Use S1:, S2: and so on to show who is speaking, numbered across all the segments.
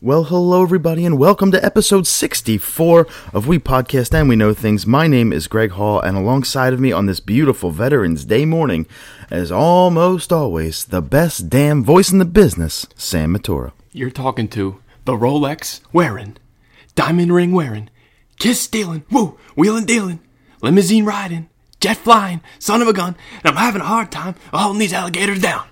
S1: Well, hello, everybody, and welcome to episode 64 of We Podcast and We Know Things. My name is Greg Hall, and alongside of me on this beautiful Veterans Day morning, as almost always, the best damn voice in the business, Sam Matura.
S2: You're talking to the Rolex wearing, diamond ring wearing, kiss stealing, woo, wheeling dealing, limousine riding, jet flying, son of a gun, and I'm having a hard time holding these alligators down.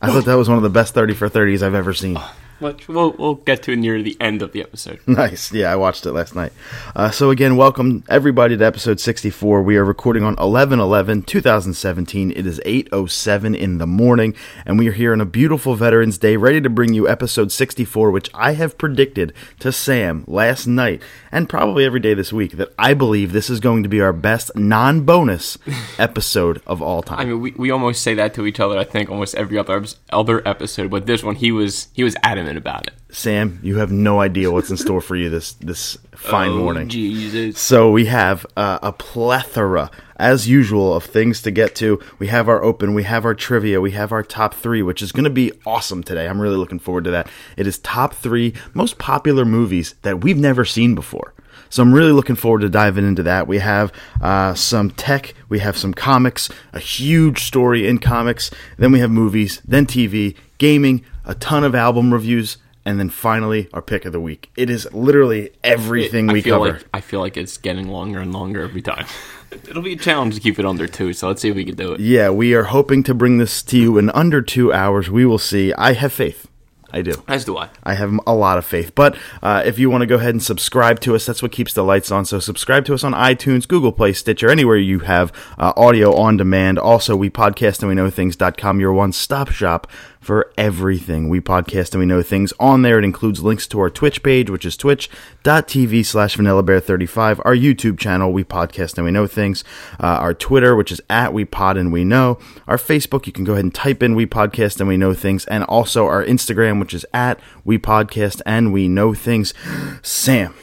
S1: I thought that was one of the best 30 for 30s I've ever seen.
S2: Which we'll, we'll get to near the end of the episode.
S1: Nice. Yeah, I watched it last night. Uh, so, again, welcome everybody to episode 64. We are recording on 11 11 2017. It is 8.07 in the morning, and we are here on a beautiful Veterans Day, ready to bring you episode 64, which I have predicted to Sam last night and probably every day this week that I believe this is going to be our best non bonus episode of all time.
S2: I mean, we, we almost say that to each other. I think almost every other eps- other episode, but this one he was he was adamant about it.
S1: Sam, you have no idea what's in store for you this this fine
S2: Oh,
S1: morning.
S2: Jesus.
S1: So we have uh, a plethora, as usual, of things to get to. We have our open, we have our trivia, we have our top three, which is going to be awesome today. I'm really looking forward to that. It is top three most popular movies that we've never seen before. So I'm really looking forward to diving into that. We have uh, some tech, we have some comics, a huge story in comics. Then we have movies, then TV, gaming, a ton of album reviews, and then finally our pick of the week. It is literally everything we
S2: I feel
S1: cover.
S2: like I feel like it's getting longer and longer every time. It'll be a challenge to keep it under two, so let's see if we can do it.
S1: Yeah, we are hoping to bring this to you in under two hours. We will see. I have faith. I do.
S2: As do I.
S1: I have a lot of faith. But uh, if you want to go ahead and subscribe to us, that's what keeps the lights on. So subscribe to us on iTunes, Google Play, Stitcher, anywhere you have uh, audio on demand. Also, we podcast and we know things.com, your one stop shop for everything. We podcast and we know things on there. It includes links to our Twitch page, which is twitch.tv slash vanillabear35, our YouTube channel, We Podcast and We Know Things, uh, our Twitter, which is at We Pod and We Know, our Facebook, you can go ahead and type in We Podcast and We Know Things, and also our Instagram, which is at We Podcast and We Know Things. Sam,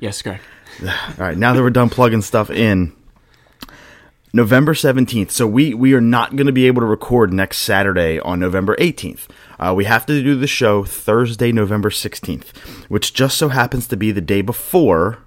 S2: Yes, Greg.
S1: all right, now that we're done plugging stuff in, November 17th. So we we are not going to be able to record next Saturday on November 18th. Uh, we have to do the show Thursday, November 16th, which just so happens to be the day before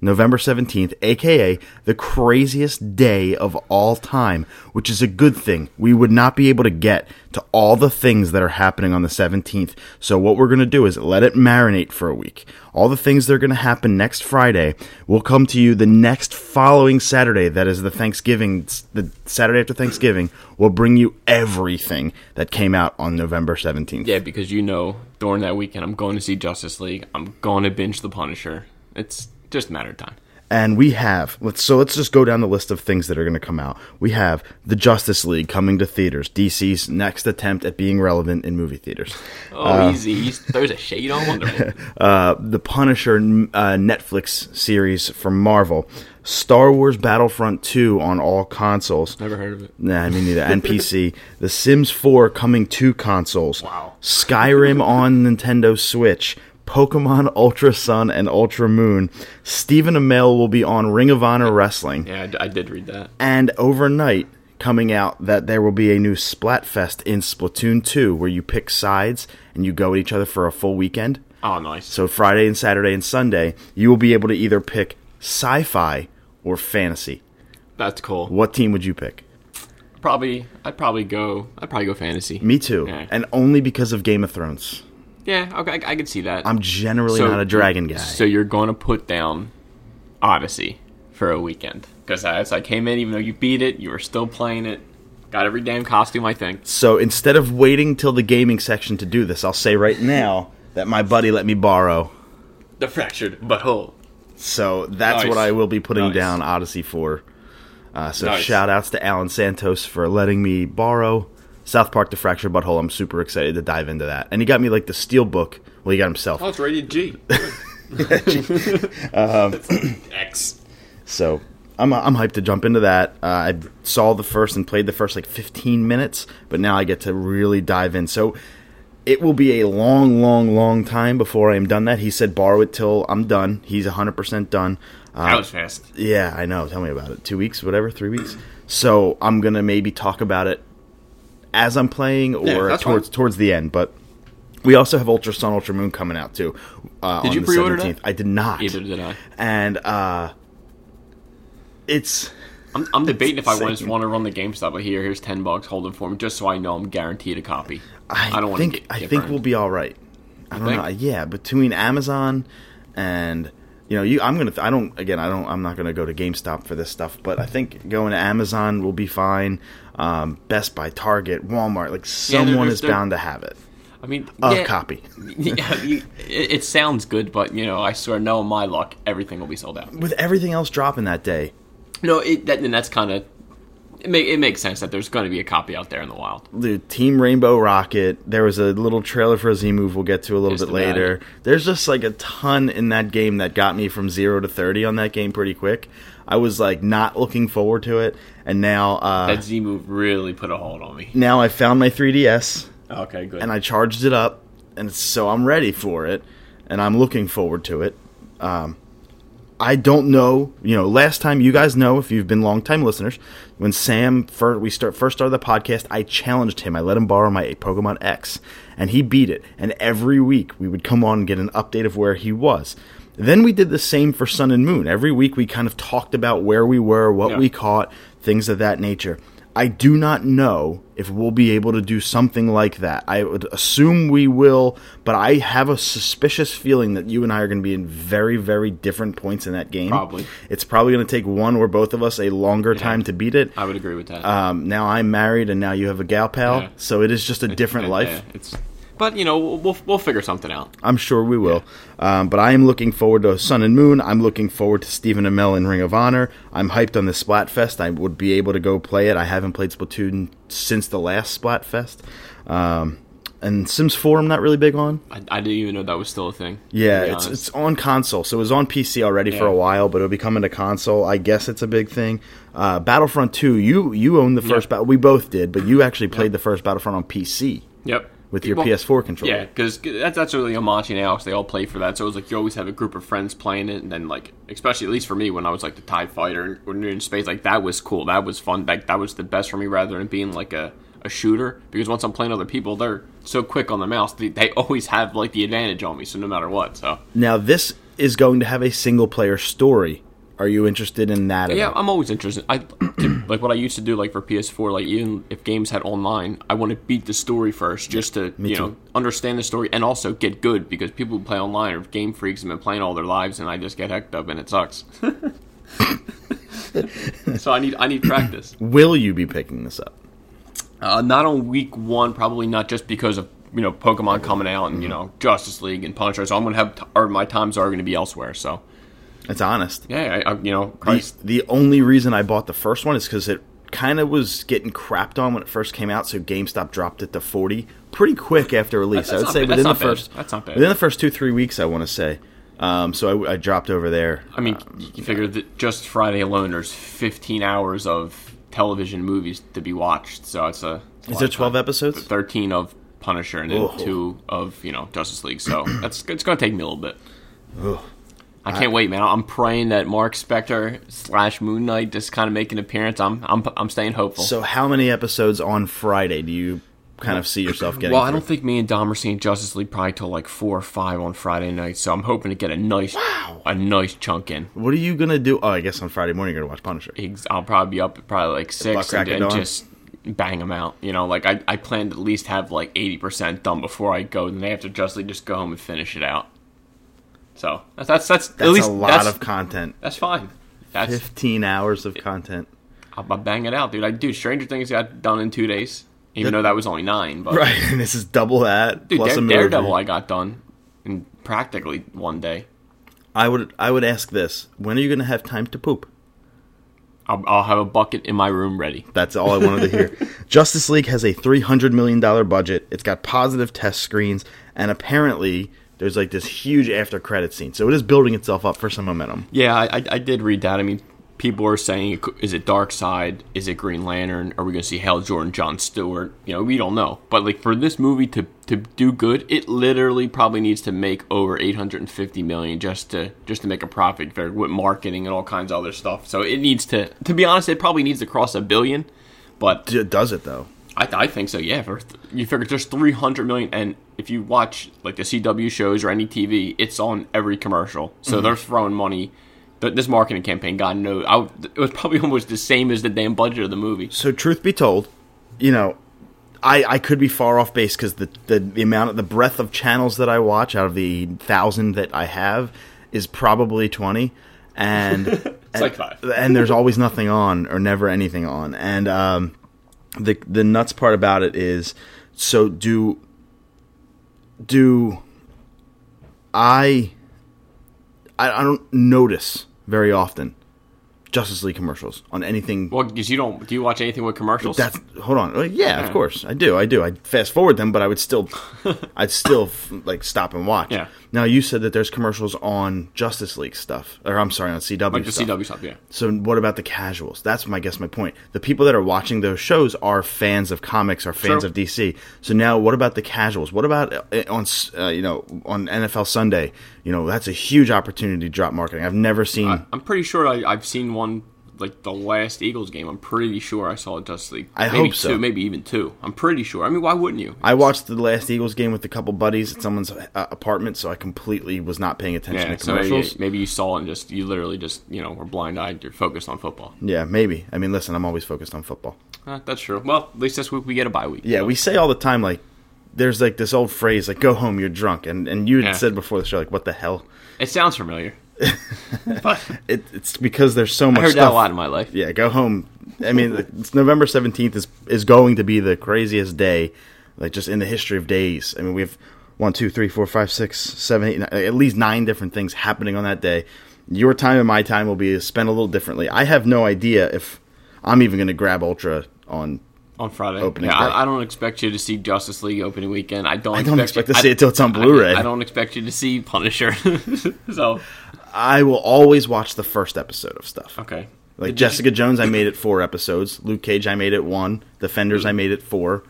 S1: November 17th, aka the craziest day of all time, which is a good thing. We would not be able to get to all the things that are happening on the 17th. So, what we're going to do is let it marinate for a week. All the things that are going to happen next Friday will come to you the next following Saturday, that is the Thanksgiving, the Saturday after Thanksgiving, will bring you everything that came out on November 17th.
S2: Yeah, because you know, during that weekend, I'm going to see Justice League. I'm going to binge The Punisher. It's just a matter of time.
S1: and we have let's so let's just go down the list of things that are going to come out. We have the Justice League coming to theaters, DC's next attempt at being relevant in movie theaters.
S2: Oh, easy. easy. There's a shade on Wonder Woman.
S1: Uh, the Punisher uh, Netflix series from Marvel, Star Wars Battlefront 2 on all consoles.
S2: Never heard of it.
S1: Nah, me neither. NPC. The Sims 4 coming to consoles.
S2: Wow.
S1: Skyrim on Nintendo Switch. Pokemon Ultra Sun and Ultra Moon. Stephen Amell will be on Ring of Honor Wrestling.
S2: Yeah, I d- I, did read that.
S1: and overnight coming out that there will be a new Splatfest in Splatoon 2 where you pick sides and you go at each other for a full weekend.
S2: Oh, nice.
S1: So Friday and Saturday and Sunday, you will be able to either pick sci-fi or fantasy.
S2: That's cool.
S1: What team would you pick?
S2: Probably, I'd probably go. I'd probably go fantasy.
S1: Me too.
S2: Yeah.
S1: And only because of Game of Thrones.
S2: Yeah, okay, I, I could see that.
S1: I'm generally not a dragon guy.
S2: So you're going to put down Odyssey for a weekend because as I came in, even though you beat it, you were still playing it. Got every damn costume, I think.
S1: So instead of waiting till the gaming section to do this, I'll say right now that my buddy let me borrow.
S2: The fractured butthole.
S1: So that's
S2: Nice.
S1: what I will be putting
S2: Nice.
S1: down Odyssey for. Uh, so
S2: Nice.
S1: shout outs to Alan Santos for letting me borrow South Park The Fracture Butthole. I'm super excited to dive into that. And he got me like the steel book. Well, he got himself.
S2: Oh, it's rated G.
S1: Um,
S2: X.
S1: So I'm, I'm hyped to jump into that. Uh, I saw the first and played the first like 15 minutes, but now I get to really dive in. So it will be a long, long, long time before I am done that. He said borrow it till I'm done. He's 100% done. Uh,
S2: That was fast.
S1: Yeah, I know. Tell me about it. Two weeks, whatever, three weeks. So I'm gonna maybe talk about it as I'm playing or
S2: that's
S1: towards
S2: fine.
S1: towards the end, but We also have Ultra Sun, Ultra Moon coming out too. Uh,
S2: Did
S1: on
S2: you
S1: the
S2: pre-order
S1: 17th.
S2: that?
S1: I did not.
S2: Either did I.
S1: And uh, it's
S2: I'm, I'm debating if I want to want to run the GameStop, but here, here's ten bucks, hold it for me, just so I know I'm guaranteed a copy.
S1: I,
S2: don't want
S1: think
S2: to get,
S1: I
S2: get
S1: think
S2: burned.
S1: we'll be all right. I don't
S2: think?
S1: know. Yeah, between Amazon and you know, you I'm gonna. I don't. Again, I don't. I'm not gonna go to GameStop for this stuff. But I think going to Amazon will be fine. Um, Best Buy, Target, Walmart, like
S2: they're-
S1: someone is
S2: they're-
S1: bound to have it.
S2: I mean,
S1: A
S2: yeah,
S1: copy.
S2: yeah, you- it, it sounds good, but you know, I swear, no, my luck, everything will be sold out.
S1: With everything else dropping that day,
S2: No, it, that, and that's kind of it, make, it makes sense that there's going to be a copy out there in the wild.
S1: the Team Rainbow Rocket. There was a little trailer for a Z move we'll get to a little
S2: Just
S1: bit
S2: about it.
S1: later. There's just like a ton in that game that got me from zero to thirty on that game pretty quick. I was like not looking forward to it, and now uh,
S2: That Z move really put a hold on me.
S1: now I found my 3DS
S2: Okay, good.
S1: and I charged it up, and so I'm ready for it, and I'm looking forward to it. Um, I don't know, you know. Last time, you guys know if you've been longtime listeners, when Sam first we start first started the podcast, I challenged him. I let him borrow my Pokemon X, and he beat it. And every week we would come on and get an update of where he was. Then we did the same for Sun and Moon. Every week we kind of talked about where we were, what
S2: Yeah.
S1: we caught, things of that nature. I do not know if we'll be able to do something like that. I would assume we will, but I have a suspicious feeling that you and I are going to be in very, very different points in that game.
S2: Probably.
S1: It's probably going to take one or both of us a longer time to beat it.
S2: I would agree with that.
S1: Um, now I'm married and now you have a gal pal,
S2: Yeah.
S1: so it is just a different
S2: Yeah,
S1: life.
S2: yeah, it's, but you know, we'll, we'll we'll figure something out.
S1: I'm sure we will. Um, but I am looking forward to Sun and Moon. I'm looking forward to Stephen Amell in Ring of Honor. I'm hyped on the Splatfest. I would be able to go play it. I haven't played Splatoon since the last Splatfest. Um, and Sims 4, I'm not really big on.
S2: I, I didn't even know that was still a thing. to
S1: Yeah,
S2: be
S1: it's
S2: honest.
S1: it's on console, so it was on PC already for
S2: Yeah.
S1: a while, but it'll be coming to console. I guess it's a big thing. Uh, Battlefront 2, you you owned the first battle. We both did, but you actually played the first Battlefront on PC
S2: yep.
S1: with your
S2: Well,
S1: PS4 controller.
S2: Yeah, because that's that's really Amachi now. 'cause they all play for that. So it was like you always have a group of friends playing it, and then like especially at least for me when I was like the Tie Fighter and when you're in space, like that was cool. That was fun. Like that was the best for me rather than being like a, a shooter. Because once I'm playing other people, they're so quick on the mouse. They, they always have like the advantage on me. So no matter what, so
S1: Now this is going to have a single player story. Are you interested in that? at
S2: Yeah,
S1: all?
S2: I'm always interested. I like what I used to do, like for PS4. Like even if games had online, I want to beat the story first, just to you know
S1: too.
S2: understand the story and also get good because people who play online are game freaks and been playing all their lives, and I just get hecked up and it sucks. so I need I need practice.
S1: Will you be picking this up?
S2: Uh, not on week one, probably not just because of you know Pokemon coming out and you know Justice League and Punisher. So I'm gonna have t- or my times are gonna be elsewhere. So
S1: It's honest.
S2: yeah, I, I, you know
S1: The,
S2: Christ.
S1: the only reason I bought the first one is because it kind of was getting crapped on when it first came out, so GameStop dropped it to forty pretty quick after release.
S2: That's
S1: I would
S2: not
S1: say
S2: bad.
S1: within the
S2: That's not bad.
S1: first
S2: That's not bad.
S1: within the first two three weeks. I want to say. Um, so I, I dropped over there.
S2: I mean, you figure that just Friday alone, there's 15 hours of television movies to be watched. So it's a. it's a
S1: Is there
S2: lot of time.
S1: twelve episodes?
S2: 13 of Punisher and then
S1: Whoa.
S2: two of you know Justice League. So that's it's going to take me a little bit. I can't wait, man. I'm praying that Mark Spector slash Moon Knight just kind of make an appearance. I'm I'm I'm staying hopeful.
S1: So how many episodes on Friday do you kind of see yourself getting?
S2: well, I
S1: through?
S2: don't think me and Dom are seeing Justice League probably till like four or five on Friday night. So I'm hoping to get a nice a nice chunk in.
S1: What are you gonna do? Oh, I guess on Friday morning you're gonna watch Punisher.
S2: ex- I'll probably be up at probably like
S1: buck
S2: six
S1: crack
S2: and,
S1: of
S2: and
S1: dawn.
S2: just bang them out. You know, like I, I plan to at least have like eighty percent done before I go. Then after Justly, just go home and finish it out. So that's that's, that's,
S1: That's
S2: at least
S1: a lot
S2: that's,
S1: of content.
S2: that's fine. That's
S1: 15 hours of content.
S2: I'll, I'll bang it out, dude. I dude, Stranger Things got done in two days, even though that was only nine. But
S1: Right, and this is double that
S2: dude,
S1: plus
S2: Dare-
S1: a movie.
S2: Daredevil, I got done in practically one day.
S1: I would I would ask this: When are you going to have time to poop?
S2: I'll, I'll have a bucket in my room ready.
S1: That's all I wanted to hear. Justice League has a 300 million dollar budget. It's got positive test screens, and apparently there's like this huge after credit scene. So it is building itself up for some momentum.
S2: Yeah, I, I- I did read that. I mean, people are saying, is it Dark Side? Is it Green Lantern? Are we going to see Hal Jordan, John Stewart? You know, we don't know. But like for this movie to to do good, it literally probably needs to make over eight hundred and fifty million just to just to make a profit for with marketing and all kinds of other stuff. So it needs to. To be honest, it probably needs to cross a billion. But
S1: D- It does it though.
S2: I, I think so. Yeah, for th- you figure there's 300 million, and if you watch like the CW shows or any TV, it's on every commercial. So
S1: Mm-hmm.
S2: they're throwing money. Th- This marketing campaign, God knows, I, w- it was probably almost the same as the damn budget of the movie.
S1: So truth be told, you know, I, I could be far off base because the, the the amount of the breadth of channels that I watch out of the thousand that I have is probably twenty, and and,
S2: like five.
S1: and there's always nothing on or never anything on, and um, the the nuts part about it is so do do I I, I don't notice very often Justice League commercials on anything
S2: Well, because you don't, do you watch anything with commercials?
S1: that's hold on. Uh, yeah, of course I do. I do. I fast forward them, but I would still, I'd still f- like stop and watch.
S2: Yeah.
S1: Now you said that there's commercials on Justice League stuff, or I'm sorry, on CW.
S2: like the
S1: stuff.
S2: CW stuff, yeah.
S1: So what about the casuals? That's my I guess my point. The people that are watching those shows are fans of comics, are fans
S2: True.
S1: of DC. So now what about the casuals? What about uh, on s- uh, you know on NFL Sunday? You know that's a huge opportunity to drop marketing. I've never seen.
S2: I'm pretty sure I, I've seen one like the last Eagles game. I'm pretty sure I saw Justice League.
S1: I
S2: maybe
S1: hope so.
S2: Two, maybe even two. I'm pretty sure. I mean, why wouldn't you?
S1: I watched the last Eagles game with a couple buddies at someone's uh, apartment, so I completely was not paying attention
S2: yeah,
S1: to
S2: so maybe,
S1: commercials.
S2: maybe you saw it and just you literally just you know were blind eyed. You're focused on football.
S1: yeah, maybe. I mean, listen, I'm always focused on football.
S2: Uh, that's true. Well, at least this week we get a bye week.
S1: Yeah, we say all the time, like, there's like this old phrase, like, go home, you're drunk. And, and you had
S2: Yeah.
S1: said before the show, like, what the hell?
S2: It sounds familiar. but
S1: It, it's because there's so much
S2: I heard
S1: stuff.
S2: that a lot in my life.
S1: Yeah, go home. I mean, it's November 17th is, is going to be the craziest day, like, just in the history of days. I mean, we have one, two, three, four, five, six, seven, eight, nine, at least nine different things happening on that day. Your time and my time will be spent a little differently. I have no idea if I'm even going to grab Ultra on.
S2: On Friday,
S1: Opening
S2: yeah,
S1: day.
S2: I, I don't expect you to see Justice League opening weekend. I don't.
S1: I don't expect to see
S2: I-
S1: it till it's on
S2: I-
S1: Blu-ray.
S2: I, don't expect you to see Punisher. so
S1: I will always watch the first episode of stuff.
S2: okay,
S1: Like Jessica Jones, I made it four episodes. Luke Cage, I made it one. Defenders, I made it four.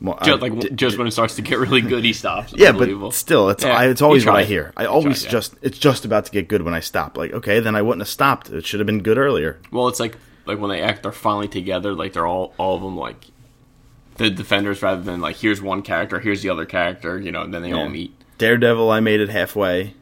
S1: Mo- uh, I
S2: just, Hmm. like
S1: did-
S2: just when it starts to get really good, he stops.
S1: yeah,
S2: Unbelievable.
S1: but still, it's
S2: Yeah,
S1: I, it's
S2: you
S1: always what
S2: try.
S1: I hear. I always
S2: yeah.
S1: just it's just about to get good when I stop. Like okay, then I wouldn't have stopped. It should have been good earlier.
S2: Well, it's like like when they act, they're finally together. Like they're all all of them like the defenders, rather than like here's one character, here's the other character. You know, and then they all meet.
S1: Daredevil, I made it halfway,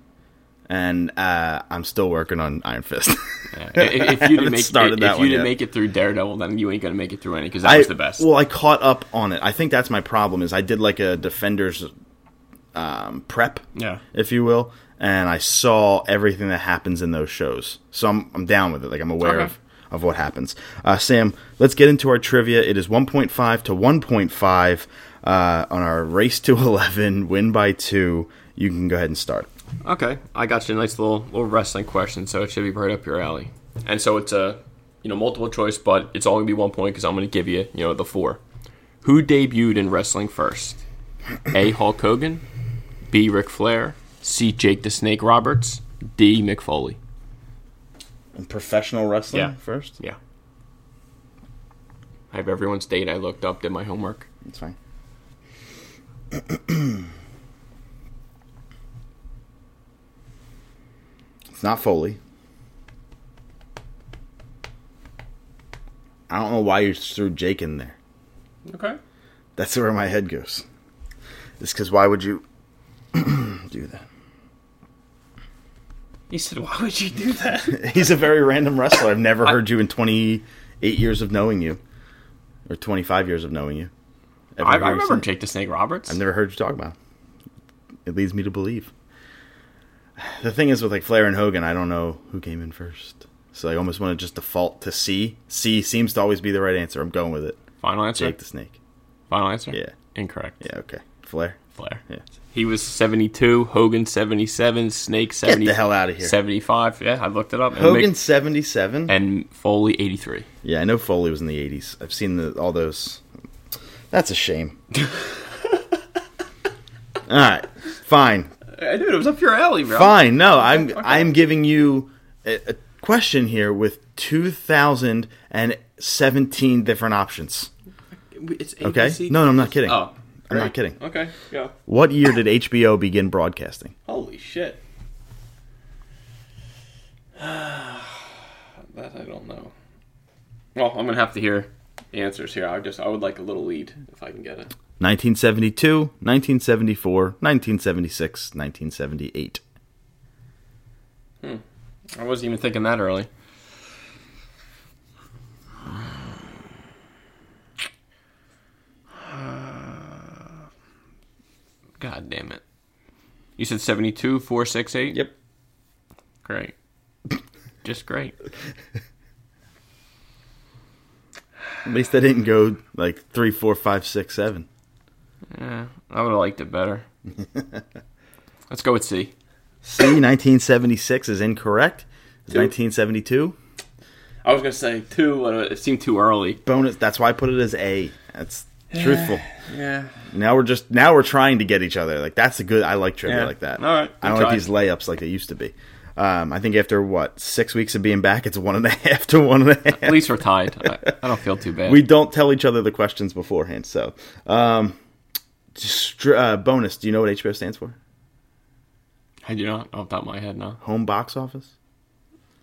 S1: and uh, I'm still working on Iron Fist.
S2: Yeah. I- I- If you
S1: haven't
S2: didn't make
S1: started
S2: if
S1: that
S2: you
S1: one
S2: didn't
S1: yet.
S2: make it through Daredevil, then you ain't gonna make it through any because that
S1: I,
S2: was the best.
S1: Well, I caught up on it. I think that's my problem. Is I did like a Defenders um, prep.
S2: yeah.
S1: if you will, and I saw everything that happens in those shows. So I'm, I'm down with it. Like I'm aware
S2: Okay.
S1: of, of what happens. Uh, Sam, let's get into our trivia. It is 1.5 to 1.5 uh, on our race to 11, win by two. You can go ahead and start.
S2: Okay, I got you a nice little little wrestling question, so it should be right up your alley. And so it's a you know multiple choice, but it's all gonna be one point because I'm gonna give you you know the four. Who debuted in wrestling first? A. Hulk Hogan, B. Ric Flair, C. Jake the Snake Roberts, D. McFoley.
S1: And professional wrestling
S2: Yeah.
S1: first?
S2: Yeah. I have everyone's date. I looked up, did my homework.
S1: That's fine. it's not Foley. I don't know why you threw Jake in there.
S2: Okay.
S1: That's where my head goes. It's because why would you do that?
S2: He said, "Why would you do that?"
S1: He's a very random wrestler. I've never heard you in 28 years of knowing you, or 25 years of knowing you. Ever
S2: I,
S1: heard
S2: I
S1: you
S2: remember
S1: say-
S2: Jake the Snake Roberts.
S1: I've never heard you talk about. It leads me to believe. The thing is with like Flair and Hogan, I don't know who came in first. So I almost want to just default to C. C seems to always be the right answer. I'm going with it.
S2: Final answer.
S1: Jake the Snake.
S2: Final answer.
S1: Yeah.
S2: Incorrect.
S1: Yeah, okay. Flair.
S2: Flair.
S1: Yeah.
S2: He was 72, Hogan 77, Snake 70,
S1: the hell outta here.
S2: 75. Yeah, I looked it up. And
S1: Hogan
S2: Mick-
S1: 77.
S2: and Foley 83.
S1: Yeah, I know Foley was in the 80s. I've seen the, all those. That's a shame. all right. Fine.
S2: Dude, it was up your alley, bro.
S1: Fine. No, I'm I'm giving you a, a question here with 2017 different options.
S2: It's
S1: Okay? No, no, I'm not kidding.
S2: Oh.
S1: I'm not kidding.
S2: Okay, go.
S1: What year did HBO begin broadcasting?
S2: Holy shit. that I don't know. Well, I'm going to have to hear answers here. I just I would like a little lead if I can get it.
S1: 1972, 1974, 1976, 1978.
S2: I wasn't even thinking that early. God damn it. You said 72, 468?
S1: Yep.
S2: Great. Just great.
S1: At least I didn't go like three, four, five, six, seven.
S2: Yeah, I would have liked it better. Let's go with C.
S1: C, 1976 is incorrect. It's
S2: Two.
S1: 1972.
S2: I was going to say 2, but it seemed too early.
S1: Bonus. That's why I put it as A. That's truthful.
S2: Yeah.
S1: Now we're just now we're trying to get each other. Like that's a good. I like trivia
S2: Yeah.
S1: like that.
S2: All right,
S1: I don't
S2: good
S1: like
S2: try.
S1: these layups like they used to be. Um, I think after what six weeks of being back, it's one and a half to one and a half.
S2: At least we're tied. I, I don't feel too bad.
S1: we don't tell each other the questions beforehand. So, um, str- uh, bonus. Do you know what HBO stands for?
S2: I do not off the top of my head now.
S1: Home box office.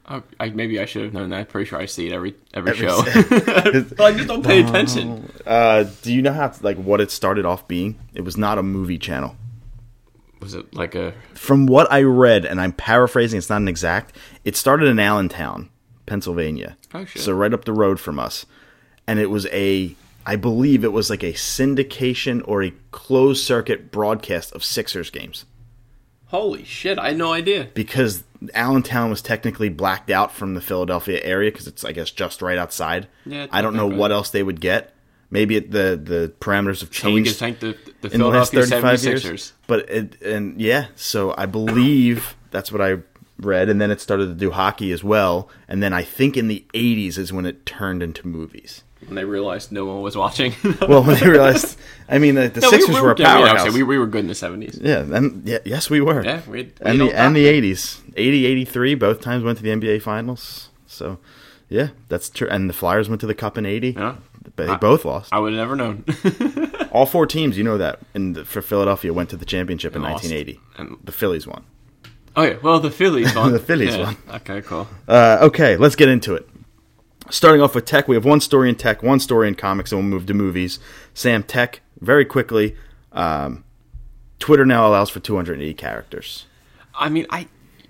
S2: I, I, maybe I should have known that. Pretty sure I see it every every,
S1: Every
S2: show.
S1: se-
S2: but I just don't pay attention.
S1: Uh, do you know how like what it started off being? It was not a movie channel.
S2: Was it like a
S1: From what I read, and I'm paraphrasing, it's not an exact. It started in Allentown, Pennsylvania.
S2: Oh, shit.
S1: So right up the road from us, and it was a, I believe it was like a syndication or a closed circuit broadcast of Sixers games
S2: holy shit? I had no idea.
S1: because Allentown was technically blacked out from the Philadelphia area because it's I guess just right outside.
S2: Yeah, it's
S1: I don't
S2: not
S1: know
S2: that
S1: what
S2: bad.
S1: else they would get. Maybe it, the the parameters have
S2: So we can
S1: changed.
S2: thank the, the
S1: in the last
S2: Philadelphia
S1: 35
S2: 76ers.
S1: years. But it, and yeah, so I believe that's what I read and then it started to do hockey as well and then I think in the 80s is when it turned into movies.
S2: And they realized no one was watching.
S1: Well, when they realized I mean the, the
S2: No,
S1: Sixers were a
S2: yeah, we-
S1: powerhouse.
S2: actually, We, we were good in the 70s.
S1: yeah, and yeah, yes we were.
S2: Yeah, we- we
S1: and
S2: don't
S1: the and
S2: knock
S1: the 80s. 80 83 both times went to the NBA finals. So yeah, that's true. And the Flyers went to the Cup in 80.
S2: Yeah.
S1: But they both lost.
S2: I would have never known.
S1: All four teams, you know that, and the, for Philadelphia went to the championship in
S2: And lost.
S1: 1980.
S2: And-
S1: the Phillies won.
S2: oh, yeah. Well, the Phillies won.
S1: The Phillies
S2: yeah.
S1: won.
S2: Okay, cool.
S1: Uh, okay, let's get into it. Starting off with tech, we have one story in tech, one story in comics, and we'll move to movies. Sam, tech, very quickly. Um, Twitter now allows for 280 characters.
S2: I mean, I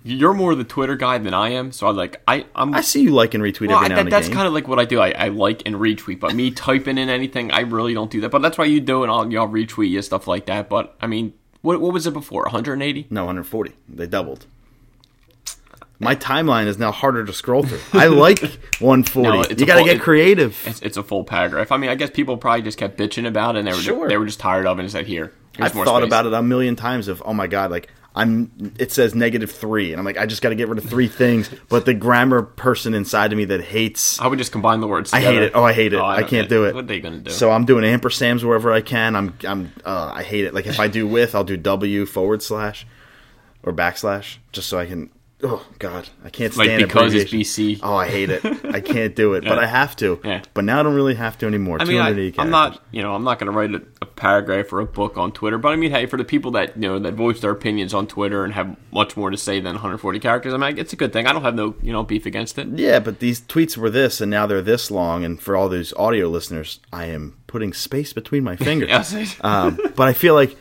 S2: you're more the Twitter guy than I am, so I like I I'm
S1: I see you like and retweet
S2: well,
S1: every
S2: I,
S1: now
S2: that,
S1: and
S2: that's
S1: again.
S2: kind of like what I do. I, I like and retweet, but me typing in anything, I really don't do that. But that's why you do, and I'll y'all retweet you stuff like that. But I mean, what what was it before? 180?
S1: no, 140. They doubled. My timeline is now harder to scroll through. I like 140.
S2: No, it's
S1: you
S2: a
S1: got to
S2: full-
S1: get
S2: it-
S1: creative.
S2: It's, it's a full paragraph. I mean, I guess people probably just kept bitching about it, and they were
S1: Sure.
S2: just, they were just tired of it and said, "Here, here's
S1: I've
S2: more
S1: thought
S2: space."
S1: about it a million times. Of oh my god, like I'm. It says negative three, and I'm like, I just got to get rid of three things. But the grammar person inside of me that hates,
S2: I would just combine the words.
S1: I hate it. Oh, I hate it. I,
S2: don't-
S1: can't do it.
S2: What are they gonna do?
S1: So I'm doing ampersands wherever I can. I'm I'm. Uh, I hate it. Like if I do with, I'll do W forward slash or backslash just so I can. Oh god, I can't
S2: Like,
S1: stand
S2: because it's
S1: abbreviations.
S2: BC.
S1: Oh, I hate it. I can't do it, but I have to.
S2: Yeah.
S1: But now I don't really have to anymore.
S2: I mean,
S1: 280
S2: I, I'm
S1: characters.
S2: not, you know, I'm not going to write a, a paragraph or a book on Twitter, but I mean, hey, for the people that you know that voice their opinions on Twitter and have much more to say than 140 characters, I mean, it's a good thing. I don't have no, you know, beef against it.
S1: Yeah, but these tweets were this, and now they're this long. And for all those audio listeners, I am putting space between my fingers.
S2: Yeah, see?
S1: um, but I feel like,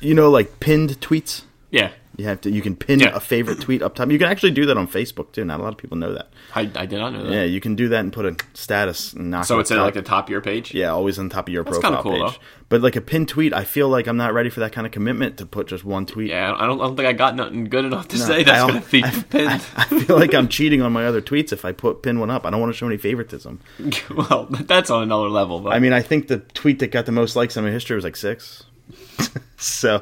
S1: you know, like pinned tweets.
S2: yeah.
S1: You have to. You can pin
S2: Yeah.
S1: a favorite tweet up top. You can actually do that on Facebook too. Not a lot of people know that.
S2: I, I did not know that.
S1: Yeah, you can do that and put a status. And knock
S2: so
S1: it
S2: it's at
S1: up.
S2: like the top of your page.
S1: yeah, always on top of your
S2: kinda
S1: profile
S2: cool,
S1: page.
S2: though.
S1: But like a pinned tweet, I feel like I'm not ready for that kind of commitment to put just one tweet.
S2: Yeah, I don't, I don't think I got nothing good enough to say
S1: I
S2: that's
S1: al-
S2: going to be
S1: I,
S2: pinned.
S1: I feel like I'm cheating on my other tweets if I put pin one up. I don't want to show any favoritism.
S2: well, that's on another level. But
S1: I mean, I think the tweet that got the most likes in my history was like six. so,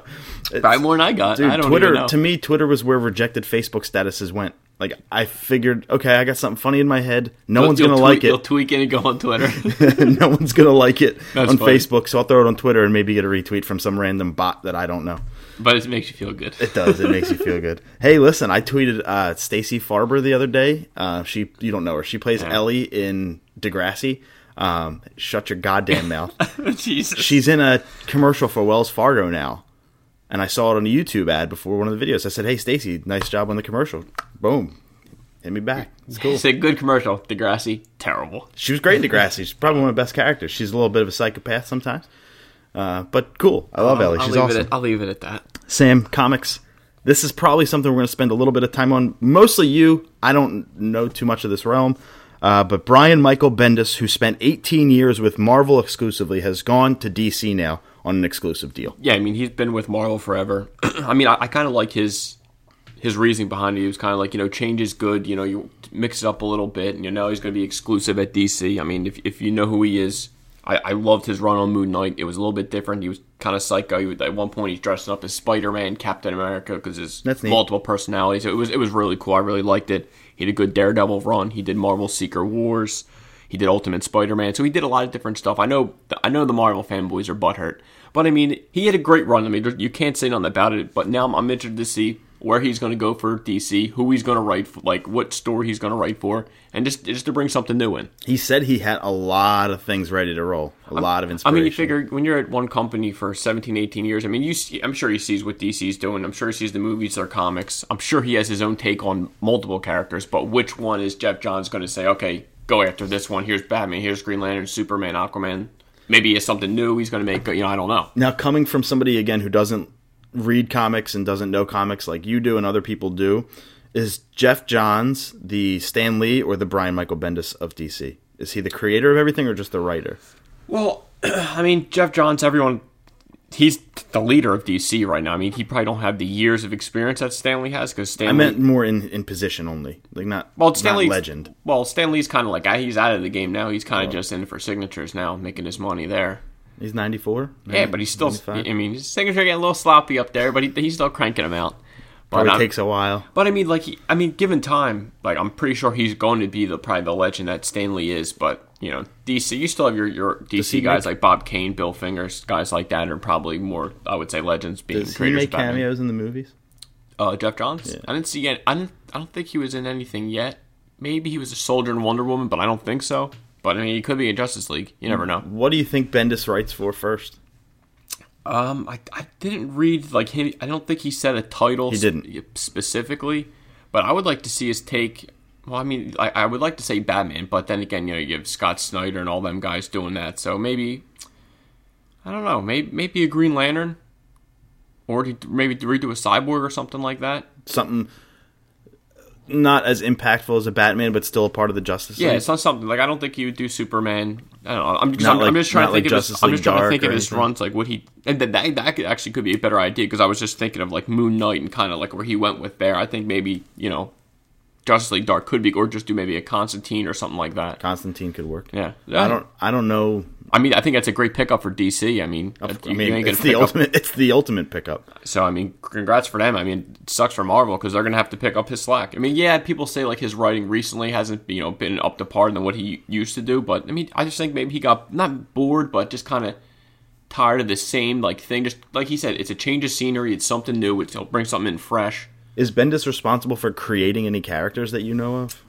S1: it's-
S2: probably more than I got. I don't even
S1: Twitter
S2: know.
S1: to me, Twitter was where rejected Facebook statuses went. Like, I figured, okay, I got something funny in my head. No
S2: You'll-
S1: one's
S2: you'll
S1: gonna
S2: tweak-
S1: like
S2: You'll
S1: it.
S2: tweak it and go on Twitter.
S1: no one's gonna like it
S2: That's
S1: on
S2: funny.
S1: Facebook. So I'll throw it on Twitter and maybe get a retweet from some random bot that I don't know.
S2: but it makes you feel good.
S1: It does. It makes you feel good. Hey, listen, I tweeted uh, Stacy Farber the other day. Uh, she, you don't know her. She plays Ellie in Degrassi. Um, shut your goddamn mouth.
S2: Jesus.
S1: she's in a commercial for Wells Fargo now. And I saw it on a YouTube ad before one of the videos. I said, "Hey, Stacy, nice job on the commercial." Boom, Hit me back. It's cool.
S2: It's a good commercial. Degrassi, terrible.
S1: She was great in Degrassi. She's probably one of the best characters. She's a little bit of a psychopath sometimes, uh, but cool. I love Ellie.
S2: I'll
S1: She's
S2: leave
S1: awesome.
S2: It at, I'll leave it at that.
S1: Sam, comics. This is probably something we're going to spend a little bit of time on. Mostly you. I don't know too much of this realm. Uh, but Brian Michael Bendis, who spent 18 years with Marvel exclusively, has gone to DC now on an exclusive deal.
S2: Yeah, I mean he's been with Marvel forever. I mean I, I kind of like his his reasoning behind it. He was kind of like you know change is good. You know you mix it up a little bit, and you know he's going to be exclusive at DC. I mean if if you know who he is, I, I loved his run on Moon Knight. It was a little bit different. He was kind of psycho. He was, at one point he's dressing up as Spider Man, Captain America because his
S1: That's neat.
S2: multiple personalities. So it was it was really cool. I really liked it. He did a good Daredevil run. He did Marvel Secret Wars. He did Ultimate Spider-Man. So he did a lot of different stuff. I know I know the Marvel fanboys are butthurt, but I mean he had a great run. I mean there- you can't say nothing about it. But now I'm, I'm interested to see where he's going to go for DC, who he's going to write, for, like what story he's going to write for, and just just to bring something new in.
S1: He said he had a lot of things ready to roll, a lot of
S2: I
S1: inspiration.
S2: mean, you figure when you're at one company for 17, 18 years, I mean, you see, I'm sure he sees what DC's doing. I'm sure he sees the movies, their comics. I'm sure he has his own take on multiple characters, but which one is Jeff Johns going to say, okay, go after this one? Here's Batman, here's Green Lantern, Superman, Aquaman. Maybe it's something new he's going to make. You know, I don't know.
S1: Now, coming from somebody again who doesn't read comics and doesn't know comics like you do and other people do, is Jeff Johns the Stan Lee or the Brian Michael Bendis of DC? Is he the creator of everything or just the writer?
S2: Well, I mean, Jeff Johns, everyone, he's the leader of DC right now. I mean, he probably don't have the years of experience that Stanley has because Stanley.
S1: I meant more in, in position only, like not
S2: Well,
S1: not
S2: Stanley's
S1: legend.
S2: Well, Stanley's kind of like I- he's out of the game now. He's kind of just in for signatures now, making his money there.
S1: He's ninety four.
S2: Yeah, but he's still. I mean, his signature getting a little sloppy up there, but he, he's still cranking them out. But,
S1: probably
S2: I'm-
S1: takes a while.
S2: but I mean, like, he, I mean, given time, like, I'm pretty sure he's going to be the probably the legend that Stanley is. But you know, DC, you still have your your
S1: he
S2: DC guys
S1: make-
S2: like Bob Kane, Bill Fingers, guys like that are probably more. I would say legends being
S1: Does he
S2: creators.
S1: make
S2: of Batman.
S1: cameos in the movies?
S2: Uh, Jeff Johns. I didn't see yet. I didn't. I don't think he was in anything yet. Maybe he was a soldier in Wonder Woman, but I don't think so. But I mean, he could be in Justice League. You never know.
S1: What do you think Bendis writes for first?
S2: Um, I, I didn't read like him. I don't think he said a title.
S1: He didn't.
S2: sp- specifically, but I would like to see his take. Well, I mean, I, I would like to say Batman, but then again, you know, you have Scott Snyder and all them guys doing that, so maybe I don't know. Maybe maybe a Green Lantern, or do- maybe redo a Cyborg or something like that.
S1: Something not as impactful as a Batman, but still a part of the Justice
S2: Yeah,
S1: League.
S2: it's not something like I don't think he would do Superman. I don't know. I'm just,
S1: Not
S2: I'm, I'm
S1: like-
S2: just trying to
S1: not
S2: think
S1: like
S2: of his,
S1: Justice
S2: I'm
S1: League
S2: just trying to
S1: Dark
S2: think of
S1: or
S2: his
S1: anything.
S2: runs, like what he and that that, that could actually could be a better idea because I was just thinking of like Moon Knight and kind of like where he went with there. I think maybe you know Justice League Dark could be, or just do maybe a Constantine or something like that.
S1: Constantine could work.
S2: Yeah,
S1: I don't. I don't know.
S2: I mean, I think that's a great pickup for DC. I mean,
S1: I mean,
S2: ain't gonna
S1: it's the
S2: pick up-
S1: ultimate. It's the ultimate pickup.
S2: So I mean, congrats for them. I mean, it sucks for Marvel because they're gonna have to pick up his slack. I mean, yeah, people say like his writing recently hasn't you know been up to par than what he used to do, but I mean, I just think maybe he got not bored, but just kind of tired of the same like thing. Just like he said, it's a change of scenery. It's something new. It's, it'll bring something in fresh.
S1: Is Bendis responsible for creating any characters that you know of?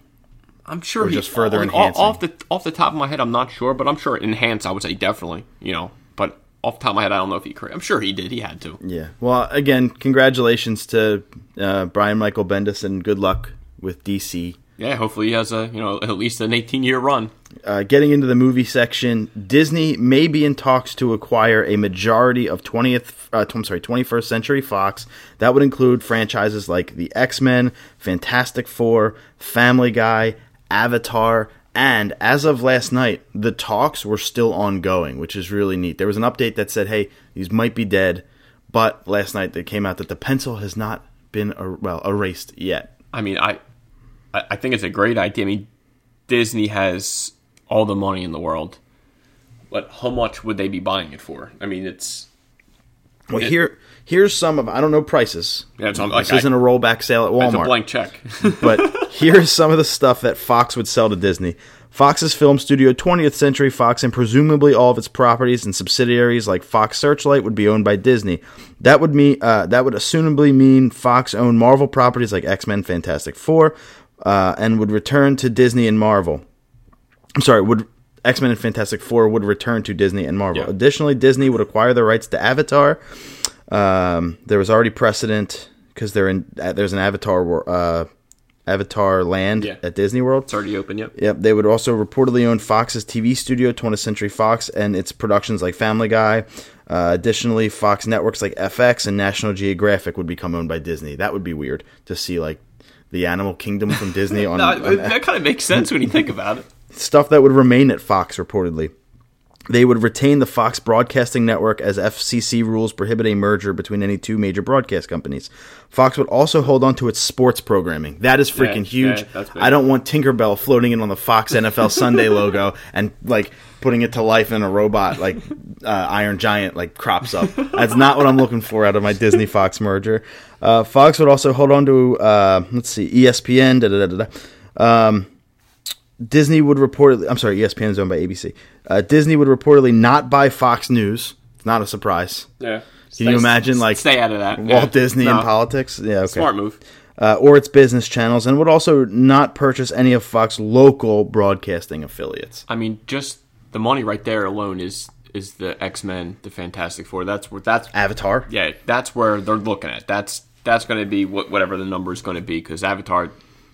S2: I'm sure he
S1: just further
S2: like,
S1: enhancing.
S2: off the off the top of my head. I'm not sure, but I'm sure enhance. I would say definitely. You know, but off the top of my head, I don't know if he. cre- I'm sure he did. He had to.
S1: Yeah. Well, again, congratulations to uh, Brian Michael Bendis, and good luck with DC.
S2: Yeah, hopefully he has a you know at least an 18 year run.
S1: Uh, getting into the movie section, Disney may be in talks to acquire a majority of 20th, uh, I'm sorry, 21st Century Fox. That would include franchises like the X Men, Fantastic Four, Family Guy, Avatar, and as of last night, the talks were still ongoing, which is really neat. There was an update that said, "Hey, these might be dead," but last night it came out that the pencil has not been er- well erased yet.
S2: I mean, I, I I think it's a great idea. I mean, Disney has all the money in the world, but how much would they be buying it for? I mean, it's
S1: Well, here here's some of I don't know prices.
S2: Yeah, it's on-
S1: this
S2: like, I-
S1: isn't a rollback sale at Walmart.
S2: it's a blank check.
S1: but here's some of the stuff that Fox would sell to Disney. Fox's film studio, 20th Century Fox, and presumably all of its properties and subsidiaries like Fox Searchlight would be owned by Disney. That would mean uh, that would assumably mean Fox owned Marvel properties like X Men, Fantastic Four, uh, and would return to Disney and Marvel. I'm sorry, would X Men and Fantastic Four would return to Disney and Marvel.
S2: Yeah.
S1: Additionally, Disney would acquire the rights to Avatar. Um, there was already precedent because they're in uh, there's an Avatar wor- uh, Avatar Land
S2: Yeah.
S1: at Disney World.
S2: It's already open. Yep.
S1: Yep, they would also reportedly own Fox's TV studio, 20th Century Fox, and its productions like Family Guy. Uh, additionally, Fox networks like FX and National Geographic would become owned by Disney. That would be weird to see like the Animal Kingdom from Disney on,
S2: No,
S1: on
S2: that kind of makes sense when you think about it.
S1: stuff that would remain at Fox reportedly. They would retain the Fox Broadcasting Network as FCC rules prohibit a merger between any two major broadcast companies. Fox would also hold on to its sports programming. That is freaking
S2: yeah,
S1: huge.
S2: that's big.
S1: I don't want Tinkerbell floating in on the Fox NFL Sunday logo and like putting it to life in a robot like uh, Iron Giant like crops up. That's not what I'm looking for out of my Disney Fox merger. Uh, Fox would also hold on to uh, let's see ESPN da da da da. da. Um, Disney would reportedly, I'm sorry, E ESPN is owned by ABC. Uh, Disney would reportedly not buy Fox News. It's not a surprise.
S2: Yeah.
S1: Can you imagine, like,
S2: stay out of that?
S1: Walt
S2: Yeah.
S1: Disney
S2: No.
S1: and politics? Yeah, okay.
S2: Smart move.
S1: Uh, or its business channels, and would also not purchase any of Fox local broadcasting affiliates.
S2: I mean, just the money right there alone is is the X Men, the Fantastic Four. That's where that's
S1: Avatar?
S2: yeah, that's where they're looking at. That's that's going to be what, whatever the number is going to be because Avatar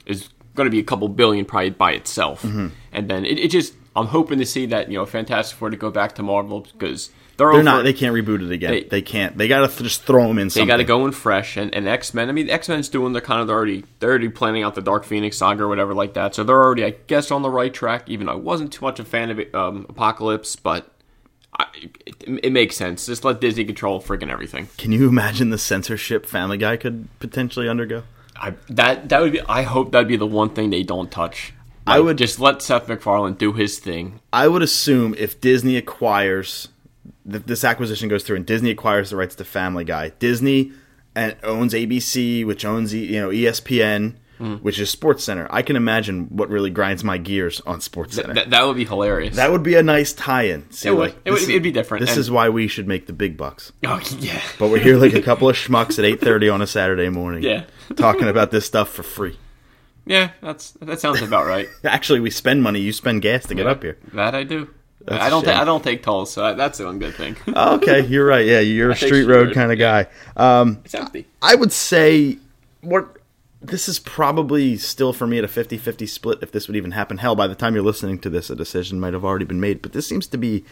S2: is going to be a couple billion probably by itself,
S1: Mm-hmm.
S2: and then it, it just I'm hoping to see that you know Fantastic Four to go back to Marvel because they're,
S1: They're
S2: over
S1: not.
S2: it.
S1: They can't reboot it again. They,
S2: They-
S1: can't. They got to just throw them in
S2: They
S1: something.
S2: got to go in fresh, and, and X Men. I mean, X Men's doing the kind of they're already they're already planning out the Dark Phoenix saga or whatever like that. So they're already, I guess, on the right track. Even though I wasn't too much a fan of um, Apocalypse, but I, it, it makes sense. Just let Disney control freaking everything.
S1: Can you imagine the censorship Family Guy could potentially undergo?
S2: I, that that would be. I hope that'd be the one thing they don't touch.
S1: I
S2: Like,
S1: would-
S2: just let Seth MacFarlane do his thing.
S1: I would assume if Disney acquires th- this acquisition goes through and Disney acquires the rights to Family Guy, Disney and owns ABC, which owns E- you know ESPN,
S2: Mm.
S1: which is Sports Center. I can imagine what really grinds my gears on Sports Center.
S2: That, that would be hilarious.
S1: that would be a nice tie-in. See,
S2: It would.
S1: like,
S2: It would-
S1: this is-
S2: it'd be different,
S1: This
S2: and-
S1: is why we should make the big bucks.
S2: oh yeah.
S1: But we're here like a couple of schmucks at eight thirty on a Saturday morning,
S2: Yeah.
S1: talking about this stuff for free.
S2: Yeah, that's that sounds about right.
S1: Actually, we spend money. You spend gas to get up here.
S2: That I do.
S1: That's
S2: I
S1: a
S2: don't. think
S1: shame. Uh,
S2: I don't take tolls, so that's the one good thing.
S1: Okay, you're right. Yeah, you're a
S2: think
S1: street
S2: she
S1: road
S2: would,
S1: kind of
S2: yeah.
S1: guy. Um,
S2: it's empty.
S1: I would say what this is probably still for me at a 50-50 split if this would even happen. Hell, by the time you're listening to this, a decision might have already been made. But this seems to be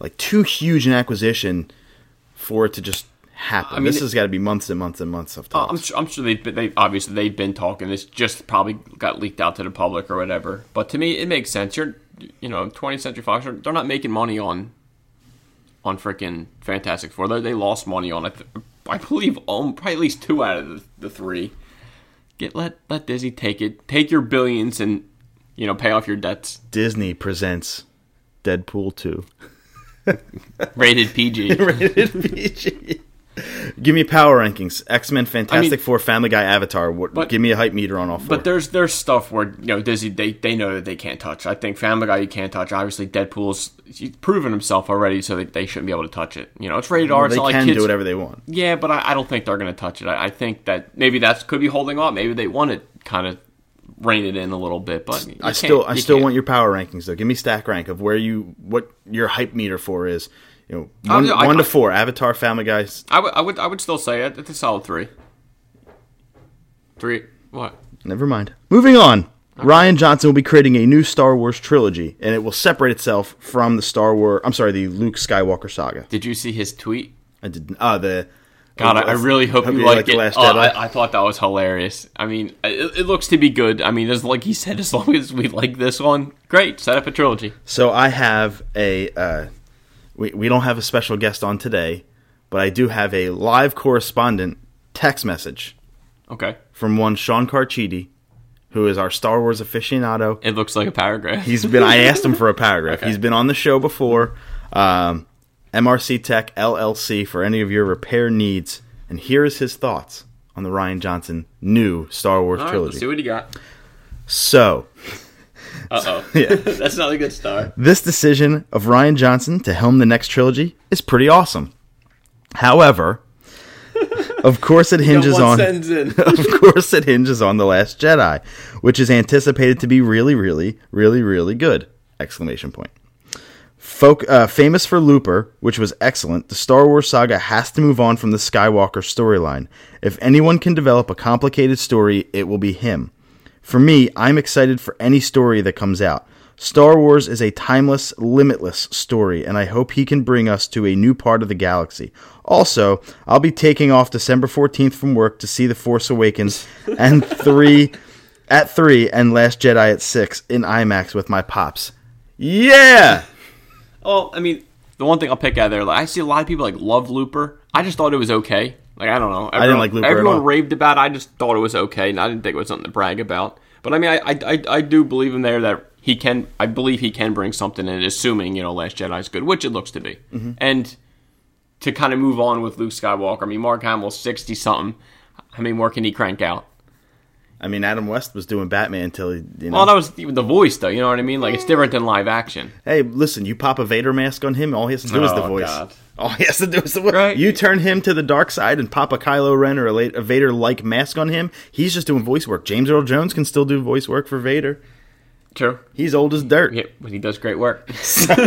S1: like too huge an acquisition for it to just happen.
S2: mean,
S1: this
S2: it-
S1: has got to be months and months and months of
S2: Uh,
S1: talks.
S2: I'm sure, I'm sure they've been, they obviously they've been talking. This just probably got leaked out to the public or whatever. But to me, it makes sense. You're you know 20th Century Fox. They're they're not making money on on freaking Fantastic Four. They, they lost money on it. I believe um, probably at least two out of the, the three. Get let let Disney take it. Take your billions and you know pay off your debts.
S1: Disney presents Deadpool 2.
S2: Rated PG.
S1: Rated PG. Give me power rankings. X-Men, Fantastic Four, Family Guy, Avatar. What,
S2: But-
S1: give me a hype meter on all four.
S2: But there's there's stuff where you know Disney they, they know that they can't touch. I think Family Guy you can't touch. Obviously Deadpool's he's proven himself already, so they, they shouldn't be able to touch it. You know it's rated R.
S1: they
S2: it's not
S1: can
S2: like kids.
S1: do whatever they want.
S2: Yeah, but I, I don't think they're gonna touch it. I, I think that maybe that's could be holding on. Maybe they want to kind of rein it in a little bit. But you
S1: I
S2: can't-
S1: still I
S2: you
S1: still
S2: can't.
S1: want your power rankings though. Give me stack rank of where you what your hype meter for is. You know,
S2: Oh,
S1: one,
S2: no, I-
S1: one to
S2: I-
S1: four. Avatar, Family Guy. s-
S2: I would I would I would still say it. It's a solid three. Three what?
S1: Never mind. Moving on. Ryan Johnson will be creating a new Star Wars trilogy, and it will separate itself from the Star Wars. I'm sorry, the Luke Skywalker saga.
S2: Did you see his tweet?
S1: I did. Uh, the
S2: God, I, I really hope, you
S1: liked
S2: like it. Oh, I, I thought that was hilarious. I mean, it, it looks to be good. I mean, as like he said, as long as we like this one, great. Set up a trilogy.
S1: So I have a uh, we we don't have a special guest on today, but I do have a live correspondent text message
S2: Okay,
S1: from one Sean Carchidi, who is our Star Wars aficionado.
S2: it looks like a paragraph.
S1: He's been. I asked him for a paragraph. He's been on the show before. Um, MRC Tech LLC for any of your repair needs. And here is his thoughts on the Ryan Johnson new Star Wars
S2: All right,
S1: trilogy.
S2: let's see what he got.
S1: so
S2: Uh oh, yeah, that's not a good start.
S1: this decision of Ryan Johnson to helm the next trilogy is pretty awesome. However, of course, it hinges
S2: one
S1: on.
S2: sentence in.
S1: of course, it hinges on the Last Jedi, which is anticipated to be really, really, really, really good! Exclamation point. Folk, uh, famous for Looper, which was excellent, the Star Wars saga has to move on from the Skywalker storyline. If anyone can develop a complicated story, it will be him. For me, I'm excited for any story that comes out. Star Wars is a timeless, limitless story, and I hope he can bring us to a new part of the galaxy. Also, I'll be taking off December 14th from work to see The Force Awakens and 3 at 3 and Last Jedi at 6 in IMAX with my pops. Yeah.
S2: Well, I mean, the one thing I'll pick out of there, like I see a lot of people like love Looper. I just thought it was okay. Like I don't know. Everyone,
S1: like Looper at
S2: Everyone
S1: all.
S2: raved about. it. I just thought it was okay, and I didn't think it was something to brag about. But I mean, I I, I, I do believe in there that he can. I believe he can bring something in, assuming you know Last Jedi's good, which it looks to be.
S1: Mm-hmm.
S2: And to kind of move on with Luke Skywalker, I mean, Mark Hamill's sixty something. How many more can he crank out?
S1: I mean, Adam West was doing Batman until he, you know.
S2: Well, Oh, that was even the voice, though. You know what I mean? Like it's different than live action.
S1: hey, listen, you pop a Vader mask on him, all he has to do is the
S2: Oh,
S1: voice.
S2: God.
S1: All he has to do is the voice.
S2: Right.
S1: You turn him to the dark side and pop a Kylo Ren or a, la- a Vader like mask on him, he's just doing voice work. James Earl Jones can still do voice work for Vader.
S2: True.
S1: He's old as dirt.
S2: Yeah, but he does great work.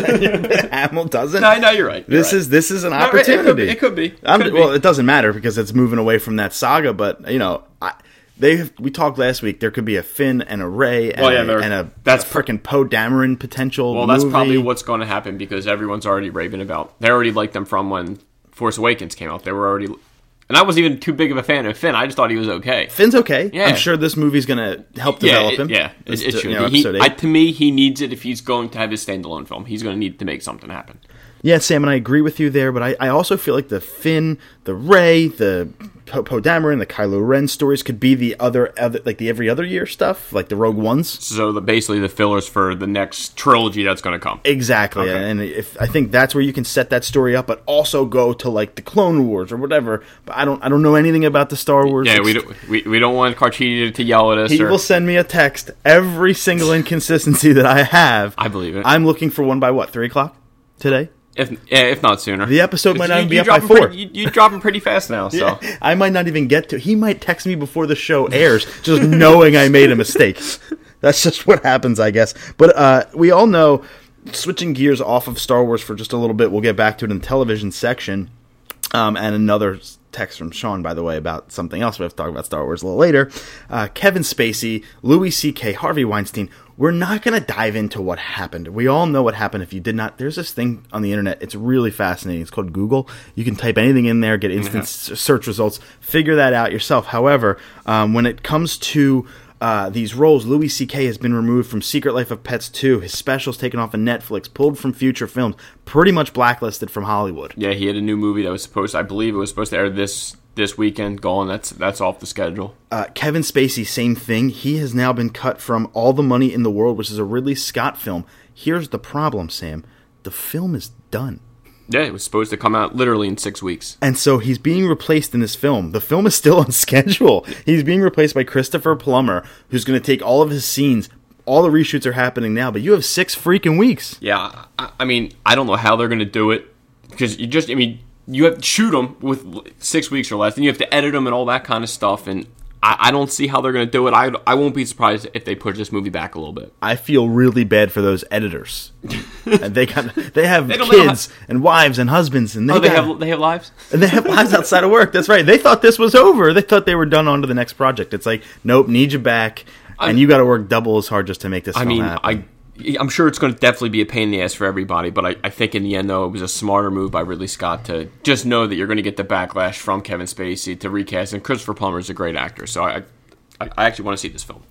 S1: Hamill doesn't.
S2: no, no, you're right. You're
S1: This
S2: right.
S1: is this is an
S2: No, it- it could be-
S1: opportunity.
S2: it could be. It
S1: I'm-
S2: could be.
S1: well, it doesn't matter because it's moving away from that saga. But you know, I, they have, we talked last week. There could be a Finn and a Ray and,
S2: Well, yeah,
S1: a,
S2: there-
S1: and a
S2: that's-
S1: a freaking Poe Dameron potential.
S2: Well, that's
S1: movie.
S2: probably what's going to happen because everyone's already raving about. They already liked them from when Force Awakens came out. They were already, and I wasn't even too big of a fan of Finn. I just thought he was okay.
S1: Finn's okay.
S2: Yeah.
S1: I'm sure this movie's gonna help
S2: Yeah,
S1: develop
S2: it-
S1: him.
S2: yeah,
S1: This-
S2: it, it should.
S1: you know,
S2: He-
S1: episode eight.
S2: I, to me, he needs it if he's going to have his standalone film. He's going to need to make something happen.
S1: Yeah, Sam, and I agree with you there, but I, I also feel like the Finn, the Ray, the Poe po Dameron, the Kylo Ren stories could be the other, other, like the every other year stuff, like the Rogue Ones.
S2: So the, basically, the fillers for the next trilogy that's going to come.
S1: Exactly,
S2: Okay.
S1: and if I think that's where you can set that story up, but also go to like the Clone Wars or whatever. But I don't, I don't know anything about the Star Wars.
S2: Yeah, we don't, we, we don't want Carchini to yell at us.
S1: He
S2: or,
S1: will send me a text every single inconsistency that I have.
S2: I believe it.
S1: I'm looking for one by what three o'clock today.
S2: if yeah, if not sooner,
S1: The episode might not
S2: you,
S1: be
S2: you
S1: up by
S2: drop him pretty-
S1: four.
S2: you, you drop him pretty fast now. So
S1: I might not even get to. He might text me before the show airs, just knowing I made a mistake. That's just what happens, I guess. But uh, we all know. Switching gears off of Star Wars for just a little bit, we'll get back to it in the television section. Um, and another s- text from Sean, by the way, about something else. We have to talk about Star Wars a little later. Uh, Kevin Spacey, Louis C.K., Harvey Weinstein. We're not going to dive into what happened. We all know what happened. If you did not, there's this thing on the internet. It's really fascinating. It's called Google. You can type anything in there, get instant s- search results, figure that out yourself. However, um, when it comes to uh, these roles. Louis C.K. has been removed from Secret Life of Pets 2. His specials taken off of Netflix, pulled from future films, pretty much blacklisted from Hollywood.
S2: Yeah, he had a new movie that was supposed. I believe it was supposed to air this this weekend. Gone. That's that's off the schedule.
S1: Uh, Kevin Spacey, same thing. He has now been cut from All the Money in the World, which is a Ridley Scott film. Here's the problem, Sam. The film is done.
S2: Yeah, it was supposed to come out literally in six weeks.
S1: And so he's being replaced in this film. The film is still on schedule. He's being replaced by Christopher Plummer, who's going to take all of his scenes. All the reshoots are happening now, but you have six freaking weeks.
S2: Yeah, I, I mean, I don't know how they're gonna do it because you just. I mean, you have to shoot them with l- six weeks or less, and you have to edit them and all that kind of stuff. And I, I don't see how they're gonna do it. I I won't be surprised if they push this movie back a little bit.
S1: I feel really bad for those editors. and they got they have
S2: don't- they don't
S1: kids and wives and husbands, and they,
S2: Oh, they
S1: got-
S2: have they have lives.
S1: and they have lives outside of work. That's right. They thought this was over. They thought they were done on to the next project. It's like, nope, need you back, and you got to work double as hard just to make this.
S2: I
S1: film
S2: mean,
S1: happen.
S2: I. I'm sure it's going to definitely be a pain in the ass for everybody, but I, I think in the end, though, it was a smarter move by Ridley Scott to just know that you're going to get the backlash from Kevin Spacey to recast, and Christopher Plummer is a great actor, so I, I, I actually want to see this film.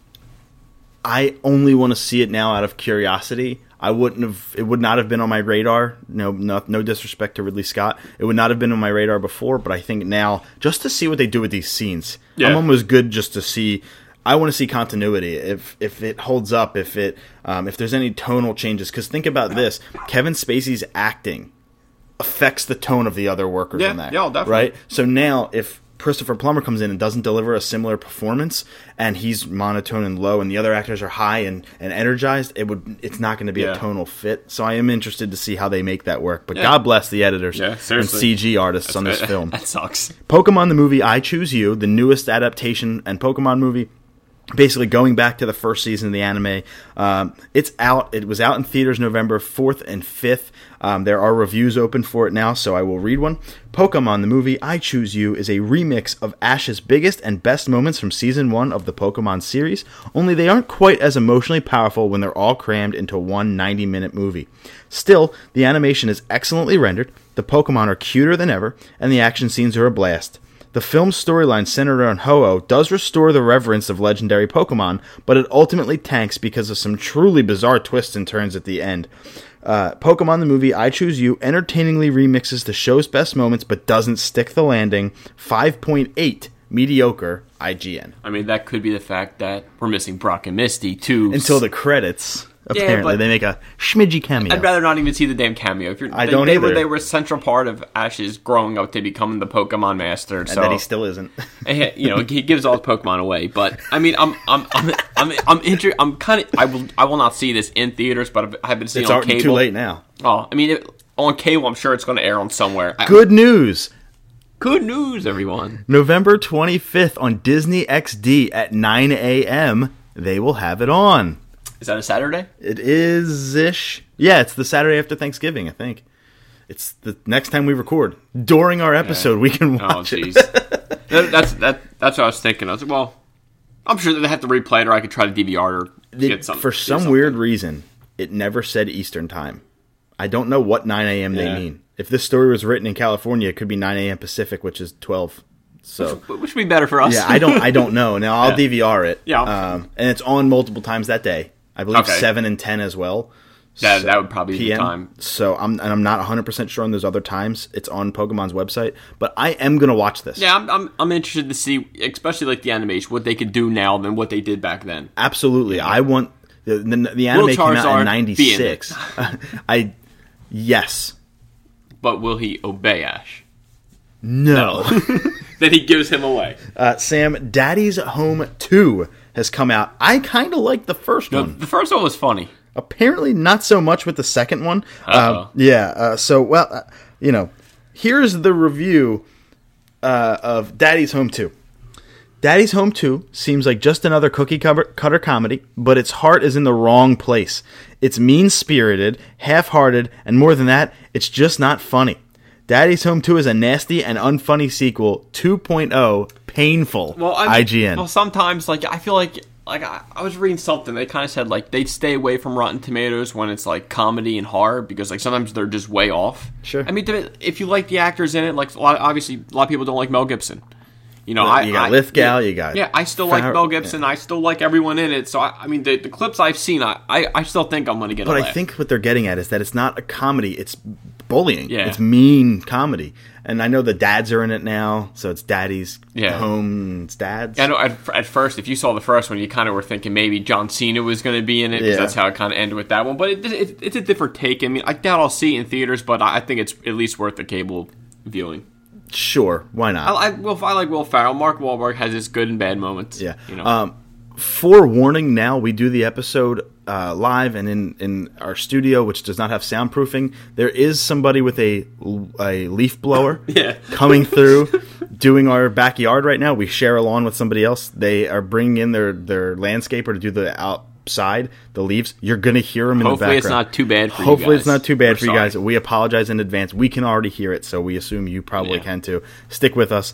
S1: I only want to see it now out of curiosity. I wouldn't have. It would not have been on my radar. No, no, no disrespect to Ridley Scott. It would not have been on my radar before. But I think now, just to see what they do with these scenes, I'm
S2: Yeah.
S1: almost good just to see. I want to see continuity. If if it holds up, if it um, if there's any tonal changes, because think about this: Kevin Spacey's acting affects the tone of the other workers
S2: Yeah,
S1: on that.
S2: yeah, oh, definitely.
S1: Right. So now, if Christopher Plummer comes in and doesn't deliver a similar performance, and he's monotone and low, and the other actors are high and, and energized, it would it's not going to be a
S2: Yeah.
S1: tonal fit. So I am interested to see how they make that work. But God bless the editors
S2: Yeah,
S1: and
S2: seriously.
S1: CG artists on this film.
S2: that sucks.
S1: Pokemon the movie I Choose You, the newest adaptation and Pokemon movie, basically going back to the first season of the anime. Um, it's out. It was out in theaters November 4th and 5th. Um, there are reviews open for it now, so I will read one. Pokemon, the movie I Choose You, is a remix of Ash's biggest and best moments from season one of the Pokemon series, only they aren't quite as emotionally powerful when they're all crammed into one 90 minute movie. Still, the animation is excellently rendered, the Pokemon are cuter than ever, and the action scenes are a blast. The film's storyline centered around Ho-Oh does restore the reverence of legendary Pokemon, but it ultimately tanks because of some truly bizarre twists and turns at the end. Uh, Pokemon the movie I Choose You entertainingly remixes the show's best moments but doesn't stick the landing. 5.8 mediocre IGN.
S2: I mean, that could be the fact that we're missing Brock and Misty too.
S1: Until the credits, apparently
S2: but-
S1: they make a schmidgy cameo.
S2: I'd rather not even see the damn cameo. If you're,
S1: I
S2: they,
S1: don't
S2: they Were,
S1: either.
S2: they were a central part of Ash's growing up to becoming the Pokemon master. so
S1: and that he still isn't.
S2: Eh, you know he gives all the Pokemon away. But I mean, I'm I'm I'm I'm I'm, inter- I'm kind of I will I will not see this in theaters, but I've, I've been seeing
S1: it's
S2: it on
S1: already
S2: cable.
S1: too late now.
S2: Oh, I mean, it, on cable, I'm sure it's going to air on somewhere. I-
S1: Good news.
S2: good news, everyone.
S1: November 25th on Disney XD at 9 a.m. They will have it on.
S2: Is that a Saturday?
S1: It is ish. Yeah, it's the Saturday after Thanksgiving, I think. It's the next time we record. During our episode, we can
S2: Oh,
S1: watch
S2: jeez.
S1: it.
S2: That- that's that. That's what I was thinking. I was like, well, I'm sure that they have to replay it, or I could try to DVR or
S1: It-
S2: get something
S1: for
S2: do
S1: some
S2: something.
S1: weird reason, it never said Eastern time. I don't know what 9 a.m.
S2: Yeah.
S1: they mean. If this story was written in California, it could be 9 a.m. Pacific, which is 12. So
S2: which would be better for us.
S1: yeah, I don't, I don't know. Now I'll DVR it.
S2: Yeah.
S1: um, and it's on multiple times that day. I believe
S2: Okay.
S1: seven and ten as well.
S2: that,
S1: So-
S2: that would probably be the
S1: p.m.
S2: time.
S1: So I'm and I'm not 100 percent sure on those other times. It's on Pokemon's website, but I am gonna watch this.
S2: Yeah, I'm, I'm, I'm interested to see, especially like the animation, what they could do now than what they did back then.
S1: absolutely. I want the the, the anime came out in
S2: Charizard be in it.
S1: '96. I yes,
S2: But will he obey Ash?
S1: no.
S2: Then he gives him away.
S1: uh, Sam, Daddy's Home Two has come out. I kind of like the first
S2: The,
S1: one.
S2: the first one was funny.
S1: Apparently, not so much with the second one.
S2: Uh-oh.
S1: Um, yeah. Uh, so well, uh, you know, here's the review uh, of Daddy's Home Two. Daddy's Home 2 seems like just another cookie cutter, cutter comedy, but its heart is in the wrong place. It's mean spirited, half hearted, and more than that, it's just not funny. Daddy's Home 2 is a nasty and unfunny sequel, 2.0, painful.
S2: Well, I
S1: IGN.
S2: Well, sometimes like I feel like like I, I was reading something. They kind of said like they stay away from Rotten Tomatoes when it's like comedy and horror because like sometimes they're just way off.
S1: Sure.
S2: I mean, to- if you like the actors in it, like a lot, obviously a lot of people don't like Mel Gibson. You know,
S1: You
S2: I,
S1: got
S2: I-
S1: Lithgow,
S2: yeah,
S1: you got
S2: yeah. I still like
S1: Farrell,
S2: Mel Gibson. I still like everyone in it. So I, I mean, the, the clips I've seen, I, I, I still think I'm gonna get.
S1: but I
S2: a laugh.
S1: think what they're getting at is that it's not a comedy, it's bullying.
S2: Yeah.
S1: It's mean comedy. And I know the dads are in it now, so it's Daddy's
S2: Yeah.
S1: Home, it's Dad's.
S2: I know at, at first, if you saw the first one, you kind of were thinking maybe John Cena was going to be in it because
S1: Yeah.
S2: that's how it kind of ended with that one. But it, it, it's a different take. I mean, I doubt I'll see it in theaters, but I, I think it's at least worth the cable viewing.
S1: Sure, why not?
S2: I, I, Will, I like Will Farrell. Mark Wahlberg has his good and bad moments.
S1: Yeah.
S2: You know,
S1: Um, forewarning now, we do the episode uh, live and in, in our studio, which does not have soundproofing. There is somebody with a, a leaf blower
S2: Yeah.
S1: coming through doing our backyard right now. We share a lawn with somebody else. They are bringing in their, their landscaper to do the outside, the leaves. You're going to hear them in the
S2: hopefully
S1: background.
S2: it's not too bad for you
S1: Hopefully, it's
S2: guys.
S1: not too bad
S2: We're
S1: for you
S2: sorry.
S1: guys. We apologize in advance. We can already hear it, so we assume you probably
S2: Yeah.
S1: can too. Stick with us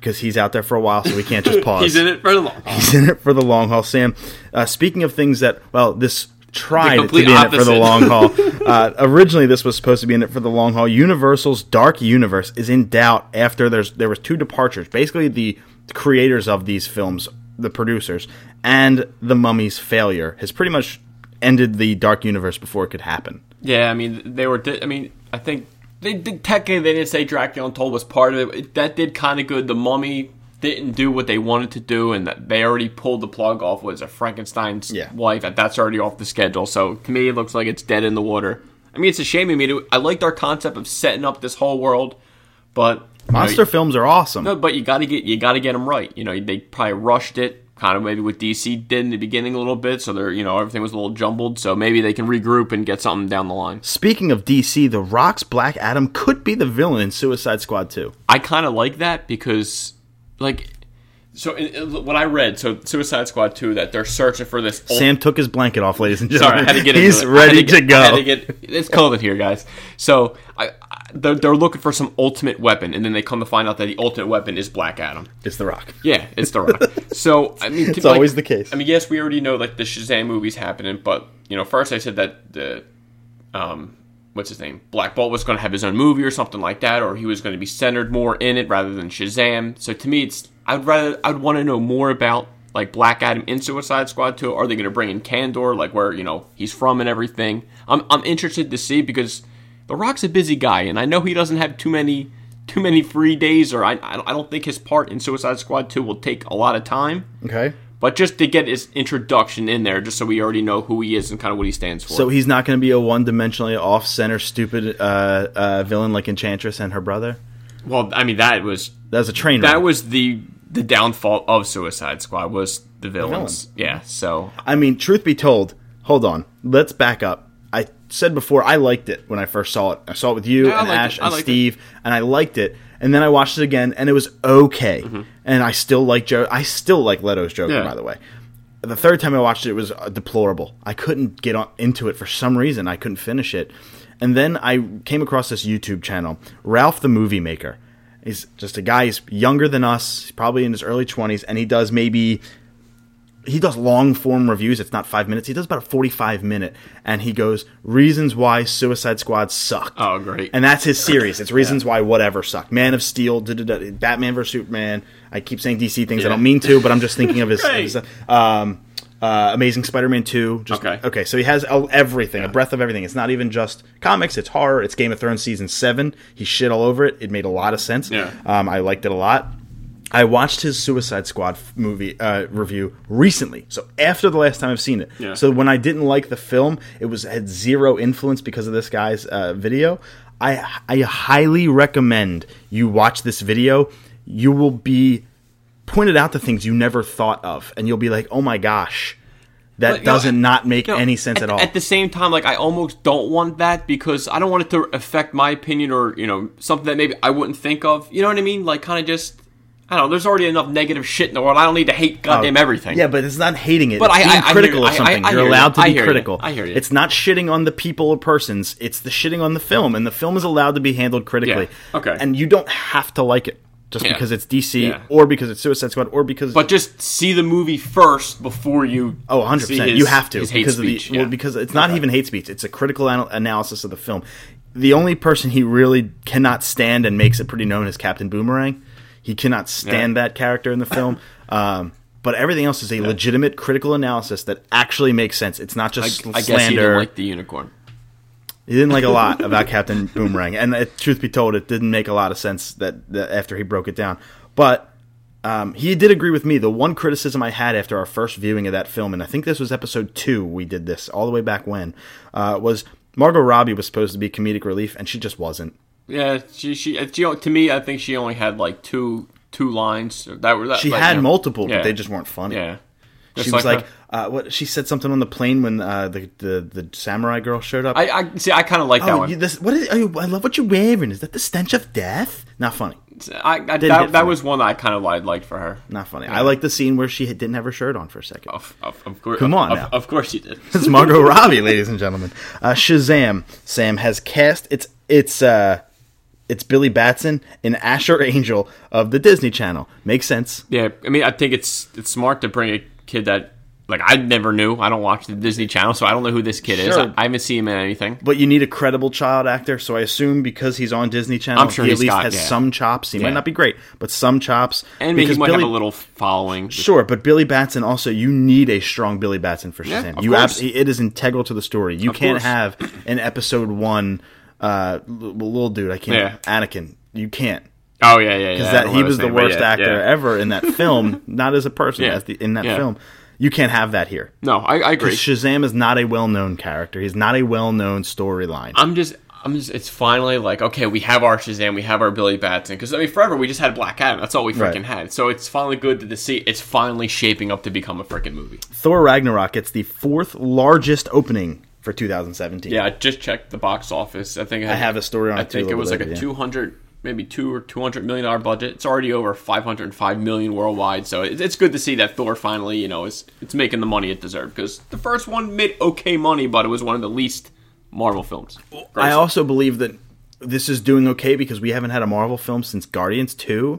S1: because he's out there for a while, so we can't just pause.
S2: He's in it for the long
S1: He's in it for the long haul, Sam. Uh, speaking of things that, well, this tried
S2: The
S1: to be
S2: complete
S1: in it for the
S2: opposite.
S1: long haul. Uh, originally, this was supposed to be in it for the long haul. Universal's Dark Universe is in doubt after there's there was two departures. Basically, the creators of these films, the producers, and the Mummy's failure has pretty much ended the Dark Universe before it could happen.
S2: Yeah, I mean, they were. Di- I mean, I think they did. Technically, they didn't say Dracula Untold was part of it. That did kind of good. The Mummy didn't do what they wanted to do, and that they already pulled the plug off. Was a Frankenstein's
S1: Yeah.
S2: wife? and That's already off the schedule. So to me, it looks like it's dead in the water. I mean, it's a shame. I mean, it- I liked our concept of setting up this whole world, but you know,
S1: Monster films are awesome.
S2: no, but you got to get you got to get them right. You know, they probably rushed it, kind of maybe what DC did in the beginning a little bit. So they're you know everything was a little jumbled. So maybe they can regroup and get something down the line.
S1: Speaking of DC, The Rock's Black Adam could be the villain in Suicide Squad 2.
S2: I kind of like that because, like, So in, in- what I read, so Suicide Squad two, that they're searching for this. old-
S1: Sam took his blanket off, ladies and
S2: Oh. Sorry,
S1: gentlemen.
S2: I had to get.
S1: He's
S2: into it. I had
S1: ready
S2: get-
S1: to go.
S2: I had to get- It's cold in here, guys. So I, I they're, they're looking for some ultimate weapon, and then they come to find out that the ultimate weapon is Black Adam.
S1: it's the Rock.
S2: Yeah, it's the Rock. so I mean,
S1: It's always the case.
S2: I mean, yes, we already know like the Shazam movie's happening, but you know, first I said that the, um, what's his name, Black Bolt was going to have his own movie or something like that, or he was going to be centered more in it rather than Shazam. So to me, it's I'd rather I'd want to know more about like Black Adam in Suicide Squad too. Are they going to bring in Kandor, like where you know he's from and everything? I'm I'm interested to see because the Rock's a busy guy, and I know he doesn't have too many too many free days, or I I don't think his part in Suicide Squad two will take a lot of time.
S1: Okay.
S2: But just to get his introduction in there, just so we already know who he is and kind of what he stands for.
S1: So he's not going to be a one-dimensionally off-center, stupid uh, uh, villain like Enchantress and her brother.
S2: well, I mean, that was
S1: That was a train.
S2: that
S1: wreck.
S2: was the the downfall of Suicide Squad was the villains. Yeah. So
S1: I mean, truth be told, hold on. Let's back up. I said before I liked it when I first saw it. I saw it with you
S2: Yeah, I
S1: and
S2: liked
S1: Ash
S2: it. I
S1: and
S2: liked it.
S1: Steve, and I liked it. And then I watched it again, and it was okay. And I still like Joe. I still like Leto's Joker,
S2: Mm-hmm. Yeah.
S1: by the way. The third time I watched it, it was uh, deplorable. I couldn't get on, into it for some reason. I couldn't finish it. And then I came across this YouTube channel, Ralph the Movie Maker. He's just a guy. He's younger than us. He's probably in his early twenties, and he does maybe he does long form reviews. It's not five minutes. He does about a forty-five minute, and he goes reasons why Suicide Squad sucked.
S2: Oh, great.
S1: And that's his series. It's reasons why whatever sucked. Man of Steel, da, da, da, Batman vs Superman. I keep saying DC things I
S2: Yeah.
S1: don't mean to, but I'm just thinking of his.
S2: Right.
S1: his, um, uh, Amazing Spider-Man two. Just,
S2: Okay.
S1: Okay. So he has el- everything, a breadth of everything. It's not even just comics. It's horror. It's Game of Thrones season seven. He shit all over it. It made a lot of sense.
S2: Yeah.
S1: Um, I liked it a lot. I watched his Suicide Squad f- movie uh, review recently, so after the last time I've seen it.
S2: Yeah.
S1: So when I didn't like the film, it was had zero influence because of this guy's uh, video. I I highly recommend you watch this video. You will be pointed out the things you never thought of, and you'll be like, "Oh my gosh, that
S2: But, you know,
S1: doesn't not make
S2: you know,
S1: any sense at all."
S2: At the same time, like I almost don't want that because I don't want it to affect my opinion or you know something that maybe I wouldn't think of. You know what I mean? Like kind of just I don't know. There's already enough negative shit in the world. I don't need to hate goddamn
S1: Oh,
S2: everything.
S1: Yeah, but it's not hating it.
S2: But
S1: it's
S2: I- I-
S1: being
S2: I hear
S1: critical
S2: you. I-
S1: of something.
S2: I- I
S1: You're
S2: hear you.
S1: allowed to
S2: I
S1: be
S2: hear you.
S1: critical.
S2: I hear you.
S1: It's not shitting on the people or persons. It's the shitting on the film, and the film is allowed to be handled critically.
S2: Yeah. Okay.
S1: And you don't have to like it just
S2: Yeah.
S1: because it's DC
S2: Yeah.
S1: or because it's Suicide Squad or because
S2: But just see the movie first before you.
S1: Oh, 100
S2: see
S1: percent.
S2: his-
S1: You have to
S2: his hate
S1: because
S2: speech.
S1: of the well,
S2: yeah.
S1: because it's not even hate speech. It's a critical anal- analysis of the film. The only person he really cannot stand and makes it pretty known is Captain Boomerang. He cannot stand that character in the film. um, but everything else is a legitimate critical analysis that actually makes sense. It's not just
S2: I guess he
S1: slander.
S2: didn't like the unicorn.
S1: He didn't like a lot about Captain Boomerang, and uh, truth be told, it didn't make a lot of sense that, that after he broke it down. But um, he did agree with me. The one criticism I had after our first viewing of that film, and I think this was episode two, we did this all the way back when, uh, was Margot Robbie was supposed to be comedic relief, and she just wasn't.
S2: Yeah, she she, uh, she to me I think she only had like two two lines that were that
S1: She
S2: like,
S1: had
S2: you know,
S1: multiple,
S2: yeah.
S1: but they just weren't funny.
S2: yeah.
S1: She
S2: Just
S1: was like,
S2: her-
S1: uh, what? She said something on the plane when uh, the, the the samurai girl showed up.
S2: I, I see I kind of like that
S1: oh,
S2: one.
S1: you, this, what is? oh, I love what you're wearing. Is that the stench of death? Not funny.
S2: I, I
S1: hit for
S2: that, that
S1: me.
S2: was one that I kind of liked, liked for her.
S1: Not funny. I like the scene where she had- didn't have her shirt on for a second.
S2: Of, of, of course,
S1: Come on
S2: of,
S1: now.
S2: of course you did.
S1: It's Margot Robbie, ladies and gentlemen. Uh, Shazam, Sam has cast its its uh, it's Billy Batson in Asher Angel of the Disney Channel. Makes sense.
S2: yeah, I mean I think it's it's smart to bring a kid that like I never knew. I don't watch the Disney Channel, so I don't know who this kid is.
S1: Sure.
S2: I, I haven't seen him in anything.
S1: But you need a credible child actor, so I assume because he's on Disney Channel,
S2: I'm sure
S1: he at
S2: he's
S1: least
S2: got-
S1: has
S2: yeah.
S1: some chops. He might
S2: Yeah.
S1: not be great, but some chops.
S2: And maybe he
S1: Because
S2: might
S1: Billy-
S2: have a little following.
S1: Sure, but Billy Batson also you need a strong Billy Batson for Shazam.
S2: of
S1: you
S2: course.
S1: abs- it is integral to the story. You can't
S2: course.
S1: have an episode one uh, l- little dude. I can't Anakin. You can't
S2: Oh yeah, yeah, yeah. I
S1: because that
S2: don't
S1: he
S2: know
S1: was
S2: his
S1: the
S2: name, but
S1: worst
S2: yeah,
S1: actor
S2: yeah.
S1: ever in that film. not as a person
S2: Yeah.
S1: as the, in that
S2: Yeah.
S1: film. You can't have that here.
S2: No, I, I agree.
S1: Shazam is not a well-known character. He's not a well-known storyline.
S2: I'm just, I'm just. It's finally like, okay, we have our Shazam, we have our Billy Batson. Because I mean, forever we just had Black Adam. That's all we freaking
S1: Right.
S2: had. So it's finally good to see. It's finally shaping up to become a freaking movie.
S1: Thor Ragnarok gets the fourth largest opening for 2017.
S2: Yeah, I just checked the box office. I think it had,
S1: I have a story on
S2: I
S1: it, too, a
S2: think it
S1: little
S2: was
S1: bit
S2: like a
S1: later, yeah.
S2: 200 maybe two or two hundred million dollar budget. It's already over five hundred and five million worldwide. So it- it's good to see that Thor finally, you know, is it's making the money it deserved because the first one made okay money, but it was one of the least Marvel films.
S1: I also believe that this is doing okay because we haven't had a Marvel film since Guardians Two.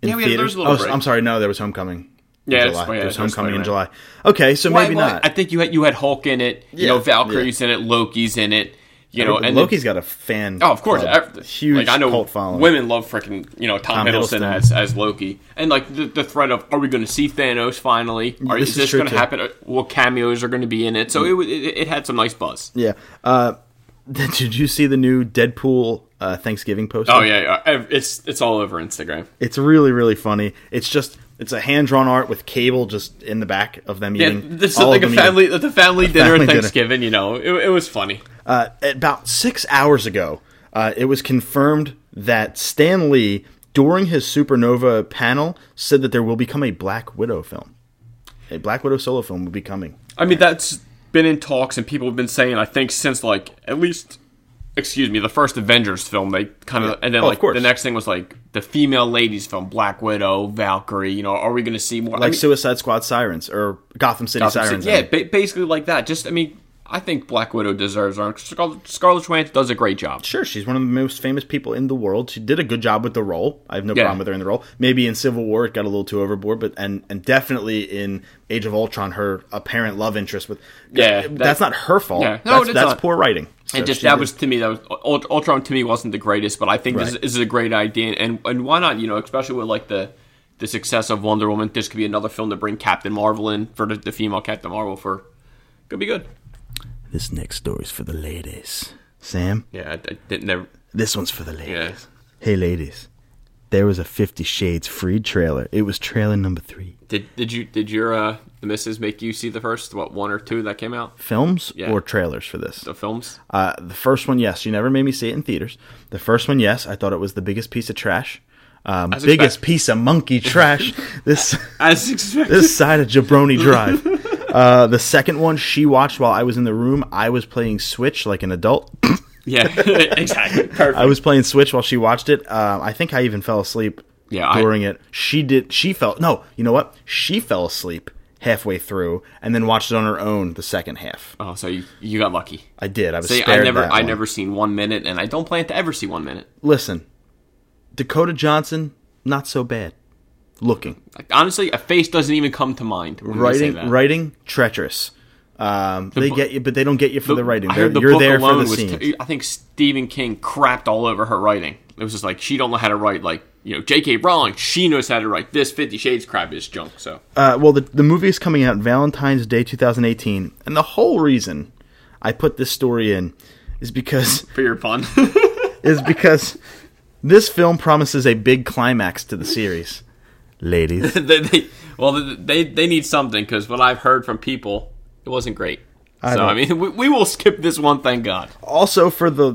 S1: In
S2: Yeah, we had- there was a little
S1: oh,
S2: break.
S1: I'm sorry. No, there was Homecoming. in
S2: Yeah,
S1: July.
S2: that's- yeah,
S1: there was
S2: that's
S1: Homecoming in July.
S2: Spider-Man.
S1: Okay, so
S2: Why-
S1: maybe
S2: why-
S1: not.
S2: I think you had you had Hulk in it. You know,
S1: Yeah,
S2: Valkyrie's in it. Loki's in it. You know,
S1: But
S2: and
S1: Loki's got a fan.
S2: Oh, of course,
S1: club,
S2: ev-
S1: huge
S2: Like I know
S1: cult following.
S2: women love freaking you know Tom,
S1: Tom
S2: Hiddleston,
S1: Hiddleston.
S2: as as Loki, and like the, the threat of are we going to see Thanos finally? Are,
S1: This
S2: is
S1: is
S2: this
S1: true,
S2: going to
S1: too. Mm.
S2: happen? Uh, What cameos are going to be in it? So it, wa- it it had some nice buzz.
S1: Yeah. Uh, did you see the new Deadpool uh, Thanksgiving poster?
S2: Oh yeah, yeah, ev- it's it's all over Instagram.
S1: It's really really funny. It's just it's a hand drawn art with Cable just in the back of them
S2: Yeah,
S1: eating.
S2: this is
S1: all
S2: like
S1: of them
S2: a
S1: eating.
S2: family the family dinner
S1: family
S2: at
S1: dinner.
S2: Thanksgiving. You know, it, it was funny.
S1: Uh, about six hours ago, uh, it was confirmed that Stan Lee, during his Supernova panel, said that there will become a Black Widow film. A Black Widow solo film will be coming.
S2: I mean, that's been in talks, and people have been saying. I think since like at least, excuse me, the first Avengers film, they kind of, and then
S1: Oh, of
S2: like
S1: course.
S2: the next thing was like the female ladies film, Black Widow, Valkyrie. You know, are we going to see more? I
S1: Like
S2: mean,
S1: Suicide Squad Sirens or Gotham City
S2: Gotham
S1: Sirens.
S2: City-
S1: I
S2: yeah,
S1: mean.
S2: ba- basically like that. Just, I mean, I think Black Widow deserves her. Scar- Scarlett Johansson does a great job.
S1: Sure, she's one of the most famous people in the world. She did a good job with the role. I have no
S2: Yeah.
S1: problem with her in the role. Maybe in Civil War it got a little too overboard, but and and definitely in Age of Ultron, her apparent love interest with
S2: Yeah,
S1: that's,
S2: that-
S1: not her fault.
S2: Yeah. No,
S1: that's,
S2: it's
S1: that's
S2: not.
S1: poor writing. So
S2: and just
S1: she
S2: that
S1: did-
S2: was to me that was Ult- Ultron to me wasn't the greatest, but I think this,
S1: Right.
S2: this is a great idea, and and why not? You know, especially with like the the success of Wonder Woman, this could be another film to bring Captain Marvel in for the, the female Captain Marvel for could be good.
S1: This next story's for the ladies. Sam,
S2: Yeah, I, I didn't never.
S1: this one's for the ladies.
S2: Yeah.
S1: Hey, ladies. There was a Fifty Shades Freed trailer. It was trailer number three.
S2: Did did you did your uh, the missus make you see the first what one or two that came out
S1: Films
S2: Yeah.
S1: or trailers for this?
S2: the films?
S1: Uh, the first one, yes. You never made me see it in theaters. The first one, yes. I thought it was the biggest piece of trash. Um,
S2: As
S1: biggest
S2: expected.
S1: piece of monkey trash. this
S2: As expected.
S1: this side of Jabroni Drive. Uh, the second one she watched while I was in the room. I was playing Switch like an adult.
S2: Yeah, exactly. Perfect.
S1: I was playing Switch while she watched it. Um, I think I even fell asleep
S2: Yeah, I-
S1: during it. She did. She fell. No, you know what? She fell asleep halfway through and then watched it on her own the second half.
S2: oh, so you you got lucky.
S1: I did. I was
S2: See,
S1: spared
S2: I never
S1: that
S2: I
S1: one.
S2: never seen one minute, and I don't plan to ever see one minute.
S1: Listen, Dakota Johnson, not so bad looking.
S2: Like, honestly, a face doesn't even come to mind. When they say
S1: Writing,
S2: that.
S1: writing, treacherous. Um, they
S2: bu-
S1: get you, but they don't get you for the, writing.
S2: I heard
S1: They're-
S2: the
S1: You're
S2: book
S1: there for
S2: alone
S1: the
S2: was.
S1: scenes.
S2: T- I think Stephen King crapped all over her writing. It was just like she don't know how to write. Like you know, J.K. Rowling, she knows how to write. This Fifty Shades crap is junk. So
S1: Uh, well, the, the movie is coming out Valentine's Day 2018, and the whole reason I put this story in is because
S2: for your pun,
S1: is because this film promises a big climax to the series. Ladies,
S2: they, they, well, they they need something because what I've heard from people, it wasn't great. so
S1: don't-
S2: I mean, we, we will skip this one. Thank God.
S1: also for the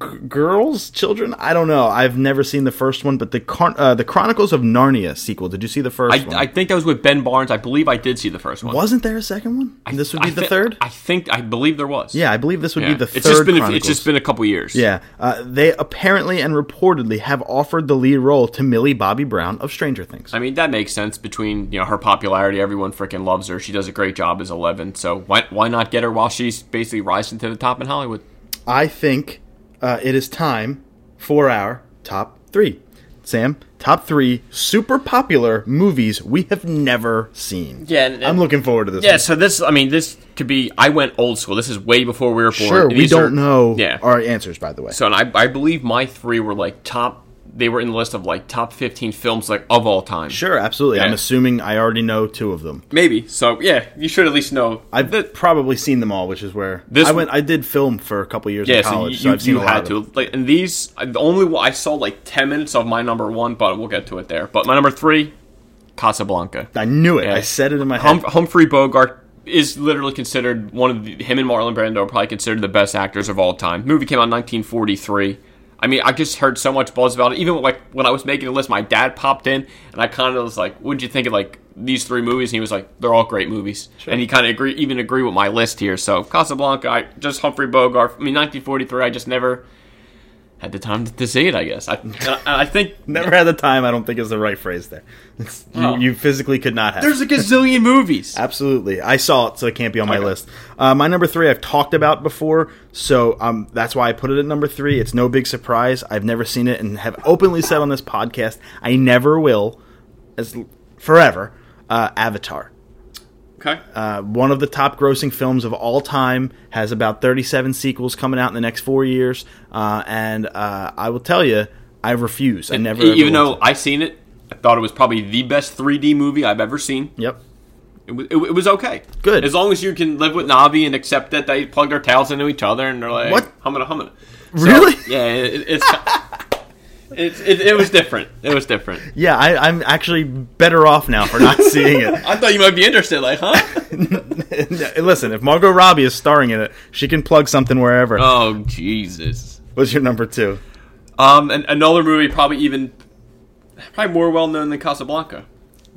S1: g- girls, children. I don't know. I've never seen the first one, but the Car- uh, the Chronicles of Narnia sequel. Did you see the first
S2: I,
S1: one?
S2: I think that was with Ben Barnes. I believe I did see the first one.
S1: Wasn't there a second one? this would be
S2: I
S1: the
S2: thi-
S1: third.
S2: I think I believe there was.
S1: yeah, I believe this would be
S2: Yeah.
S1: the
S2: it's
S1: third.
S2: just been a,
S1: Chronicles.
S2: it's just been a couple years.
S1: Yeah, uh, they apparently and reportedly have offered the lead role to Millie Bobby Brown of Stranger Things.
S2: I mean that makes sense between you know her popularity. Everyone freaking loves her. She does a great job as Eleven. So why why not get her while she's basically rising to the top in Hollywood?
S1: I think uh, it is time for our top three. Sam, top three super popular movies we have never seen.
S2: Yeah, and-
S1: I'm looking forward to this.
S2: Yeah. So this I mean this could be I went old school. This is way before we were born.
S1: one. sure. We
S2: These
S1: don't
S2: are-
S1: know
S2: Yeah.
S1: our answers, by the way.
S2: So and I I believe my three were like top. They were in the list of like top fifteen films like of all time.
S1: sure, absolutely. I'm
S2: Yeah.
S1: assuming I already know two of them.
S2: Maybe. So yeah, you should at least know.
S1: I've
S2: Th-
S1: probably seen them all, which is where
S2: This
S1: I
S2: one-
S1: went. I did film for a couple years
S2: Yeah,
S1: in
S2: so
S1: college,
S2: you,
S1: so, I've seen
S2: you
S1: a lot
S2: had
S1: of
S2: to
S1: them.
S2: like, and these I- the only one I saw like ten minutes of my number one, but we'll get to it there. But my number three, Casablanca.
S1: I knew it.
S2: Yeah. Um,
S1: I said it in my head.
S2: Hum- Humphrey Bogart is literally considered one of the, him and Marlon Brando are probably considered the best actors of all time. Movie came out in 1943. I mean, I just heard so much buzz about it. Even like when I was making the list, my dad popped in and I kind of was like, "What'd you think of like these three movies?" And he was like, "They're all great movies." And he kind of agree, even agree with my list here. So Casablanca, I, just Humphrey Bogart. I mean, 1943. I just never had the time to see it. I guess. I I, I think
S1: Never had the time. I don't think is the right phrase there. It's- you,
S2: Oh.
S1: you physically could not have.
S2: there's a gazillion movies.
S1: Uh, Absolutely, I saw it, so it can't be on my
S2: Okay.
S1: list. Uh, my number three, I've talked about before, so um, that's why I put it at number three. It's no big surprise. I've never seen it, and have openly said on this podcast, I never will, as forever. Uh, Avatar.
S2: Okay.
S1: Uh, one of the top grossing films of all time has about 37 sequels coming out in the next four years uh, and uh, i will tell you i refuse i never
S2: E-
S1: ever
S2: even though
S1: will.
S2: I seen it, I thought it was probably the best 3D movie I've ever seen.
S1: yep
S2: It was, it, wa- it was okay.
S1: Good.
S2: As long as you can live with Navi and accept that they plugged their tails into each other and they're like,
S1: What?
S2: Humming, humming.
S1: Really?
S2: Yeah, it, it's. It's, it, it was different. It was different.
S1: yeah I, i'm actually better off now for not seeing it
S2: I thought you might be interested. Like, huh?
S1: listen if margot robbie is starring in it she can plug something wherever
S2: oh Jesus!
S1: what's your number two
S2: Um, and another movie probably even probably more well known than Casablanca,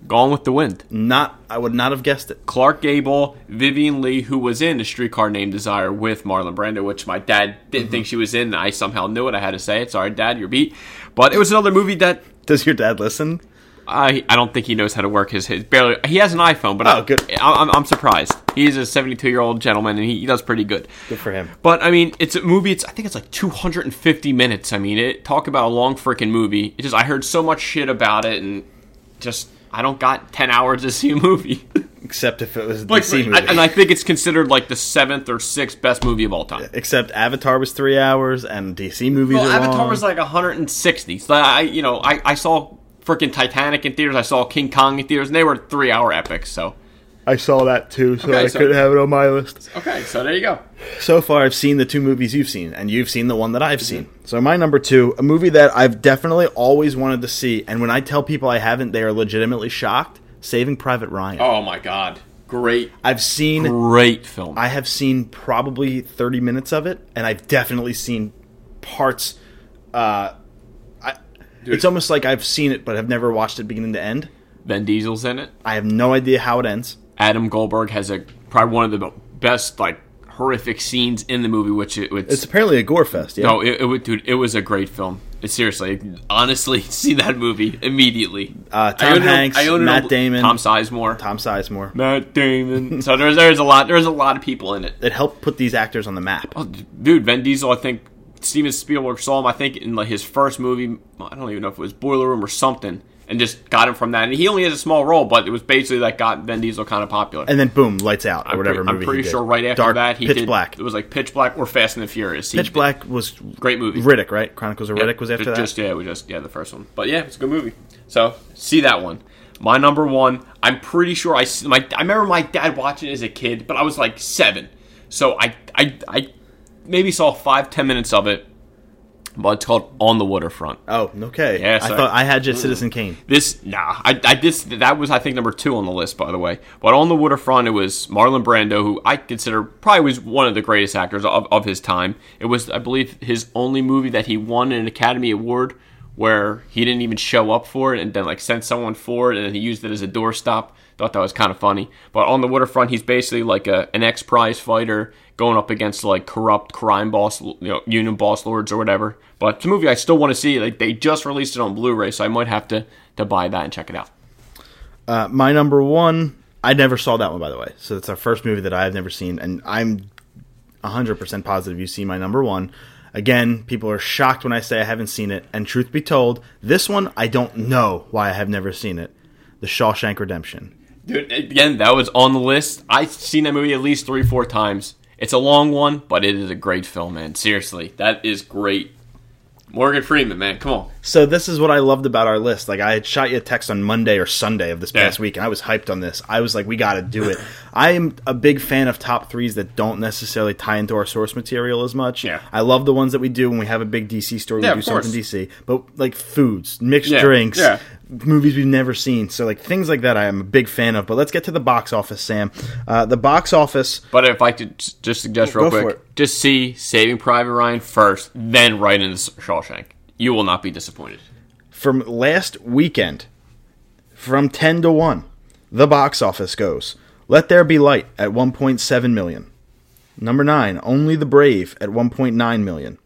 S2: Gone with the Wind.
S1: not i would not have guessed it
S2: Clark Gable, Vivian Lee, who was in A Streetcar Named Desire with Marlon Brando, which my dad didn't think she was in. And I somehow knew it. I had to say it. Sorry, Dad, you're beat. But it was another movie that
S1: does your dad listen
S2: I I don't think he knows how to work his, his barely. He has an iPhone, but
S1: Oh,
S2: I,
S1: good.
S2: I, am I'm surprised. He's a 72 year old gentleman, and he, he does pretty good.
S1: Good for him.
S2: But I mean, it's a movie. It's I think it's like 250 minutes. I mean, it talk about a long freaking movie. It just I heard so much shit about it, and just I don't got 10 hours to see a movie.
S1: except if it was a
S2: Like,
S1: dc movie
S2: I- and I think it's considered like the seventh or sixth best movie of all time.
S1: except avatar was three hours and dc movies
S2: Well,
S1: are
S2: Avatar
S1: long.
S2: was like 160. So I, you know, I, I saw freaking Titanic in theaters. I saw King Kong in theaters, and they were three hour epics. So
S1: i saw that too so
S2: Okay,
S1: i
S2: so-
S1: couldn't have it on my list
S2: okay, so there you go.
S1: so far I've seen the two movies you've seen, and you've seen the one that I've seen. So my number two, a movie that I've definitely always wanted to see, and when I tell people I haven't, they are legitimately shocked. Saving Private Ryan.
S2: Oh my god, great,
S1: I've seen,
S2: great film.
S1: I have seen probably thirty minutes of it, and I've definitely seen parts. Uh, I, it's almost like I've seen it, but have never watched it beginning to end.
S2: ben Diesel's in it.
S1: I have no idea how it ends.
S2: Adam Goldberg has a probably one of the best like horrific scenes in the movie, which it, it's,
S1: It's apparently a gore fest. Yeah.
S2: no, Oh, it, it, was- dude, it was a great film. Seriously, honestly, see that movie immediately.
S1: Uh, Tom
S2: I own it on-
S1: Hanks,
S2: I own it
S1: Matt
S2: on-
S1: Damon.
S2: Tom Sizemore,
S1: Tom Sizemore.
S2: Matt Damon. so there's there's a lot there's a lot of people in it.
S1: It helped put these actors on the map.
S2: Oh, d- dude, Vin Diesel. I think Steven Spielberg saw him. I think in like his first movie. I don't even know if it was Boiler Room or something, and just got him from that. And he only has a small role, but it was basically that got Vin Diesel kind of popular.
S1: and then boom, lights out or whatever
S2: I'm pretty,
S1: movie.
S2: I'm pretty
S1: he did.
S2: sure right after
S1: Dark,
S2: that he
S1: pitch
S2: did
S1: black.
S2: It was like Pitch Black or Fast and the Furious. He
S1: pitch
S2: did-
S1: black was
S2: great movie.
S1: Riddick, right? Chronicles of
S2: Yeah,
S1: Riddick was after
S2: just,
S1: that.
S2: Just yeah, it was just yeah the first one. But yeah, it's a good movie. So see that one. My number one. I'm pretty sure I s- my I remember my dad watching it as a kid, but I was like seven, so I I I maybe saw five ten minutes of it. But it's called On the Waterfront.
S1: oh, okay.
S2: Yeah,
S1: I
S2: sorry.
S1: thought I had just Citizen Kane.
S2: This nah, I, I this that was I think number two on the list by the way. But on the waterfront, it was Marlon Brando, who I consider probably was one of the greatest actors of, of his time. It was I believe his only movie that he won an Academy Award where he didn't even show up for it and then like sent someone for it and then he used it as a doorstop. Thought that was kind of funny. But on the waterfront, he's basically like a, an ex prize fighter going up against like corrupt crime boss, you know, union boss lords or whatever. But it's a movie I still want to see. Like they just released it on Blu-ray, so I might have to to buy that and check it out.
S1: Uh, my number one. I never saw that one, by the way. So it's our first movie that I've never seen, and I'm 100% positive you see my number one. Again, people are shocked when I say I haven't seen it, and truth be told, this one I don't know why I have never seen it. The Shawshank Redemption.
S2: Dude, again, that was on the list. I've seen that movie at least three, four times. It's a long one, but it is a great film, man. Seriously, that is great. Morgan Freeman, man, come on.
S1: So this is what I loved about our list. Like I had shot you a text on Monday or Sunday of this past
S2: Yeah.
S1: week, and I was hyped on this. I was like, "We got to do it." I am a big fan of top threes that don't necessarily tie into our source material as much.
S2: Yeah.
S1: I love the ones that we do when we have a big DC story.
S2: Yeah,
S1: we do
S2: of course.
S1: something DC, but like foods, mixed
S2: Yeah,
S1: drinks,
S2: yeah.
S1: movies we've never seen. So like things like that, I am a big fan of. But let's get to the box office, Sam. Uh, the box office.
S2: But if I could s- just suggest real
S1: Go for
S2: quick,
S1: it.
S2: just see Saving Private Ryan first, then right into Shawshank. You will not be disappointed.
S1: from last weekend, from 10 to 1, the box office goes Let There Be Light at 1.7 million. Number 9, Only the Brave at 1.9 million.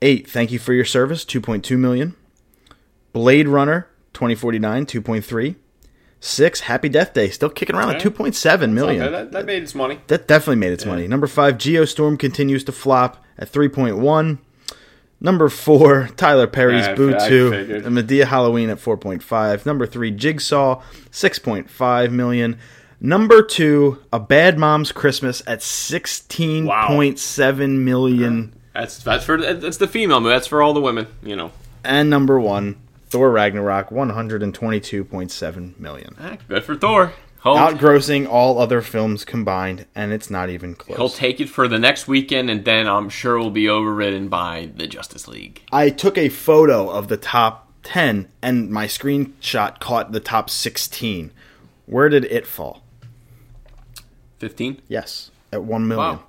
S1: Eight, thank you for your service, 2.2 million. Blade Runner 2049, 2.3. Six, Happy Death Day, still kicking around at
S2: Okay.
S1: 2.7 million.
S2: Okay, that, that made its money.
S1: That definitely made its money. Number five, Geostorm continues to flop at 3.1. Number four, Tyler Perry's
S2: Yeah, I fi-
S1: Boo
S2: I
S1: 2
S2: figured.
S1: and Medea Halloween at 4.5. Number three, Jigsaw, 6.5 million. Number two, A Bad Mom's Christmas at sixteen point seven million.
S2: That's that's for that's the female movie. That's for all the women. You know,
S1: And number one, Thor Ragnarok, 122.7 million.
S2: Ah, good for Thor. He'll,
S1: Outgrossing all other films combined, and it's not even close.
S2: he'll take it for the next weekend, and then I'm sure will be overridden by the Justice League.
S1: I took a photo of the top 10 and my screenshot caught the top 16. Where did it fall?
S2: Fifteen.
S1: Yes, at 1 million.
S2: Wow.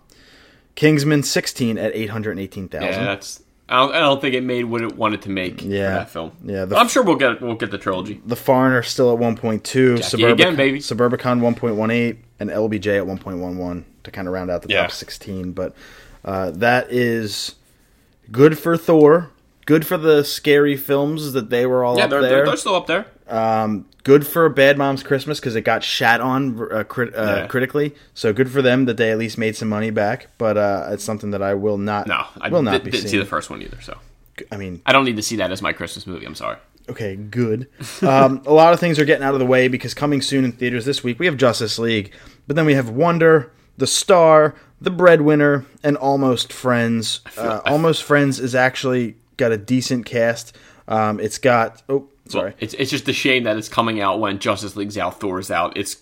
S1: Kingsman 16 at
S2: Yeah,
S1: 818,000.
S2: that's. I don't, I don't think it made what it wanted to make
S1: Yeah.
S2: for that film.
S1: Yeah, the-
S2: I'm sure we'll get we'll get the trilogy.
S1: The Foreigner still at 1.2, Suburbic-
S2: again, baby.
S1: Suburbicon 1.18 and LBJ at 1.11 to kind of round out the
S2: Yeah.
S1: top 16, but uh, that is good for Thor. Good for the scary films that they were all
S2: Yeah,
S1: up
S2: they're,
S1: there.
S2: they're they're still up there.
S1: good for Bad Moms Christmas because it got shat on uh, crit- uh,
S2: Yeah.
S1: critically. So good for them that they at least made some money back. But uh, it's something that I will not.
S2: No, I
S1: will not
S2: did,
S1: be
S2: didn't
S1: seeing.
S2: see the first one either. So
S1: I mean,
S2: I don't need to see that as my Christmas movie. I'm sorry.
S1: okay, good. Um, a lot of things are getting out of the way because coming soon in theaters this week we have Justice League, but then we have Wonder, The Star, The Breadwinner, and Almost Friends. uh, Almost Friends is actually got a decent cast. Um, it's got oh sorry.
S2: It's it's just a shame that it's coming out when Justice League's out, Thor's out. It's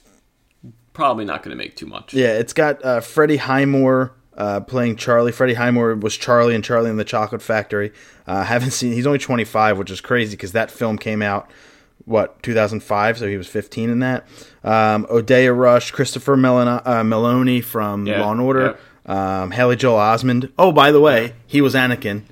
S2: probably not going to make too much.
S1: Yeah, it's got uh, Freddie Highmore uh, playing Charlie. Freddie Highmore was Charlie and Charlie in the Chocolate Factory. Uh, haven't seen. He's only 25, which is crazy because that film came out what 2005, so he was 15 in that. Um, Odea Rush, Christopher Melon- uh, Meloni from
S2: Yeah,
S1: Law and Order, um, Haley Joel Osmond. Oh, by the way, he was Anakin.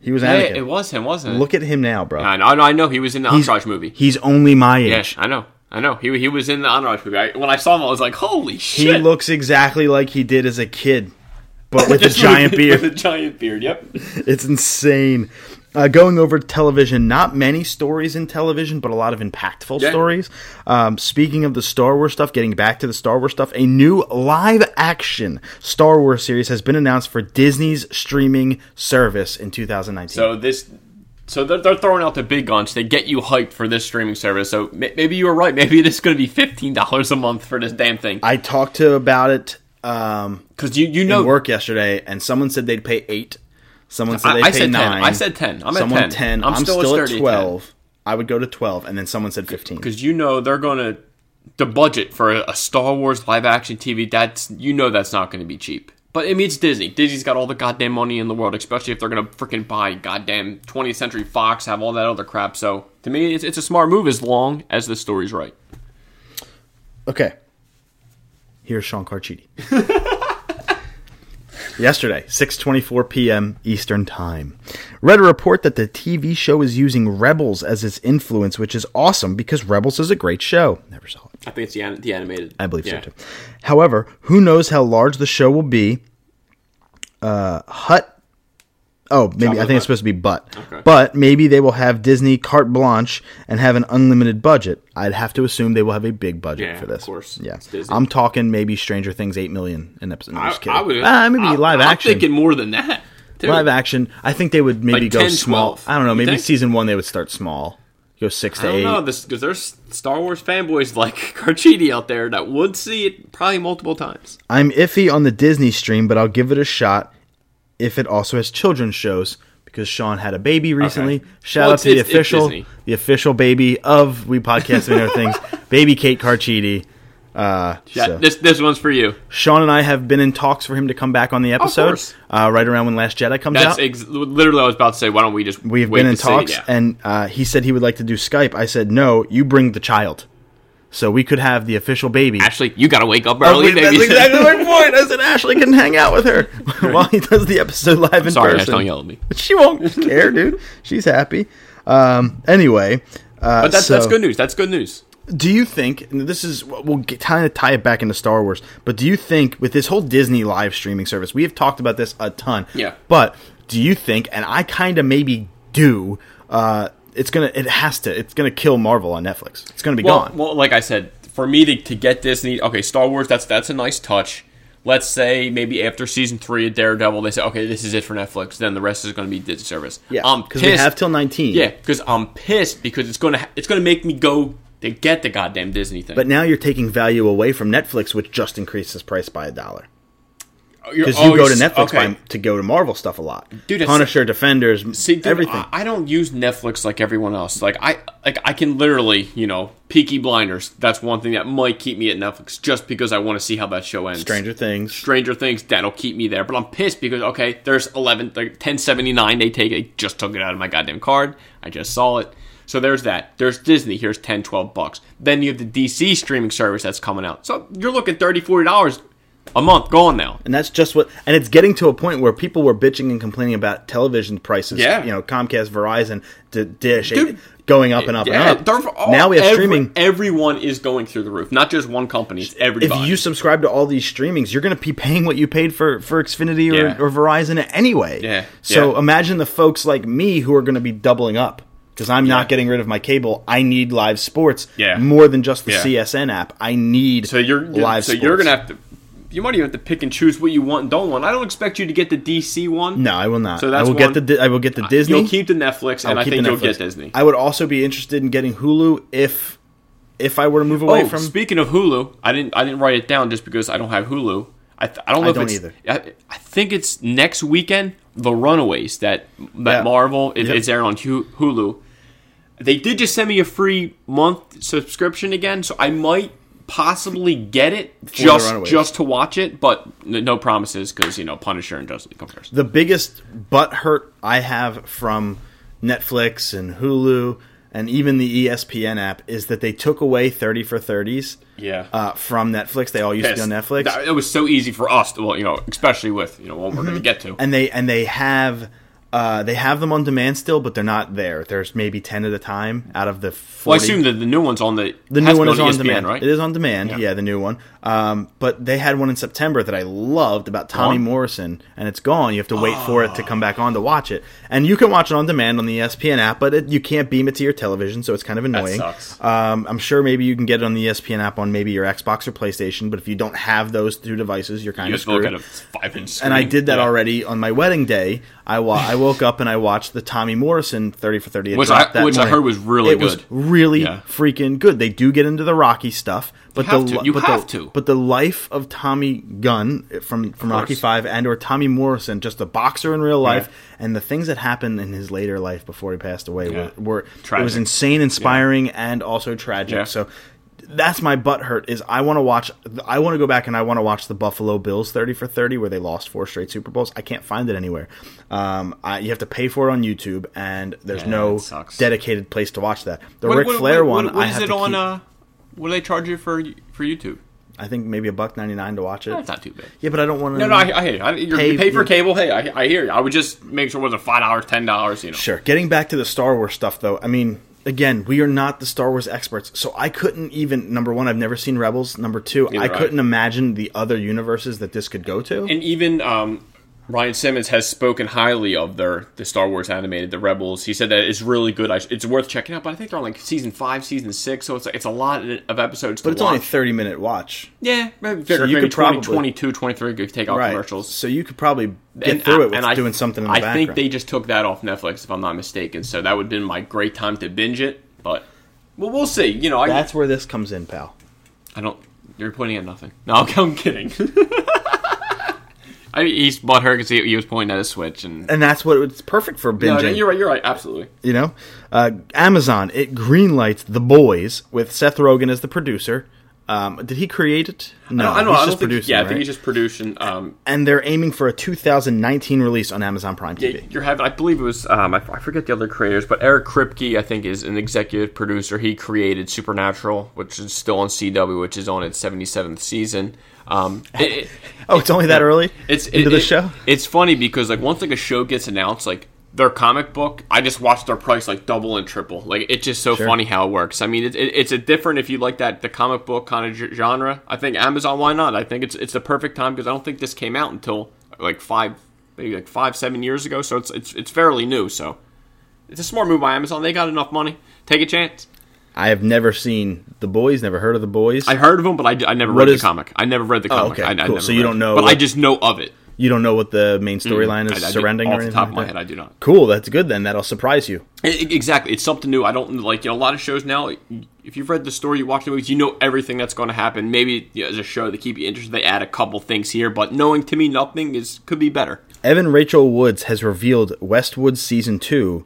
S1: He was
S2: Hey,
S1: Anakin.
S2: it was him, wasn't it?
S1: Look at him now, bro.
S2: I know, I know, I know he was in the
S1: He's-
S2: Entourage movie.
S1: He's only my age.
S2: Yes, I know, I know. He he was in the Entourage movie. I, when I saw him, I was like, "Holy
S1: He
S2: shit!"
S1: looks exactly like he did as a kid, but with a
S2: Just
S1: giant
S2: with-
S1: beard.
S2: With a giant beard. Yep.
S1: It's insane. Uh, going over to television, not many stories in television, but a lot of impactful
S2: Yeah.
S1: stories. Um, speaking of the Star Wars stuff, getting back to the Star Wars stuff, a new live action Star Wars series has been announced for Disney's streaming service in 2019.
S2: So this, so they're, they're throwing out the big guns. They get you hyped for this streaming service. So ma- maybe you were right. Maybe it is going to be fifteen dollars a month for this damn thing.
S1: I talked to about it um,
S2: Because you you
S1: at
S2: know,
S1: work yesterday, and someone said they'd pay eight. Someone said
S2: I,
S1: they'd
S2: I
S1: pay
S2: said
S1: nine.
S2: ten. I said ten. I'm
S1: someone
S2: at ten.
S1: I'm, still, at
S2: sturdy
S1: twelve. I would go to twelve, and then someone said fifteen.
S2: because you know they're gonna the budget for a, a Star Wars live action TV. That's you know that's not going to be cheap. But I mean, it's Disney. Disney's got all the goddamn money in the world, especially if they're going to freaking buy goddamn 20th Century Fox, have all that other crap. So to me, it's, it's a smart move as long as the story's right.
S1: Okay. Here's Sean Carcidi. Yesterday, 6:24 p.m. Eastern Time. Read a report that the TV show is using Rebels as its influence, which is awesome because Rebels is a great show. Never saw it.
S2: I think it's the, an- the animated.
S1: I believe
S2: Yeah.
S1: so too. However, who knows how large the show will be? Uh, Hut. Oh, maybe I think it's supposed to be Butt. But maybe they will have Disney carte blanche and have an unlimited budget. I'd have to assume they will have a big budget
S2: Yeah,
S1: for this.
S2: of course.
S1: Yeah,
S2: It's Disney.
S1: I'm talking maybe Stranger Things eight million an episode. I'm
S2: I,
S1: just kidding.
S2: I would.
S1: Ah, maybe
S2: I-
S1: live action.
S2: I'm thinking more than that. too.
S1: live action. I think they would maybe
S2: Like
S1: go
S2: 10,
S1: small.
S2: 12.
S1: I don't know.
S2: You
S1: Maybe
S2: think?
S1: season one they would start small. Go six
S2: I
S1: to
S2: don't
S1: eight.
S2: know this because there's Star Wars fanboys like Carcidi out there that would see it probably multiple times.
S1: I'm iffy on the Disney stream, but I'll give it a shot if it also has children's shows because Sean had a baby recently. Shout
S2: Well,
S1: out
S2: it's-
S1: to the
S2: it's- it's
S1: official,
S2: Disney.
S1: the official baby of We Podcast and Other Things, baby Kate Carcidi. Uh,
S2: Yeah,
S1: so-
S2: this this one's for you.
S1: Sean and I have been in talks for him to come back on the episode
S2: course.
S1: uh, right around when Last Jedi comes out.
S2: That's ex- literally what I was about to say. Why don't we just
S1: we have
S2: wait
S1: been in
S2: to see,
S1: talks,
S2: yeah.
S1: and uh, he said he would like to do Skype. I said no, you bring the child, so we could have the official baby.
S2: Actually, you gotta wake up early,
S1: Wait,
S2: baby.
S1: That's exactly my point. I said Ashley can hang out with her while he does the episode live in
S2: Sorry, Ash,
S1: person.
S2: don't yell at me.
S1: She won't care, dude. She's happy. Um, anyway, uh,
S2: But that's, that's
S1: so-
S2: good news. That's good news.
S1: Do you think and this is we'll kind of tie it back into Star Wars? But do you think with this whole Disney live streaming service, we have talked about this a ton.
S2: Yeah.
S1: But do you think? And I kind of maybe do. Uh, it's gonna. It has to. It's gonna kill Marvel on Netflix. It's gonna be
S2: Well,
S1: gone.
S2: well, like I said, for me to, to get this, need okay, Star Wars. That's that's a nice touch. Let's say maybe after season three of Daredevil, they say, okay, this is it for Netflix. Then the rest is going to be digital service.
S1: yeah,
S2: I'm
S1: because we
S2: pissed.
S1: have till nineteen.
S2: um, yeah, because I'm pissed because it's gonna ha- it's gonna make me go to get the goddamn Disney thing.
S1: But now you're taking value away from Netflix, which just increases price by a dollar.
S2: You're
S1: Because you go to
S2: always-
S1: Netflix
S2: Oh, okay.
S1: by, to go to Marvel stuff a lot.
S2: Dude, it's-
S1: Punisher, Defenders,
S2: See, dude,
S1: everything.
S2: I, I don't use Netflix like everyone else. Like I, like I can literally, you know, Peaky Blinders. That's one thing that might keep me at Netflix, just because I want to see how that show ends.
S1: Stranger Things.
S2: Stranger Things, that'll keep me there. But I'm pissed because okay, there's eleven, like 1079. They take it, just took it out of my goddamn card. I just saw it. So there's that. There's Disney. Here's 10, 12 bucks. Then you have the DC streaming service that's coming out. So you're looking 30 dollars a month gone now.
S1: And that's just what, and it's getting to a point where people were bitching and complaining about television prices.
S2: Yeah.
S1: you know, Comcast, Verizon, D- Dish,
S2: Dude,
S1: going up and up
S2: Yeah,
S1: and
S2: they're-
S1: up. Now we have
S2: every-
S1: streaming.
S2: Everyone is going through the roof. Not just one company. It's
S1: If
S2: everybody.
S1: you subscribe to all these streamings, you're going to be paying what you paid for for Xfinity or,
S2: Yeah.
S1: or Verizon anyway.
S2: Yeah,
S1: So
S2: yeah.
S1: imagine the folks like me who are going to be doubling up because I'm not getting rid of my cable. I need live sports
S2: Yeah.
S1: more than just the
S2: Yeah.
S1: CSN app. I need
S2: so you're
S1: live.
S2: so
S1: sports.
S2: you're gonna have to. You might even have to pick and choose what you want and don't want. I don't expect you to get the DC one.
S1: No, I will not.
S2: So that's
S1: I will
S2: one-
S1: get the Di- I will get the Disney.
S2: You'll keep the Netflix,
S1: I'll
S2: and I
S1: keep
S2: think
S1: the
S2: you'll
S1: Netflix.
S2: get Disney.
S1: I would also be interested in getting Hulu if if I were to move away
S2: Oh,
S1: from.
S2: speaking of Hulu, I didn't I didn't write it down just because I don't have Hulu. I, th- I don't know
S1: I
S2: if
S1: don't
S2: it's,
S1: either.
S2: I, I think it's next weekend. The Runaways that that
S1: Yeah.
S2: Marvel it,
S1: Yep.
S2: it's airing on Hu- Hulu. They did just send me a free month subscription again, so I might possibly get it just
S1: Runaways.
S2: just to watch it, but n- no promises because you know Punisher and Justice League come first.
S1: the biggest butt hurt I have from Netflix and Hulu and even the E ESPN app is that they took away 30 for 30s
S2: Yeah.
S1: uh, from Netflix. They all used to be on Netflix.
S2: That- it was so easy for us, to, well, you know, especially with you know what we're going to get to.
S1: and they and they have uh, they have them on demand still, but they're not there. There's maybe 10 at a time out of the 40.
S2: Well, I assume that the new one's on E the
S1: The
S2: has
S1: new one
S2: to be
S1: is on
S2: ESPN,
S1: demand,
S2: right?
S1: It is on demand. Yeah, the new one. Um, but they had one in September that I loved about Tommy
S2: Gone? Ah.
S1: Morrison, and it's gone. You have to wait for it to come back on to watch it, and you can watch it on demand on the E ESPN app, but it, you can't beam it to your television, so it's kind of annoying.
S2: sucks.
S1: Um, I'm sure maybe you can get it on the E ESPN app on maybe your Xbox or PlayStation, but if you don't have those two devices, you're kind
S2: You
S1: of
S2: have to look
S1: screwed.
S2: at a five-inch screen.
S1: and I did that
S2: Yeah.
S1: already on my wedding day. I wa- I woke up and I watched the Tommy Morrison 30 for 30. It
S2: Which I-
S1: dropped that
S2: which I
S1: morning.
S2: heard was really
S1: It was
S2: good.
S1: really
S2: Yeah.
S1: freaking good. They do get into the Rocky stuff, but
S2: have
S1: the
S2: to.
S1: li-
S2: You
S1: but
S2: have
S1: the,
S2: to.
S1: But the life of Tommy Gunn from from Rocky
S2: course.
S1: 5 and or Tommy Morrison, just a boxer in real life and the things that happened in his later life before he passed away
S2: Yeah.
S1: were, were it was
S2: Tragic.
S1: insane, inspiring and also tragic.
S2: Yeah.
S1: So that's my butt hurt is I want to watch I want to go back and I want to watch the Buffalo Bills 30 for 30 where they lost four straight Super Bowls. I can't find it anywhere. Um, I, you have to pay for it on YouTube and there's
S2: Yeah,
S1: no
S2: that sucks.
S1: dedicated place to watch that. The
S2: What-
S1: Ric
S2: what-
S1: Flair
S2: what-
S1: one
S2: what-
S1: I
S2: what
S1: have
S2: is it
S1: to
S2: on?
S1: keep,
S2: Uh, what do they charge you for for YouTube?
S1: I think maybe a buck 99 to watch it.
S2: That's not too bad.
S1: yeah, but I don't want to
S2: No, no, I, I hear you. I, you're,
S1: Pay-
S2: you pay for
S1: you're-
S2: cable. Hey, I, I hear you. I would just make sure it wasn't five dollars, ten dollars. You know,
S1: Sure. Getting back to the Star Wars stuff, though, I mean, again, we are not the Star Wars experts, so I couldn't even. Number one, I've never seen Rebels. Number two, I
S2: have I.
S1: couldn't imagine the other universes that this could go to.
S2: and even um, Ryan Simmons has spoken highly of their the Star Wars animated, the Rebels. He said that it's really good. I, sh- it's worth checking out. But I think they're on like season five, season six, so it's like, it's a lot of episodes.
S1: but
S2: to
S1: it's only a
S2: watch.
S1: thirty-minute watch,
S2: yeah, maybe, figure
S1: you
S2: maybe
S1: could probably-
S2: 20, 22, 23, if you take out
S1: right?
S2: commercials.
S1: So you could probably get through it with
S2: and I-
S1: doing something in the
S2: I
S1: background.
S2: think they just took that off Netflix, if I'm not mistaken. So that would have been my great time to binge it. But well, we'll see. You know, I,
S1: That's where this comes in, pal.
S2: I don't. You're pointing at nothing. No, I'm, I'm kidding. I, he's bought her because he, he was pointing at a switch, and
S1: And that's what it's perfect for
S2: no,
S1: binging.
S2: no, you're right. You're right. Absolutely.
S1: you know uh, amazon it greenlights the boys with seth rogen as the producer um, did he create it no
S2: I
S1: he's
S2: don't. I don't
S1: just
S2: think.
S1: producing
S2: yeah, I
S1: right?
S2: think he's just producing. Um,
S1: and they're aiming for a 2019 release on amazon prime tv
S2: you're having. I believe it was. Um, I, I forget the other creators, but Eric Kripke, I think, is an executive producer. He created Supernatural, which is still on CW, which is on its 77th season. Um, it- it-
S1: oh it's only that early
S2: It's
S1: into
S2: it-
S1: the
S2: it-
S1: show
S2: It's funny because like once like a show gets announced, like their comic book, I just watch their price like double and triple. Like it's just so funny how it works. I mean, it, it, it's a different if you like that the comic book kind of genre. I think Amazon, why not? I think it's it's the perfect time because I don't think this came out until like five maybe like five, seven years ago. So it's it's it's fairly new. So it's a smart move by Amazon. They got enough money. Take a chance.
S1: I have never seen the boys. Never heard of the boys.
S2: I heard of them, but I, d- I never
S1: What
S2: read
S1: is- Oh,
S2: the comic. I never read the comic.
S1: okay,
S2: I, I
S1: cool.
S2: never
S1: So you
S2: read
S1: don't
S2: it.
S1: know
S2: but I
S1: what-
S2: just know of it.
S1: you don't know what the main storyline is
S2: Mm, I- I do-
S1: surrounding or
S2: off the
S1: anything
S2: top of
S1: like
S2: my
S1: that?
S2: head. I do not.
S1: Cool. That's good. Then that'll surprise you.
S2: I- I- E, Exactly, it's something new. I don't like you know a lot of shows now. If you've read the story, you watch the movies, you know everything that's going to happen. Maybe you know, as a show they keep you interested, they add a couple things here, but knowing to me nothing is could be better.
S1: Evan Rachel Woods has revealed Westwood season two's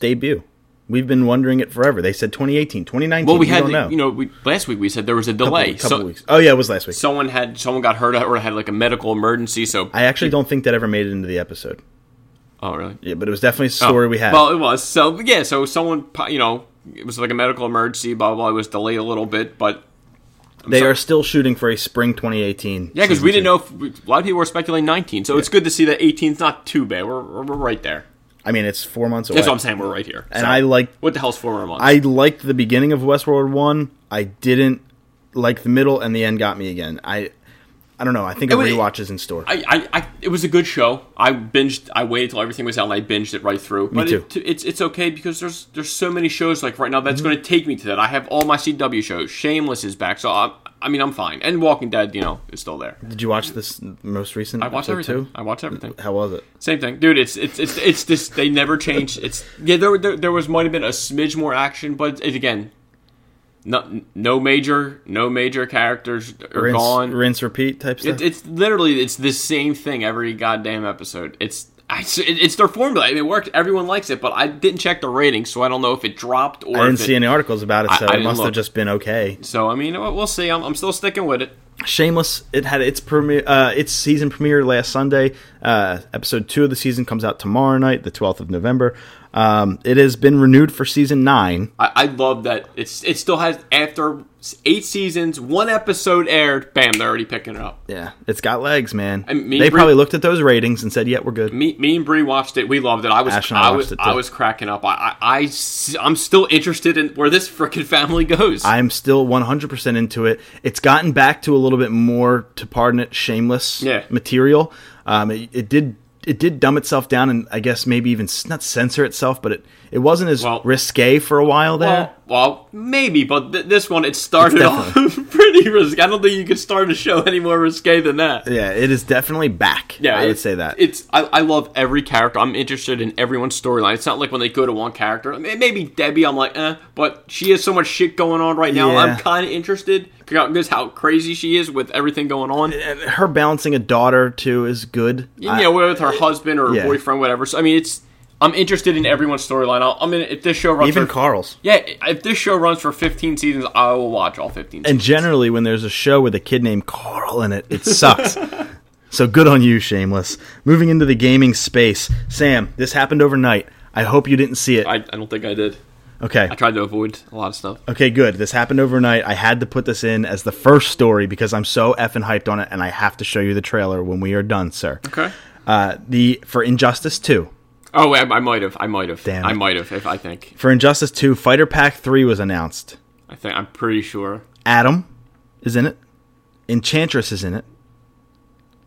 S1: debut. We've been wondering it forever. They said 2018, 2019.
S2: Well, we had
S1: don't know.
S2: you know we, last week we said there was a delay.
S1: couple, couple
S2: so,
S1: weeks. Oh yeah, it was last week.
S2: Someone had someone got hurt or had like a medical emergency. So
S1: I actually don't think that ever made it into the episode.
S2: oh really
S1: Yeah, but it was definitely a story we had.
S2: Oh, Well, it was so yeah. So someone po- you know it was like a medical emergency. Blah blah. blah. It was delayed a little bit, but
S1: they are still shooting for a spring 2018.
S2: yeah, because
S1: season
S2: we didn't
S1: two.
S2: know. If, a lot of people were speculating 19, so it's good to see that 18's not too bad. We're, we're, we're right there.
S1: I mean, it's four months away.
S2: That's what I'm saying. We're right here.
S1: And I like
S2: what the hell's four months?
S1: I liked the beginning of Westworld one. I didn't like the middle, and the end got me again. I I don't know. I think a
S2: wait.
S1: rewatch is in store.
S2: I, I, I, it was a good show. I binged. I waited till everything was out, and I binged it right through. but
S1: too. Mm-hmm.
S2: It, it's it's okay because there's there's so many shows like right now that's going to take me to that. I have all my CW shows. Shameless is back, so I, I mean I'm fine. And Walking Dead, you know, is still there.
S1: Did you watch this most recent?
S2: I watch everything. I watch everything.
S1: How was it?
S2: Same thing, dude. It's it's it's it's this. They never change. It's yeah. There there, there was might have been a smidge more action, but it, again, no no major no major characters are
S1: Rinse,
S2: gone.
S1: rinse, repeat type stuff.
S2: It, it's literally it's the same thing every goddamn episode. It's I, it- it's their formula. I mean, it worked. Everyone likes it, but I didn't check the ratings, so I don't know if it dropped or
S1: I didn't
S2: if it-
S1: see any articles about it, so
S2: I
S1: it
S2: didn't
S1: must have
S2: look.
S1: just been okay.
S2: So I mean, we'll we'll see. I'm, I'm still sticking with it.
S1: Shameless. It had its premiere, uh, its season premiere last Sunday. Uh, episode two of the season comes out tomorrow night, the twelfth of November. Um, it has been renewed for season nine.
S2: I, I love that it's it still has after eight seasons, one episode aired. Bam, they're already picking it up.
S1: Yeah, it's got legs, man.
S2: mean,
S1: they
S2: Bri-
S1: probably looked at those ratings and said, "Yeah, we're good."
S2: Me, me and Bree watched it. We loved it. I was,
S1: Ash and I
S2: I, was,
S1: watched it, too.
S2: I was cracking up. I, I, I, am still interested in where this frickin' family goes.
S1: I'm still 100% into it. It's gotten back to a little bit more to pardon it shameless
S2: Yeah.
S1: material. Um, it, it did it did dumb itself down and I guess maybe even s- not censor itself, but it, it wasn't as
S2: Well-
S1: risque for a while there.
S2: Well, well, maybe, but th- this one it started off
S1: definitely-
S2: pretty risky. I don't think you could start a show any more risque than that.
S1: yeah, it is definitely back. Yeah, I
S2: it-
S1: would say that.
S2: it's. I, I love every character. I'm interested in everyone's storyline. It's not like when they go to one character. I mean, maybe Debbie, I'm like, eh, but she has so much shit going on right now.
S1: Yeah.
S2: I'm kind of interested because how crazy she is with everything going on.
S1: And her balancing a daughter too is good.
S2: you know, with her husband or her
S1: yeah.
S2: boyfriend, whatever. So I mean, it's. I'm interested in everyone's storyline. I'll- I mean, if this show
S1: I-
S2: runs
S1: even
S2: for,
S1: Carl's.
S2: yeah, if this show runs for 15 seasons, I will watch all 15.
S1: And
S2: seasons.
S1: generally, when there's a show with a kid named Carl in it, it sucks. so good on you, Shameless. Moving into the gaming space, Sam. This happened overnight. I hope you didn't see it.
S2: I, I don't think I did.
S1: Okay.
S2: I tried to avoid a lot of stuff.
S1: Okay, good. This happened overnight. I had to put this in as the first story because I'm so effing hyped on it, and I have to show you the trailer when we are done, sir.
S2: Okay.
S1: Uh, the for Injustice Two.
S2: Oh, wait, I, I might have. I might have.
S1: Damn
S2: I
S1: it.
S2: might have. If I think,
S1: For Injustice Two, Fighter Pack Three was announced.
S2: I think I'm pretty sure.
S1: Adam is in it. Enchantress is in it.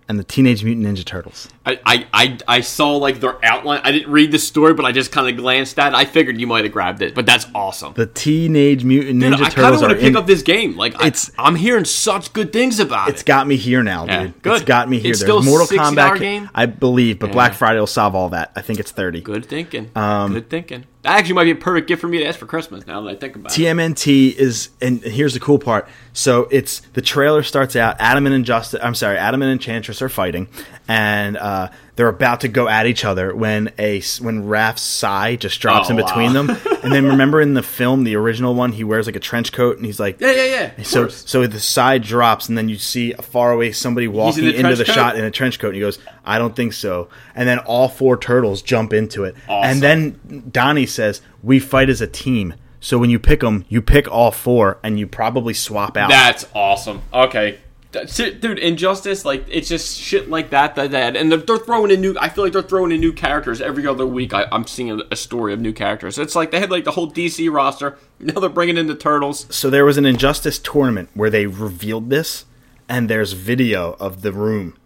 S1: And the Teenage Mutant Ninja Turtles.
S2: I, I, I, I saw like their outline. I didn't read the story, but I just kind of glanced at. it. I figured you might have grabbed it, but that's awesome.
S1: The Teenage Mutant Ninja
S2: Dude, I kind of
S1: Turtles
S2: want
S1: are
S2: to pick
S1: in.
S2: up this game. Like
S1: It's-
S2: it's, I, am hearing such good things about
S1: it's
S2: it.
S1: got me here now,
S2: Yeah,
S1: dude.
S2: good.
S1: It's got me here.
S2: It's
S1: There's
S2: still
S1: Mortal
S2: a $60
S1: Kombat,
S2: game?
S1: I believe, but Black Friday will solve all that. I think it's thirty.
S2: Good thinking. good thinking. That actually might be a perfect gift for me to ask for Christmas. Now that I think about it.
S1: TMNT is, and here's the cool part. So it's the trailer starts out. Adam and Injustice, I'm sorry, Adam and Enchantress are fighting, and uh, they're about to go at each other when a s- when Raph's sigh just drops
S2: Oh,
S1: in between
S2: wow.
S1: them. And then remember in the film, the original one, he wears like a trench coat, and he's like,
S2: Yeah, yeah, yeah. of
S1: so
S2: course.
S1: so the side drops, and then you see a far away somebody walking
S2: the
S1: into
S2: trench
S1: the
S2: coat?
S1: shot in a trench coat, and he goes, "I don't think so." And then all four turtles jump into it, and then Donnie says, "We fight as a team." So when you pick them, you pick all four, and you probably swap out.
S2: That's awesome. Okay. That's it, Dude, Injustice, like it's just shit like that, that, that, and they're, they're throwing in new. I feel like they're throwing in new characters every other week. I, I'm seeing a, a story of new characters. It's like they had like the whole DC roster. Now they're bringing in the Turtles.
S1: so there was an injustice tournament where they revealed this, and there's video of the room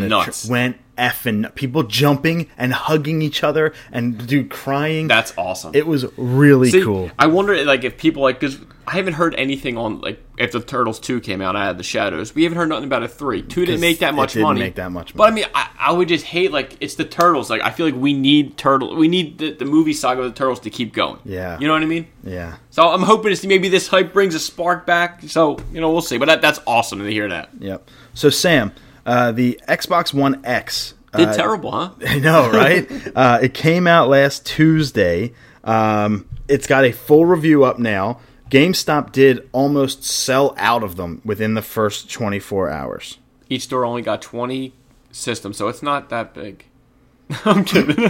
S1: when the
S2: nuts.
S1: went effing people jumping and hugging each other and dude crying.
S2: That's awesome.
S1: it was really
S2: See,
S1: cool.
S2: I wonder, like, if people like because I haven't heard anything on like if the Turtles two came out. I had the Shadows. We haven't heard nothing about a three. Two didn't make that
S1: it
S2: much
S1: didn't
S2: money.
S1: make that much
S2: But I
S1: money.
S2: mean, I, I would just hate like it's the Turtles. Like I feel like we need turtle. We need the, the movie saga of the Turtles to keep going.
S1: Yeah.
S2: you know what I mean.
S1: Yeah.
S2: So I'm hoping to see maybe this hype brings a spark back. So you know we'll see. But that, that's awesome to hear that.
S1: Yep. So Sam, uh, the Xbox One X. Uh,
S2: Did terrible, huh?
S1: I know, right? uh, it came out last Tuesday. Um, it's got a full review up now. GameStop did almost sell out of them within the first 24 hours.
S2: Each store only got 20 systems, so it's not that big. I'm kidding.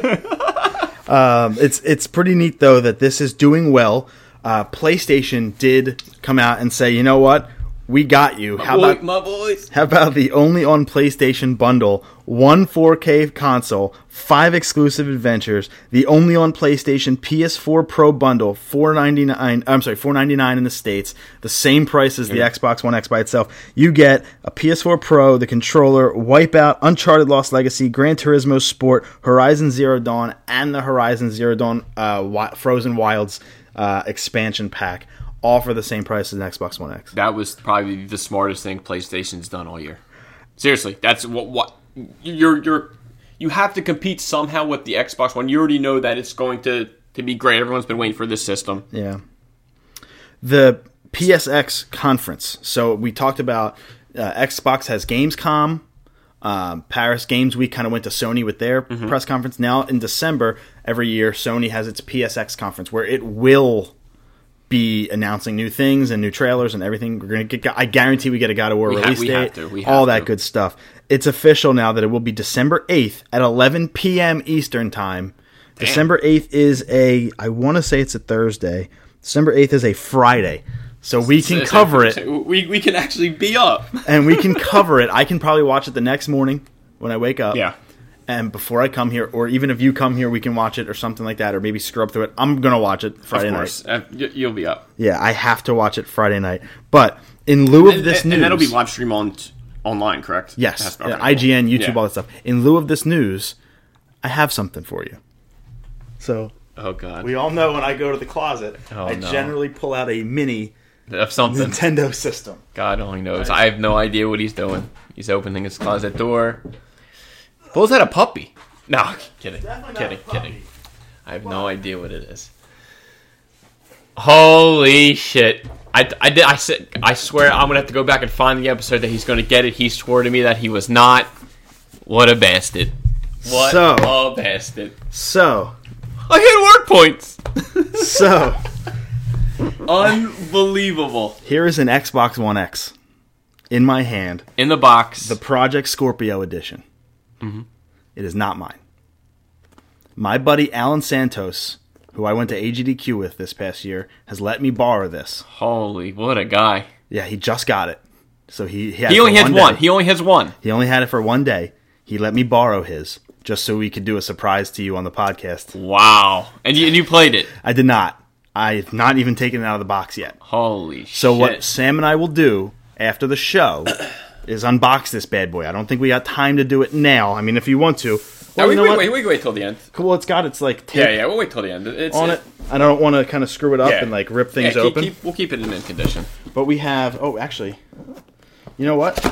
S1: Um, it's it's pretty neat though that this is doing well. Uh, PlayStation did come out and say, you know what, we got you. How
S2: Boy,
S1: about
S2: my voice.
S1: How about the only on PlayStation bundle, one 4K console, five exclusive adventures, the only on PlayStation PS4 Pro bundle, 4.99, I'm sorry, 4.99 in the states, the same price as the Xbox One X by itself. You get a PS4 Pro, the controller, Wipeout, Uncharted Lost Legacy, Gran Turismo Sport, Horizon Zero Dawn, and the Horizon Zero Dawn uh, Wi- Frozen Wilds uh, expansion pack, all for the same price as an Xbox One X.
S2: That was probably the smartest thing PlayStation's done all year. Seriously, that's what what you're you're you have to compete somehow with the Xbox One. You already know that it's going to to be great. Everyone's been waiting for this system.
S1: Yeah. The PSX conference. So we talked about uh, Xbox has Gamescom. Um, Paris Games Week kind of went to Sony with their
S2: Mm-hmm.
S1: press conference. Now in December every year, Sony has its PSX conference where it will be announcing new things and new trailers and everything. We're gonna get. I guarantee we get a God of War
S2: ha-
S1: release
S2: we
S1: date.
S2: have to. We
S1: all
S2: have
S1: that
S2: to.
S1: good stuff. It's official now that it will be December eighth at eleven p.m. Eastern time. December eighth is a. I want to say it's a Thursday. December eighth is a Friday, so we can cover it
S2: We we can actually be up.
S1: and we can cover it. I can probably watch it the next morning when I wake up.
S2: Yeah.
S1: And before I come here, or even if you come here, we can watch it or something like that, or maybe scrub through it. I'm gonna watch it
S2: Of
S1: Friday night.
S2: course, Uh, y- you'll be up.
S1: Yeah, I have to watch it Friday night. But in lieu of this
S2: and,
S1: news,
S2: and that'll be live stream on online, correct? That's
S1: yes,
S2: about
S1: yeah,
S2: right.
S1: IGN, YouTube,
S2: Yeah.
S1: all that stuff. In lieu of this news, I have something for you. So
S2: Oh god,
S1: we all know when I go to the closet, I
S2: Oh, no.
S1: generally pull out a mini
S2: of something.
S1: Nintendo system.
S2: God only knows. I have no idea what he's doing. He's opening his closet door. Bull's had a puppy. No, kidding, kidding, kidding. I have no idea what it is. Holy shit! I, I did. I said. I swear, I'm gonna have to go back and find the episode that he's gonna get it. He swore to me that he was not. What a bastard! What
S1: So-
S2: a bastard!
S1: So,
S2: I hit work points.
S1: so
S2: Unbelievable.
S1: here is an Xbox One X in my hand,
S2: In the box.
S1: the Project Scorpio edition.
S2: Mm-hmm.
S1: It is not mine. My buddy Alan Santos, who I went to AGDQ with this past year, has let me borrow this.
S2: Holy, what a guy.
S1: Yeah, he just got it. So he he,
S2: He only
S1: for
S2: has
S1: day.
S2: one. He only has one.
S1: He only had it for one day. He let me borrow his just so we could do a surprise to you on the podcast.
S2: Wow. And you, and you played it.
S1: I did not. I've not even taken it out of the box yet.
S2: Holy shit.
S1: So what Sam and I will do after the show is unbox this bad boy. I don't think we got time to do it now. I mean, if you want to, well,
S2: Now,
S1: you
S2: we,
S1: know
S2: wait,
S1: what?
S2: wait, wait, wait till the end.
S1: Cool, it's got its like tape
S2: Yeah, yeah, we'll wait till the end. It's,
S1: on it. I don't want to kind of screw it up
S2: Yeah.
S1: and like rip
S2: Yeah,
S1: things
S2: keep-
S1: open.
S2: keep- we'll keep it in mint condition.
S1: But we have. Oh, actually, you know what?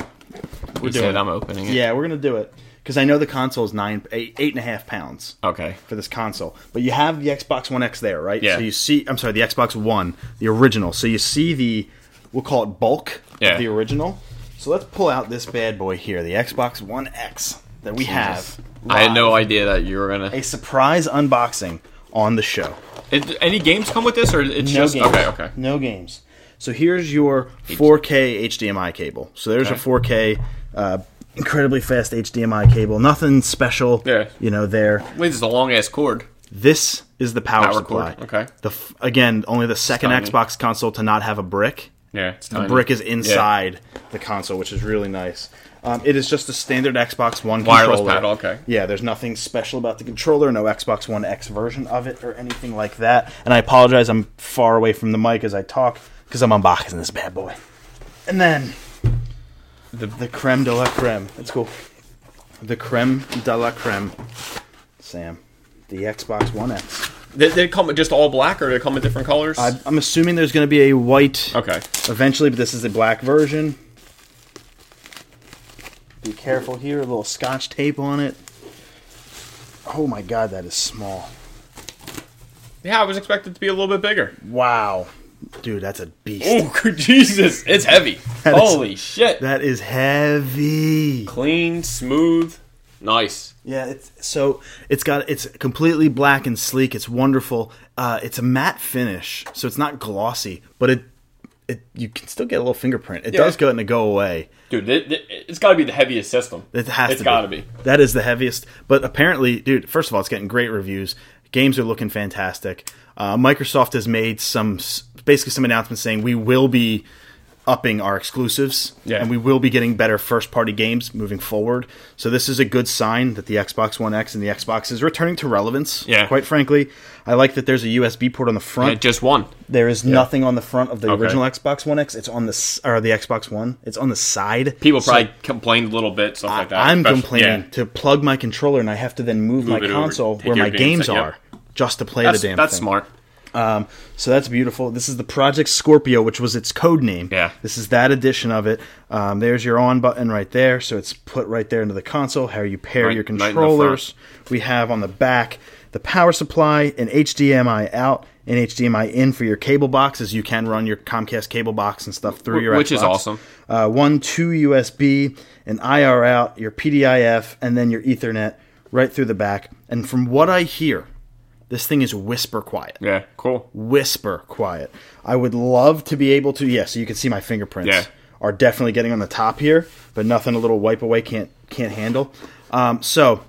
S2: We're
S1: doing it.
S2: I'm opening it.
S1: Yeah, we're gonna do it because I know the console is nine, eight, eight and a half pounds.
S2: Okay.
S1: for this console. But you have the Xbox One X there, right?
S2: Yeah.
S1: So you see, I'm sorry, the Xbox One, the original. So you see the, we'll call it bulk
S2: Yeah.
S1: of the original. So let's pull out this bad boy here, the Xbox One X that we have.
S2: I had no
S1: live.
S2: idea that you were gonna.
S1: A surprise unboxing on the show.
S2: Is- any games come with this, or it's
S1: No
S2: just
S1: games.
S2: okay? Okay.
S1: No games. So here's your 4K HDMI cable. So there's
S2: Okay.
S1: a 4K, uh, incredibly fast HDMI cable. Nothing special,
S2: Yeah.
S1: you know, there.
S2: Wait, it's a long ass cord.
S1: This is the power,
S2: Power
S1: supply.
S2: cord, okay.
S1: The f- again, only the second
S2: tiny.
S1: Xbox console to not have a brick.
S2: Yeah, it's
S1: The brick is inside the console, which is really nice. Um, it is just a standard Xbox One
S2: Wireless
S1: controller.
S2: paddle, okay.
S1: Yeah, there's nothing special about the controller. No Xbox One X version of it or anything like that. And I apologize, I'm far away from the mic as I talk because I'm unboxing this bad boy. And then the, the creme de la creme. It's cool. the creme de la creme, Sam. The Xbox One X.
S2: Did they come just all black, or did it come in different colors?
S1: I, I'm assuming there's going to be a white
S2: okay.
S1: eventually, but this is the black version. Be careful here, a little scotch tape on it. Oh my god, that is small.
S2: Yeah, I was expected to be a little bit bigger.
S1: Wow. Dude, that's a beast.
S2: Oh, good Jesus. It's heavy.
S1: is-
S2: Holy shit.
S1: That is heavy.
S2: Clean, smooth, nice.
S1: Yeah, it's so it's got it's completely black and sleek. It's wonderful. Uh, it's a matte finish, so it's not glossy, but it it you can still get a little fingerprint. It
S2: Yeah.
S1: does go and go away.
S2: Dude, th- th- it's got to be the heaviest system.
S1: It has
S2: It's
S1: to
S2: gotta
S1: be.
S2: be.
S1: That is the heaviest. But apparently, dude, first of all, it's getting great reviews. Games are looking fantastic. Uh, Microsoft has made some s- basically some announcements saying we will be upping our exclusives
S2: Yeah.
S1: and we will be getting better first party games moving forward. So this is a good sign that the Xbox One X and the Xbox is returning to relevance.
S2: Yeah.
S1: Quite frankly, I like that there's a USB port on the front.
S2: It Uh, just one.
S1: there is nothing on the front of the original Xbox One X. It's on the s- or the Xbox One. It's on the side.
S2: People probably complained a little bit, stuff like that.
S1: I'm
S2: especially-
S1: complaining
S2: yeah.
S1: to plug my controller and I have to then move, my
S2: it over,
S1: console
S2: take
S1: where
S2: your
S1: my
S2: games
S1: games,
S2: out,
S1: are just to play
S2: That's,
S1: the damn
S2: that's
S1: thing.
S2: smart.
S1: So that's beautiful. This is the Project Scorpio, which was its code name.
S2: Yeah.
S1: This is that edition of it. Um, there's your on button right there. So it's put right there into the console, how you pair
S2: Right-
S1: your
S2: right in the front.
S1: controllers. we have on the back the power supply, an HDMI out, an HDMI in for your cable boxes. You can run your Comcast cable box and stuff through
S2: Wh-
S1: your
S2: which is
S1: Xbox.
S2: awesome.
S1: Uh, one, two USB, an IR out, your PDIF, and then your Ethernet right through the back. And from what I hear, this thing is whisper quiet
S2: Yeah, cool.
S1: whisper quiet. I would love to be able to. Yeah, so you can see my fingerprints
S2: Yeah.
S1: are definitely getting on the top here, but nothing a little wipe away can't can't handle. Um, so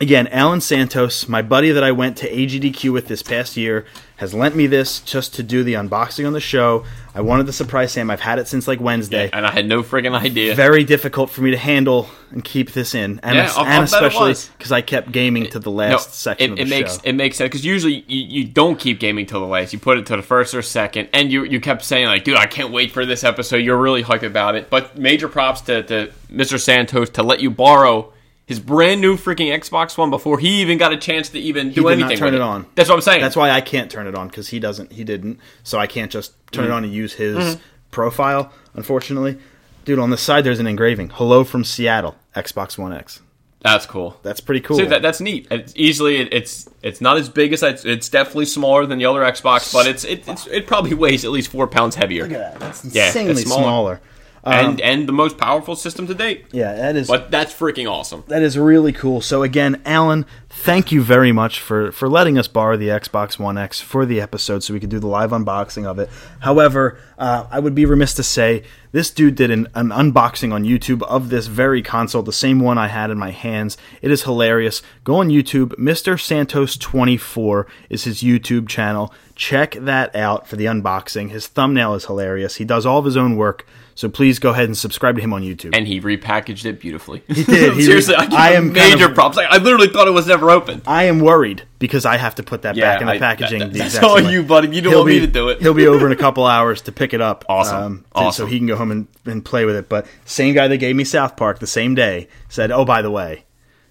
S1: again, Alan Santos, my buddy that I went to AGDQ with this past year, has lent me this just to do the unboxing on the show. I wanted to surprise Sam. I've had it since like Wednesday.
S2: And I had no friggin' idea.
S1: Very difficult for me to handle and keep this in, and,
S2: Yeah,
S1: es-
S2: I'll-
S1: and
S2: I'll bet it
S1: especially
S2: was.
S1: because I kept gaming to the last
S2: No,
S1: section
S2: it,
S1: of the
S2: it makes
S1: show.
S2: it makes sense because usually you, you don't keep gaming till the last. You put it to the first or second, and you you kept saying like, "Dude, I can't wait for this episode." You're really hyped about it. But major props to, to Mr. Santos to let you borrow his brand new freaking Xbox One before he even got a chance to even
S1: did
S2: do
S1: not
S2: anything.
S1: turn
S2: with
S1: it on.
S2: That's what I'm saying.
S1: That's why I can't turn it on because he doesn't. He didn't. So I can't just turn
S2: Mm-hmm.
S1: it on and use his profile. Unfortunately, dude, on the side there's an engraving. Hello from Seattle, Xbox One X.
S2: That's cool.
S1: That's pretty cool.
S2: See, that, that's neat. It's easily it, it's it's not as big as I, it's definitely smaller than the other Xbox, but it's it it's, it probably weighs at least four pounds heavier.
S1: Look at that. That's
S2: Yeah, it's
S1: insanely
S2: smaller.
S1: smaller. Um,
S2: and and the most powerful system to date.
S1: Yeah, that is
S2: But that's freaking awesome.
S1: that is really cool. So again, Alan, thank you very much for for letting us borrow the Xbox One X for the episode so we could do the live unboxing of it. However, uh, I would be remiss to say this dude did an, an unboxing on YouTube of this very console, the same one I had in my hands. It is hilarious. Go on YouTube. Mr. Santos 24 is his YouTube channel. Check that out for the unboxing. His thumbnail is hilarious. He does all of his own work. So please go ahead and subscribe to him on YouTube.
S2: and he repackaged it beautifully. He
S1: did. He
S2: Seriously,
S1: re-
S2: I, give
S1: I
S2: him
S1: am kind
S2: major
S1: of-
S2: props. Like, I literally thought it was never open.
S1: I am worried because I have to put that
S2: Yeah,
S1: back in the
S2: I-
S1: packaging.
S2: that-
S1: the
S2: that's
S1: exact
S2: all
S1: same way.
S2: you, buddy. You don't
S1: He'll
S2: want me
S1: be-
S2: to do it.
S1: he'll be over in a couple hours to pick it up.
S2: Awesome.
S1: and
S2: Awesome.
S1: So he can go home and, and play with it. But same guy that gave me South Park the same day said, "Oh, by the way,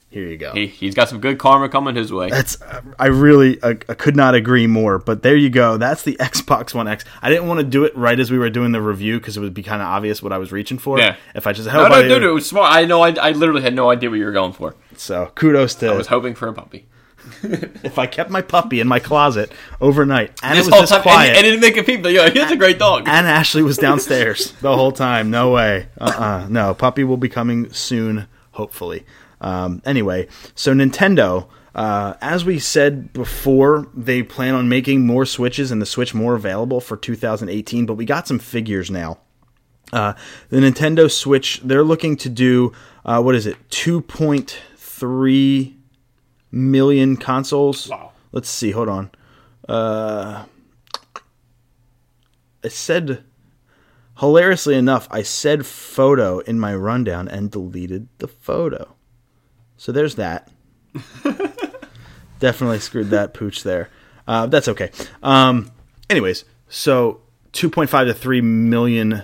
S1: here you go."
S2: He, he's got some good karma coming his way.
S1: That's I really I, I could not agree more. But there you go. That's the Xbox One X. I didn't want to do it right as we were doing the review because it would be kind of obvious what I was reaching for.
S2: Yeah.
S1: If I just
S2: No,
S1: held
S2: no, dude, it was smart. I know. I, I literally had no idea what you were going for.
S1: So kudos to
S2: I was hoping for a puppy.
S1: if I kept my puppy in my closet overnight and
S2: This
S1: it was
S2: whole
S1: this
S2: time,
S1: quiet. Uh,
S2: and, and it make a peep. Like, Yo, he's a great dog.
S1: and Ashley was downstairs the whole time. No way. Uh-uh. No, puppy will be coming soon, hopefully. Um, anyway, so Nintendo, uh, as we said before, they plan on making more Switches and the Switch more available for 2018, but we got some figures now. Uh, the Nintendo Switch, they're looking to do, uh, what is it, 2.3 million consoles?
S2: Wow.
S1: Let's see, hold on. I said, hilariously enough, I said photo in my rundown and deleted the photo. So there's that. Definitely screwed that pooch there. Uh, that's okay. Um, anyways, so 2.5 to 3 million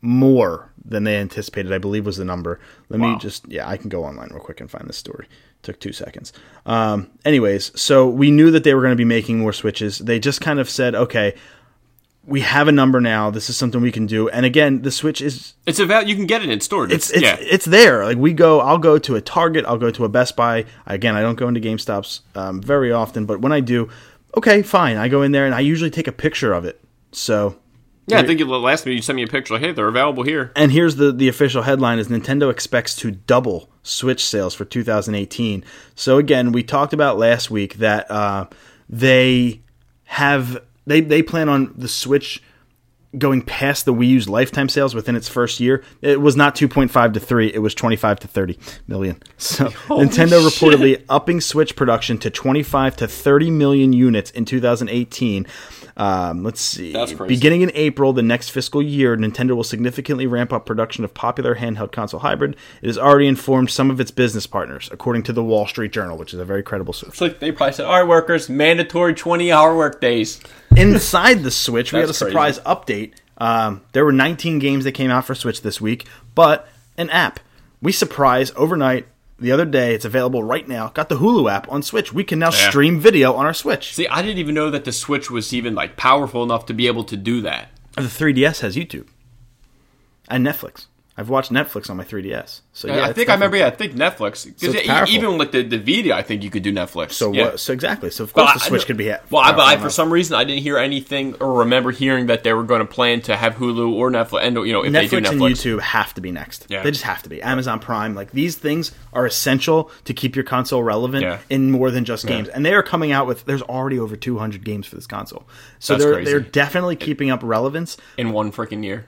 S1: more than they anticipated, I believe was the number. Let me
S2: Wow.
S1: just, yeah, I can go online real quick and find this story. Took two seconds. Um, anyways, so we knew that they were going to be making more switches. They just kind of said, okay, we have a number now. This is something we can do. And again, the switch is
S2: It's a val- you can get it in stores.
S1: it's it's,
S2: yeah.
S1: it's there. Like we go, I'll go to a Target, I'll go to a Best Buy. Again, I don't go into GameStops um, very often, but when I do, okay, fine. I go in there and I usually take a picture of it. So
S2: yeah, I think you last time you sent me a picture like, hey, they're available here.
S1: and here's the the official headline is Nintendo expects to double Switch sales for 2018. So again, we talked about last week that uh, they have they they plan on the Switch going past the Wii U's lifetime sales within its first year. It was not 2.5 to 3, it was 25 to 30 million. So Nintendo reportedly upping Switch production to 25 to 30 million units in 2018. Um, let's see.
S2: That's crazy.
S1: Beginning in April the next fiscal year, Nintendo will significantly ramp up production of popular handheld console hybrid. It has already informed some of its business partners, according to the Wall Street Journal, which is a very credible source.
S2: It's like they probably said, our workers mandatory twenty hour work days.
S1: inside the Switch, we had a
S2: That's
S1: surprise update. Um, there were 19 games that came out for Switch this week, but an app. We surprised overnight the other day. It's available right now. Got the Hulu app on Switch. We can now
S2: Yeah.
S1: stream video on our Switch.
S2: See, I didn't even know that the Switch was even like powerful enough to be able to do that.
S1: the 3DS has YouTube and Netflix. I've watched Netflix on my 3DS. So yeah,
S2: I
S1: it's
S2: think I
S1: definitely-
S2: remember. Yeah, I think Netflix.
S1: it's
S2: Because
S1: powerful.
S2: even like the, the video, I think you could do Netflix.
S1: So
S2: yeah.
S1: what? So exactly. So of
S2: But
S1: course
S2: I-
S1: the Switch
S2: I-
S1: could be. ha-
S2: Well, I, but I,
S1: powerful
S2: for
S1: enough.
S2: some reason I didn't hear anything or remember hearing that they were going to plan to have Hulu or Netflix. And you know, if they do
S1: Netflix and
S2: Netflix,
S1: YouTube have to be next.
S2: Yeah.
S1: They just have to be. Amazon Prime, like these things are essential to keep your console relevant
S2: Yeah.
S1: in more than just games. And they are coming out with there's already over 200 games for this console. So
S2: That's
S1: they're
S2: crazy.
S1: they're definitely keeping up relevance.
S2: in one freaking year.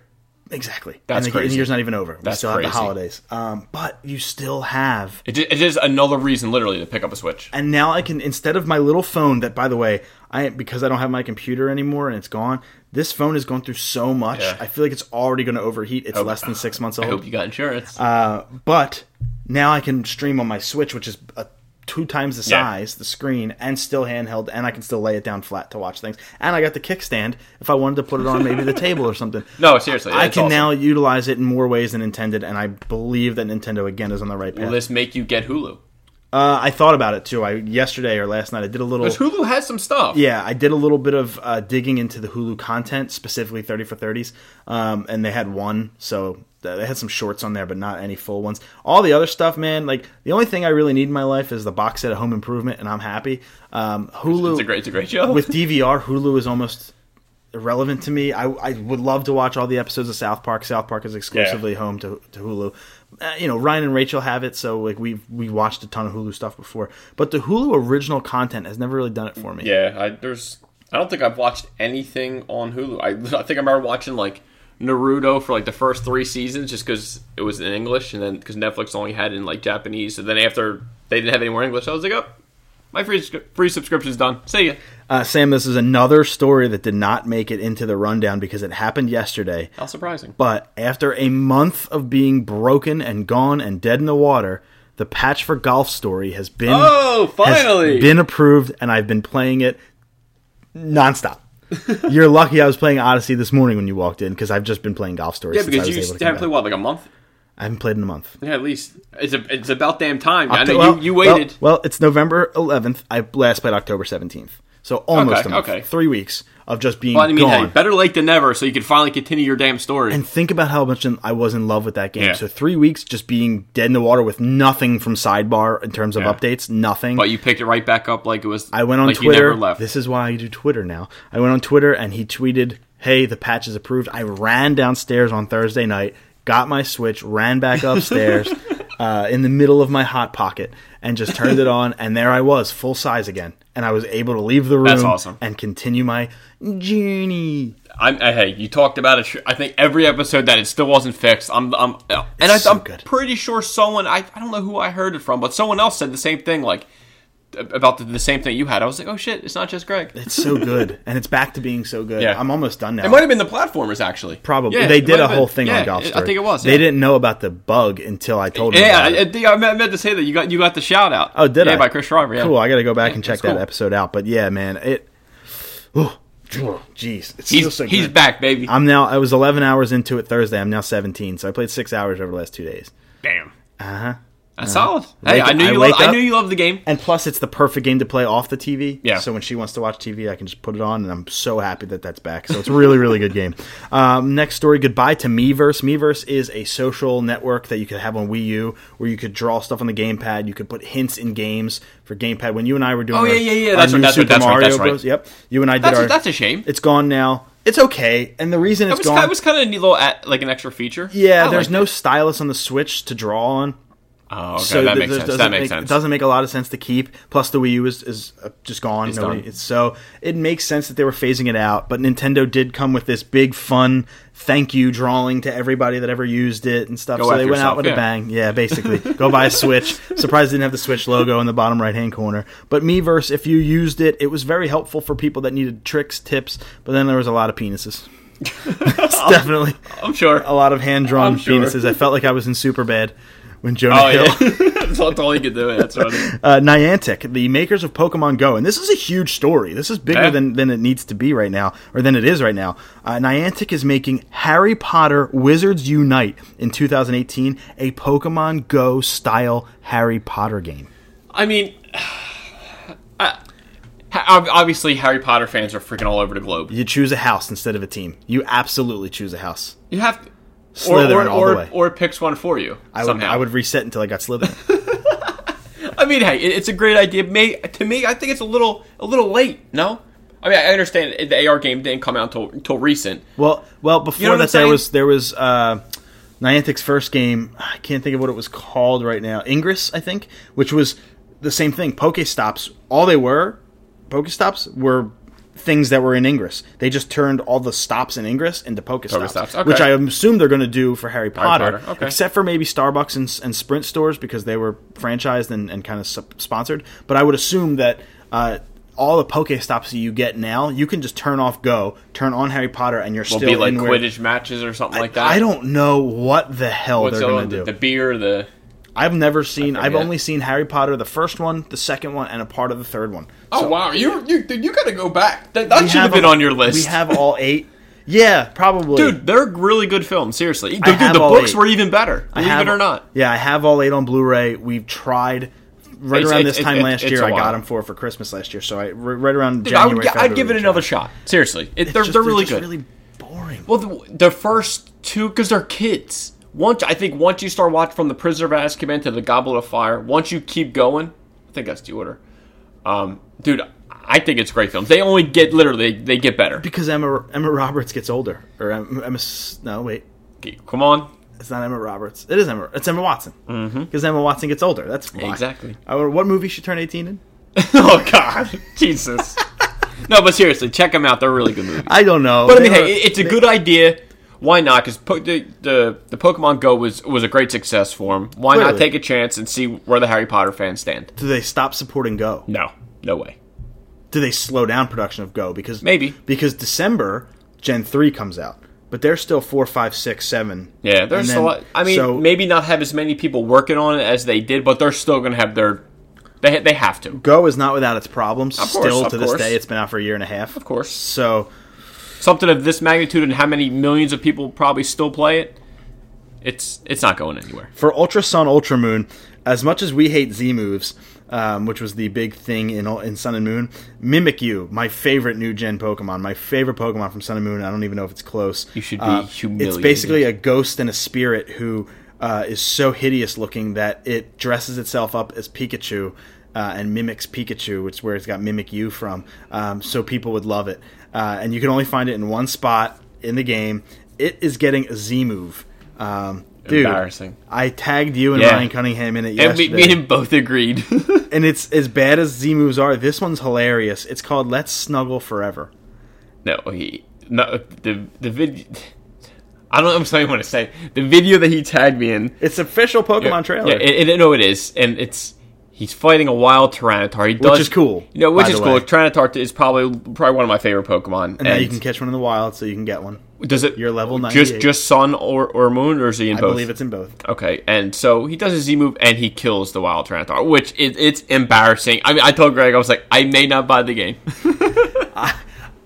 S1: Exactly.
S2: That's
S1: and the, and the
S2: crazy.
S1: year's not even over. we
S2: That's
S1: still have
S2: crazy.
S1: the holidays. Um, but you still have
S2: It, ju- it is another reason, literally, to pick up a Switch.
S1: and now I can instead of my little phone that by the way I because I don't have my computer anymore and it's gone this phone is going through so much
S2: Yeah.
S1: I feel like it's already going to overheat it's less than 6 months old
S2: I hope you got insurance.
S1: Uh, but now I can stream on my Switch, which is uh two times the
S2: Yeah.
S1: size, the screen, and still handheld, and I can still lay it down flat to watch things. And I got the kickstand if I wanted to put it on maybe the table or something.
S2: no, seriously,
S1: I
S2: it's
S1: can
S2: awesome.
S1: now utilize it in more ways than intended, and I believe that Nintendo again is on the right path.
S2: Will this make you get Hulu?
S1: uh, I thought about it too. I yesterday or last night I did a little.
S2: Because Hulu has some stuff.
S1: Yeah, I did a little bit of uh, digging into the Hulu content, specifically 30 for 30s, um, and they had one, so th- they had some shorts on there, but not any full ones. All the other stuff, man, like the only thing I really need in my life is the box set of Home Improvement, and I'm happy. Um, Hulu
S2: it's a great, it's a great show.
S1: with DVR, Hulu is almost irrelevant to me. I, I would love to watch all the episodes of South Park. South Park is exclusively home to, to Hulu. Uh, you know, Ryan and Rachel have it, so like we we watched a ton of Hulu stuff before, but the Hulu original content has never really done it for me.
S2: Yeah, I there's I don't think I've watched anything on Hulu. I I think I remember watching like Naruto for like the first three seasons just because it was in English, and then because Netflix only had it in like Japanese, and then after they didn't have any more English, I was like, oh, my free free subscription's done. See ya.
S1: Uh, Sam, this is another story that did not make it into the rundown because it happened yesterday.
S2: How surprising.
S1: But after a month of being broken and gone and dead in the water, the patch for golf story has been
S2: Oh,
S1: has
S2: finally!
S1: been approved, and I've been playing it nonstop. You're lucky I was playing Odyssey this morning when you walked in because I've just been playing golf story.
S2: yeah,
S1: since I
S2: because
S1: was
S2: you
S1: able to come
S2: haven't
S1: back.
S2: played what like a month.
S1: I haven't played in a month.
S2: Yeah, at least it's a, it's about damn time. I know
S1: Well,
S2: you, you waited.
S1: Well, well, it's November 11th. I last played October 17th, so almost a
S2: Okay,
S1: month,
S2: okay.
S1: three weeks of just being
S2: But I mean,
S1: gone.
S2: hey, better late than never, so you can finally continue your damn story.
S1: and think about how much in- I was in love with that game.
S2: Yeah.
S1: So three weeks just being dead in the water with nothing from sidebar in terms of
S2: Yeah.
S1: updates, nothing.
S2: but you picked it right back up like it was.
S1: I went on
S2: like
S1: Twitter.
S2: You never left.
S1: This is why I do Twitter now. I went on Twitter and he tweeted, "Hey, the patch is approved." I ran downstairs on Thursday night, got my Switch, ran back upstairs uh, in the middle of my hot pocket, and just turned it on. And there I was, full size again, and I was able to leave the room
S2: That's awesome.
S1: and continue my journey.
S2: I'm I, hey, you talked about it. I think every episode that it still wasn't fixed. I'm I'm uh, and I,
S1: so
S2: I'm
S1: good.
S2: pretty sure someone I, I don't know who I heard it from, but someone else said the same thing like ab- about the, the same thing you had. I was like, oh shit, it's not just Greg. It
S1: It's so good, and it's back to being so good.
S2: Yeah.
S1: I'm almost done now.
S2: might have been the platformers actually.
S1: Probably
S2: Yeah,
S1: they
S2: it
S1: did
S2: might
S1: a
S2: have
S1: whole
S2: been-
S1: thing
S2: yeah,
S1: on Golf
S2: it-
S1: Story.
S2: I think it was.
S1: They
S2: yeah.
S1: didn't know about the bug until I told them.
S2: Yeah,
S1: about
S2: I,
S1: it.
S2: I think I meant meant to say that you got you got the shout out.
S1: Oh, did
S2: yeah,
S1: I?
S2: by Chris Shriver. Yeah,
S1: Cool. I got to go back and check that
S2: that's cool.
S1: episode out. But yeah, man, it. Ooh, Jeez, it's still
S2: He's,
S1: so
S2: he's
S1: good.
S2: back, baby.
S1: I'm now. I was 11 hours into it Thursday. I'm now 17, so I played six hours over the last two days.
S2: Damn. Uh huh. That's solid. Hey,
S1: Uh-huh. Wake-
S2: I knew
S1: I
S2: you. Lo-
S1: wake
S2: I
S1: up-
S2: knew you loved the game.
S1: And plus, it's the perfect game to play off the TV.
S2: Yeah.
S1: So when she wants to watch TV, I can just put it on, and I'm so happy that that's back. So it's a really, really good game. Um, next story, goodbye to Meverse. Meverse is a social network that you could have on Wii U, where you could draw stuff on the gamepad. You could put hints in games for gamepad. When you and I were doing,
S2: Oh,
S1: our-
S2: yeah, yeah, yeah.
S1: our
S2: That's right,
S1: new
S2: that's right,
S1: Super
S2: that's right,
S1: Mario
S2: that's right.
S1: Bros. Yep. You and I did
S2: That's
S1: our.
S2: that's a shame.
S1: It's gone now. It's okay, and the reason
S2: It
S1: it's
S2: was,
S1: gone.
S2: it was kind of a neat little at, like an extra feature.
S1: yeah,
S2: I
S1: there's
S2: liked
S1: no
S2: it.
S1: stylus on the Switch to draw on.
S2: Oh, okay,
S1: So
S2: that
S1: th-
S2: makes
S1: th-
S2: sense.
S1: doesn't
S2: That makes
S1: make-
S2: sense.
S1: It doesn't make a lot of sense to keep. Plus, the Wii U is, is uh, just gone.
S2: It's
S1: Nobody-
S2: done.
S1: it's- so it makes sense that they were phasing it out. But Nintendo did come with this big fun thank you drawing to everybody that ever used it and stuff.
S2: Go
S1: so they
S2: after
S1: went
S2: yourself,
S1: out with
S2: yeah.
S1: a bang. Yeah, basically, go buy a Switch. Surprised they didn't have the Switch logo in the bottom right hand corner. But Miiverse, if you used it, it was very helpful for people that needed tricks, tips. But then there was a lot of penises. It's definitely
S2: I'm sure.
S1: a lot of hand drawn
S2: I'm sure.
S1: penises. I felt like I was in Superbad when Jonah
S2: Oh
S1: Hill.
S2: yeah, that's all- that's all you could do. That's funny.
S1: uh, Niantic, the makers of Pokemon Go, and this is a huge story. This is bigger
S2: Yeah.
S1: than, than it needs to be right now, or than it is right now. Uh, Niantic is making Harry Potter Wizards Unite in 2018 a Pokemon Go style Harry Potter game.
S2: I mean, I- ob- obviously Harry Potter fans are freaking all over the globe.
S1: You choose a house instead of a team. You absolutely choose a house.
S2: You have to, or
S1: Slytherin
S2: or,
S1: all the
S2: or,
S1: way.
S2: or it picks one for you
S1: I would,
S2: somehow.
S1: I would reset until I got Slytherin.
S2: I mean, hey, it- it's a great idea. May to me, I think it's a little a little late. No, I mean, I understand it- the AR game didn't come out until until recent.
S1: well, well, before
S2: what I'm
S1: that there
S2: saying?
S1: was there was uh, Niantic's first game. I can't think of what it was called right now. Ingress, I think, which was the same thing. Pokestops. All they were, Pokestops were things that were in Ingress. They just turned all the stops in Ingress into Pokestops,
S2: Pokestops, okay.
S1: which I assume they're going to do for Harry Potter,
S2: Potter, okay.
S1: except for maybe Starbucks and, and Sprint stores because they were franchised and, and kind of sup- sponsored. But I would assume that. Uh, all the Pokestops that you get now, you can just turn off Go, turn on Harry Potter, and you're
S2: Will
S1: still
S2: be like
S1: in where-
S2: Quidditch matches or something like that.
S1: I don't know what the hell
S2: What's
S1: they're
S2: the,
S1: going
S2: one-
S1: to do.
S2: the, the beer, the
S1: I've never seen. I've
S2: forget.
S1: only seen Harry Potter, the first one, the second one, and a part of the third one.
S2: oh wow, you you dude, you gotta go back. That, that
S1: We
S2: should have
S1: all-
S2: been on your list.
S1: We have all eight. Yeah, probably,
S2: Dude, they're really good films. Seriously, dude,
S1: I have
S2: the
S1: all
S2: books
S1: eight.
S2: were even better.
S1: I
S2: Believe
S1: have-
S2: it or not,
S1: Yeah, I have all eight on Blu-ray. We've tried. Right
S2: It's-
S1: around
S2: it's-
S1: this time
S2: it's-
S1: last
S2: it's
S1: year,
S2: a
S1: I
S2: while.
S1: got them for for Christmas last year. So I r- right around
S2: dude, I
S1: January.
S2: would, gi- I'd
S1: February,
S2: give it
S1: July.
S2: another shot. Seriously, it, they're,
S1: Just-
S2: they're really
S1: just
S2: good.
S1: Really boring.
S2: Well, the, the first two because they're kids. Once I think once you start watching from the Prisoner of Azkaban to the Goblet of Fire, once you keep going, I think that's the order. Um, dude, I think it's great films. They only get literally they get better.
S1: because Emma Emma Roberts gets older, or Emma, Emma S- no wait,
S2: Okay, Come on,
S1: It's not Emma Roberts. It is Emma. It's Emma Watson. Because mm-hmm. Emma Watson gets older. That's why.
S2: Exactly.
S1: I wonder what movie she turned eighteen in?
S2: oh God, Jesus. no, but seriously, check them out. They're really good movies.
S1: I don't know.
S2: But I
S1: They
S2: mean, hey,
S1: were-
S2: it- it's a good idea. Why not? Because po- the, the the Pokemon Go was was a great success for them. Why not
S1: Clearly.
S2: take a chance and see where the Harry Potter fans stand?
S1: do they stop supporting Go?
S2: No, no way.
S1: Do they slow down production of Go? Because
S2: Maybe.
S1: because December Gen three comes out, but there's still four, five, six, seven.
S2: Yeah, there's
S1: And then-
S2: a lot. I mean,
S1: so
S2: maybe not have as many people working on it as they did, but they're still going to have their. They they have to.
S1: Go is not without its problems.
S2: course,
S1: still
S2: of
S1: to this
S2: course.
S1: day, it's been out for a year and a half. Of
S2: course.
S1: So
S2: Something of this magnitude and how many millions of people probably still play it. It's it's not going anywhere.
S1: for Ultra Sun, Ultra Moon, as much as we hate Z moves, um, which was the big thing in in Sun and Moon, Mimikyu, my favorite new gen Pokemon, my favorite Pokemon from Sun and Moon. I don't even know if it's close. You
S2: should be
S1: It's
S2: humiliated.
S1: basically a ghost and a spirit who uh, is so hideous looking that it dresses itself up as Pikachu. Uh, and mimics Pikachu, which is where it's got Mimikyu from. Um, so people would love it, uh, and you can only find it in one spot in the game. It is getting a Z move. Um, dude,
S2: Embarrassing.
S1: I tagged you and
S2: Yeah.
S1: Ryan Cunningham in it
S2: And
S1: yesterday,
S2: we,
S1: and,
S2: me and him both agreed.
S1: it's as bad as Z moves are. This one's hilarious. It's called "Let's Snuggle Forever."
S2: No, he no the the vid. I don't. I'm sorry. I want to say the video that he tagged me in.
S1: It's official Pokemon trailer.
S2: Yeah, it, it, no, it is, and it's he's fighting a wild Tyranitar. He does,
S1: is cool,
S2: You know, which
S1: by
S2: is
S1: the
S2: cool.
S1: way.
S2: Tyranitar is probably probably one of my favorite Pokemon.
S1: and now you can catch one in the wild, so you can get one.
S2: does it
S1: you're level
S2: just
S1: 98.
S2: just Sun or, or Moon or is he in
S1: I
S2: both?
S1: believe it's in both.
S2: Okay, and so he does his Z move and he kills the wild Tyranitar, which is it's embarrassing. I mean, I told Greg I was like, I may not buy the game.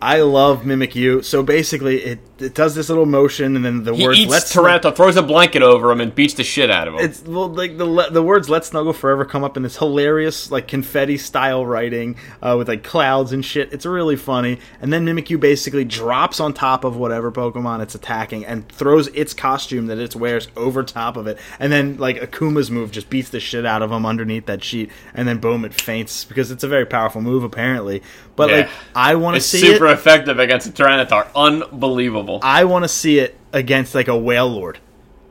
S1: I love Mimic You. So basically, it, it does this little motion, and then the
S2: He
S1: words
S2: eats
S1: "Let's
S2: Taranto, throws a blanket over him, and beats the shit out of him.
S1: It's well, like the le- the words "Let's snuggle forever" come up in this hilarious, like confetti style writing uh, with like clouds and shit. It's really funny. And then Mimikyu basically drops on top of whatever Pokemon it's attacking and throws its costume that it wears over top of it. And then like Akuma's move just beats the shit out of him underneath that sheet. And then boom, it faints because it's a very powerful move apparently. But
S2: Yeah.
S1: like I want to
S2: It's
S1: see
S2: super
S1: it.
S2: effective against a Tyranitar. Unbelievable.
S1: I want to see it against like a Whale Lord.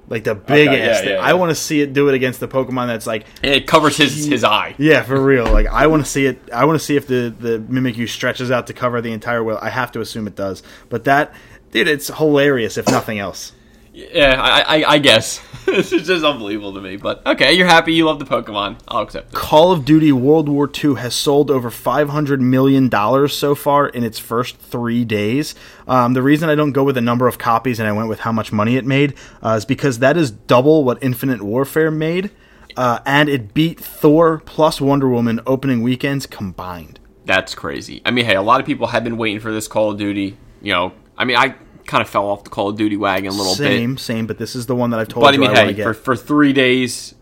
S1: Like the big
S2: Okay,
S1: ass
S2: yeah,
S1: thing.
S2: yeah,
S1: I
S2: yeah.
S1: want to see it do it against the Pokemon that's like
S2: And it covers his, his eye.
S1: Yeah, for real. Like I want to see it. I want to see if the the Mimikyu stretches out to cover the entire wheel. I have to assume it does. But that, dude, it's hilarious if nothing else.
S2: Yeah, I, I, I guess. this is just unbelievable to me. But okay, you're happy. You love the Pokemon. I'll accept it.
S1: Call of Duty World War II has sold over five hundred million dollars so far in its first three days. Um, the reason I don't go with the number of copies and I went with how much money it made uh, is because that is double what Infinite Warfare made, uh, and it beat Thor plus Wonder Woman opening weekends combined.
S2: That's crazy. I mean, hey, a lot of people have been waiting for this Call of Duty. You know, I mean, I kind of fell off the Call of Duty wagon a little
S1: Same,
S2: bit.
S1: same, but this is the one that I've told
S2: But
S1: you
S2: I
S1: I
S2: mean,
S1: want to
S2: hey,
S1: get.
S2: for, for three days,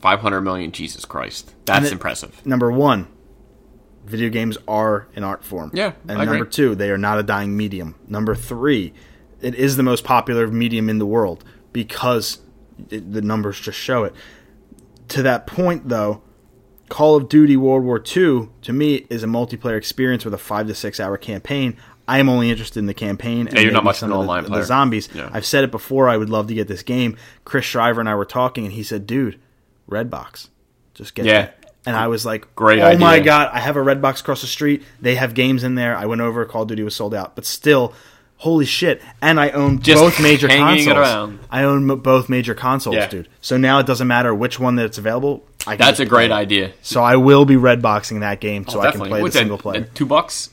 S2: 500 million. Jesus Christ. That's
S1: it-
S2: impressive.
S1: number one, video games are an art form.
S2: Yeah,
S1: And
S2: I agree.
S1: number two, they are not a dying medium. Number three, it is the most popular medium in the world because it, the numbers just show it. To that point, though, Call of Duty World War II to me is a multiplayer experience with a five to six hour campaign. I am only interested in the campaign. And
S2: you're not
S1: maybe
S2: much of
S1: some of
S2: an
S1: the-
S2: online
S1: the,
S2: player.
S1: zombies.
S2: Yeah.
S1: I've said it before. I would love to get this game. Chris Shriver and I were talking, and he said, "Dude, Redbox, just get
S2: Yeah.
S1: that." And I was like,
S2: Great
S1: oh my
S2: idea.
S1: god! I have a Red Box across the street. They have games in there. I went over. Call of Duty was sold out, but still, holy shit! And I own
S2: Just
S1: both major
S2: hanging it
S1: consoles.
S2: around.
S1: I own m- both major consoles,
S2: Yeah.
S1: dude. So now it doesn't matter which one that's available. I can
S2: That's
S1: just
S2: a great
S1: play.
S2: idea. Oh,
S1: So I will be red boxing that game so I can
S2: Definitely.
S1: play the
S2: What's that,
S1: single player,
S2: Two bucks?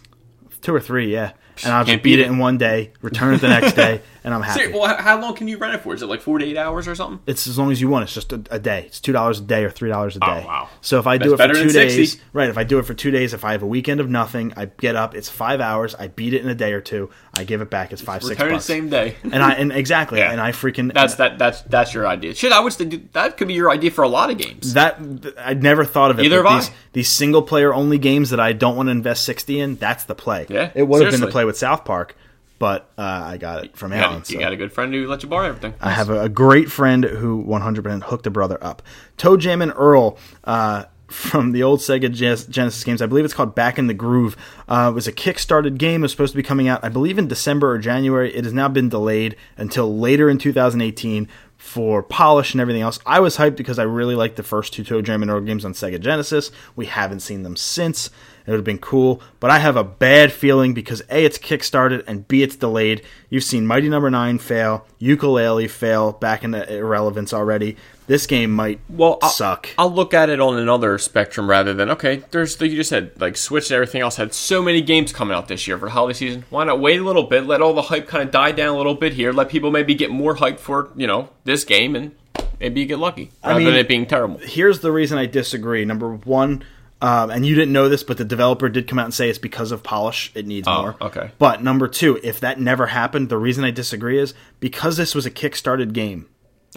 S1: two or three, yeah. And I'll just
S2: Can't
S1: beat
S2: beat
S1: it
S2: it.
S1: in one day, return it the next day, and I'm happy.
S2: Ser- Well, h- how long can you rent it for? Is it like four to eight hours or something?
S1: It's as long as you want. It's just a, a day. It's two dollars a day or three dollars a day.
S2: Oh, wow.
S1: So if I do
S2: That's
S1: it for
S2: better
S1: two
S2: than 60.
S1: days, right? If I do it for two days, if I have a weekend of nothing, I get up. It's five hours. I beat it in a day or two. I give it back. It's five six
S2: Return it
S1: bucks.
S2: same day.
S1: and I and exactly
S2: Yeah.
S1: and I freaking
S2: That's that. That's that's your idea. Shit, I would say dude, that could be your idea for a lot of games.
S1: that I'd never thought of it.
S2: Neither
S1: but
S2: have I.
S1: these, these single player only games that I don't want to invest sixty in. That's the play.
S2: Yeah,
S1: it would have been the
S2: seriously.
S1: play with South Park, but uh, I got it from
S2: You got,
S1: Alan.
S2: you
S1: so.
S2: got a good friend who lets you borrow everything.
S1: I have a, a great friend who 100% hooked a brother up. Toe Jam and Earl uh, from the old Sega Gen- Genesis games, I believe it's called Back in the Groove, uh, was a kickstarted game. It was supposed to be coming out, I believe, in December or January. It has now been delayed until later in 2018 for polish and everything else. I was hyped because I really liked the first two Toe Jam and Earl games on Sega Genesis. We haven't seen them since. It would have been cool, but I have a bad feeling because A, it's kickstarted, and B, it's delayed. You've seen Mighty Number Nine fail, Ukulele fail back into irrelevance already. This game might
S2: well, I'll,
S1: suck.
S2: I'll look at it on another spectrum rather than okay. There's like you just said, like Switch and everything else had so many games coming out this year for holiday season. Why not wait a little bit? Let all the hype kind of die down a little bit here. Let people maybe get more hype for you know this game and maybe you get lucky rather
S1: mean-
S2: than it being terrible.
S1: Here's the reason I disagree. Number one, um, and you didn't know this, but the developer did come out and say it's because of polish. It needs more.
S2: okay.
S1: But number two, if that never happened, the reason I disagree is because this was a kickstarted game.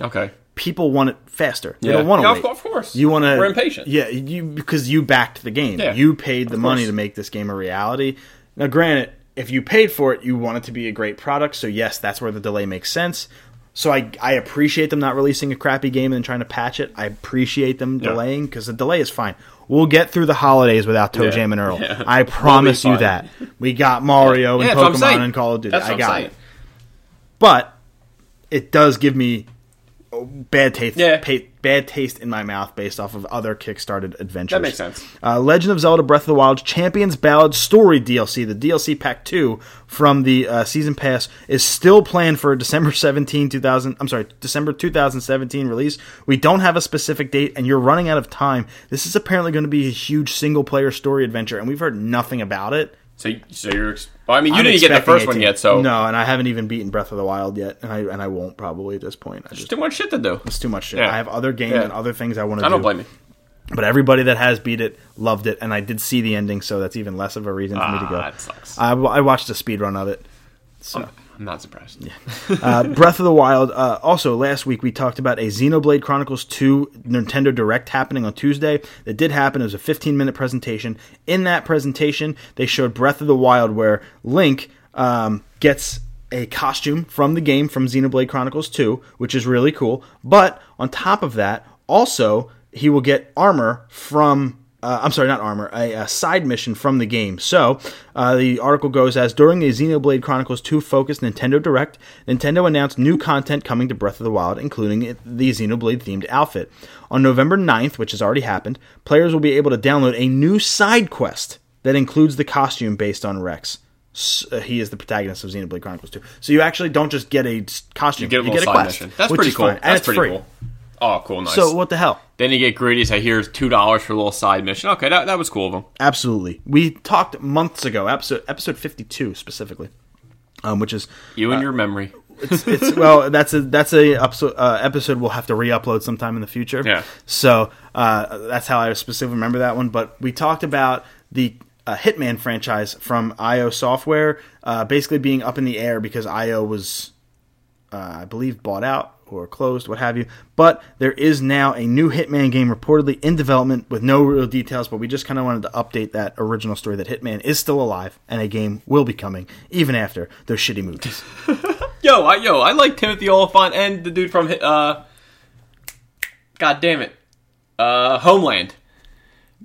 S2: Okay.
S1: people want it faster. They
S2: Yeah.
S1: don't want to
S2: Yeah, of
S1: wait.
S2: cou- of course.
S1: You want to.
S2: We're impatient.
S1: Yeah, you because you backed the game.
S2: Yeah.
S1: You paid the money
S2: course.
S1: to make this game a reality. Now, granted, if you paid for it, you want it to be a great product. So yes, that's where the delay makes sense. So I I appreciate them not releasing a crappy game and then trying to patch it. I appreciate them delaying because the delay is fine. We'll get through the holidays without Toe
S2: Yeah.
S1: Jam and Earl.
S2: Yeah.
S1: I
S2: We'll be
S1: promise you
S2: fine.
S1: that. We got Mario and
S2: Yeah, that's what I'm
S1: Pokemon
S2: saying.
S1: and Call of Duty.
S2: That's what
S1: I
S2: I'm
S1: got
S2: saying.
S1: it. But it does give me bad taste
S2: Yeah.
S1: pa- bad taste in my mouth based off of other kickstarted adventures
S2: makes sense.
S1: uh, legend of zelda breath of the wild champions ballad story dlc the dlc pack 2 from the uh, season pass is still planned for a december 17 2000 i'm sorry december 2017 release we don't have a specific date and you're running out of time this is apparently going to be a huge single player story adventure and we've heard nothing about it
S2: So, so you're. ex- Well, I mean, you
S1: I'm
S2: didn't get the
S1: expecting
S2: first
S1: it
S2: one
S1: to-
S2: yet, so
S1: no and i haven't even beaten breath of the wild yet and i and i won't probably at this point i just
S2: too much shit to do.
S1: it's too much shit
S2: Yeah.
S1: i have other games
S2: Yeah.
S1: and other things i want to do
S2: I don't blame you.
S1: But everybody that has beat it loved it, and I did see the ending, so that's even less of a reason for me to
S2: Ah,
S1: go.
S2: that sucks.
S1: I, I watched a speed run of it. So.
S2: I'm not surprised.
S1: Uh, Breath of the Wild. Uh, also, last week we talked about a Xenoblade Chronicles 2 Nintendo Direct happening on Tuesday. That did happen. It was a 15 minute presentation. In that presentation, they showed Breath of the Wild, where Link um, gets a costume from the game from Xenoblade Chronicles 2, which is really cool. But on top of that, also, he will get armor from uh, I'm sorry, not armor, a, a side mission from the game. So, uh, the article goes as during the Xenoblade Chronicles 2 focused Nintendo Direct, Nintendo announced new content coming to Breath of the Wild, including it- the Xenoblade themed outfit. On November 9th, which has already happened, players will be able to download a new side quest that includes the costume based on Rex. S- uh, he is the protagonist of Xenoblade Chronicles 2. So, you actually don't just get a s- costume, you
S2: Get a
S1: get,
S2: little
S1: a
S2: side
S1: quest.
S2: mission. That's
S1: which
S2: pretty
S1: is
S2: cool.
S1: fine, and
S2: That's
S1: it's
S2: pretty
S1: free.
S2: cool. Oh, cool, nice.
S1: So, what the hell?
S2: then you get greedy. Say, here's two dollars for a little side mission. Okay, that, that was cool of him.
S1: Absolutely. We talked months ago, episode episode 52 specifically. Um, which is
S2: You and your memory.
S1: it's, it's well that's a that's a episode, uh, episode we'll have to re-upload sometime in the future
S2: Yeah.
S1: so uh, that's how i specifically remember that one but we talked about the uh, hitman franchise from io software uh, basically being up in the air because io was uh, I believe, bought out or closed, what have you. But there is now a new Hitman game reportedly in development with no real details, but we just kind of wanted to update that original story that Hitman is still alive and a game will be coming even after those shitty movies.
S2: Yo, I yo, I like Timothy Oliphant and the dude from uh, God damn it, uh, Homeland,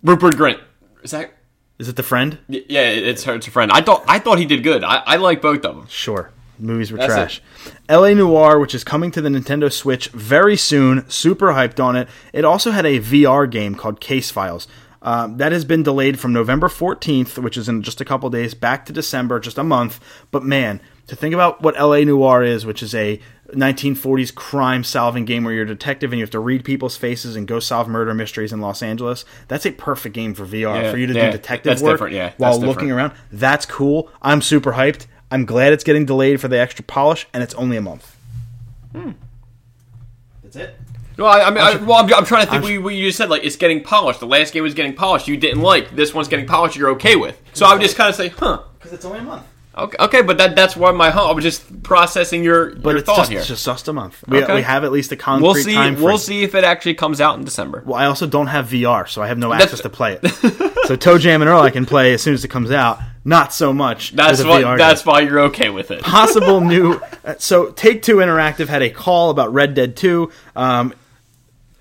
S2: Rupert Grint. Is that?
S1: Is it The Friend?
S2: y- Yeah, it's her. It's a friend. I thought I thought he did good. I, I like both of them.
S1: Sure. Movies were
S2: That's
S1: trash. LA Noir, which is coming to the Nintendo Switch very soon, super hyped on it. It also had a VR game called Case Files. Um, that has been delayed from November 14th, which is in just a couple days, back to December, just a month. But man, to think about what LA Noir is, which is a 1940s crime solving game where you're a detective and you have to read people's faces and go solve murder mysteries in Los Angeles, that's a perfect game for VR
S2: Yeah,
S1: uh, for you to
S2: yeah,
S1: do detective
S2: that's
S1: work
S2: different, yeah, that's
S1: while
S2: different.
S1: looking around. That's cool. I'm super hyped. I'm glad it's getting delayed for the extra polish, and it's only a month. That's it.
S2: No, I, I mean, I, well, I'm, I'm trying to think. We, we you just said like it's getting polished. The last game was getting polished. You didn't like this one's getting polished. You're okay with. So I would just kind of say, huh.
S1: Because it's only a month.
S2: Okay, okay, but that that's why my huh. I was just processing your
S1: But
S2: your
S1: it's
S2: thought
S1: just,
S2: here.
S1: it's just just a month. We,
S2: Okay.
S1: we have at least a concrete
S2: we'll see.
S1: time frame.
S2: We'll see if it actually comes out in December.
S1: Well, I also don't have VR, so I have no
S2: That's-
S1: access to play it. so Toe Jam and Earl I can play as soon as it comes out. Not so much.
S2: That's
S1: with a
S2: why.
S1: VR game.
S2: That's why you're okay with it.
S1: possible new. uh, So Take Two Interactive had a call about Red Dead Two, um,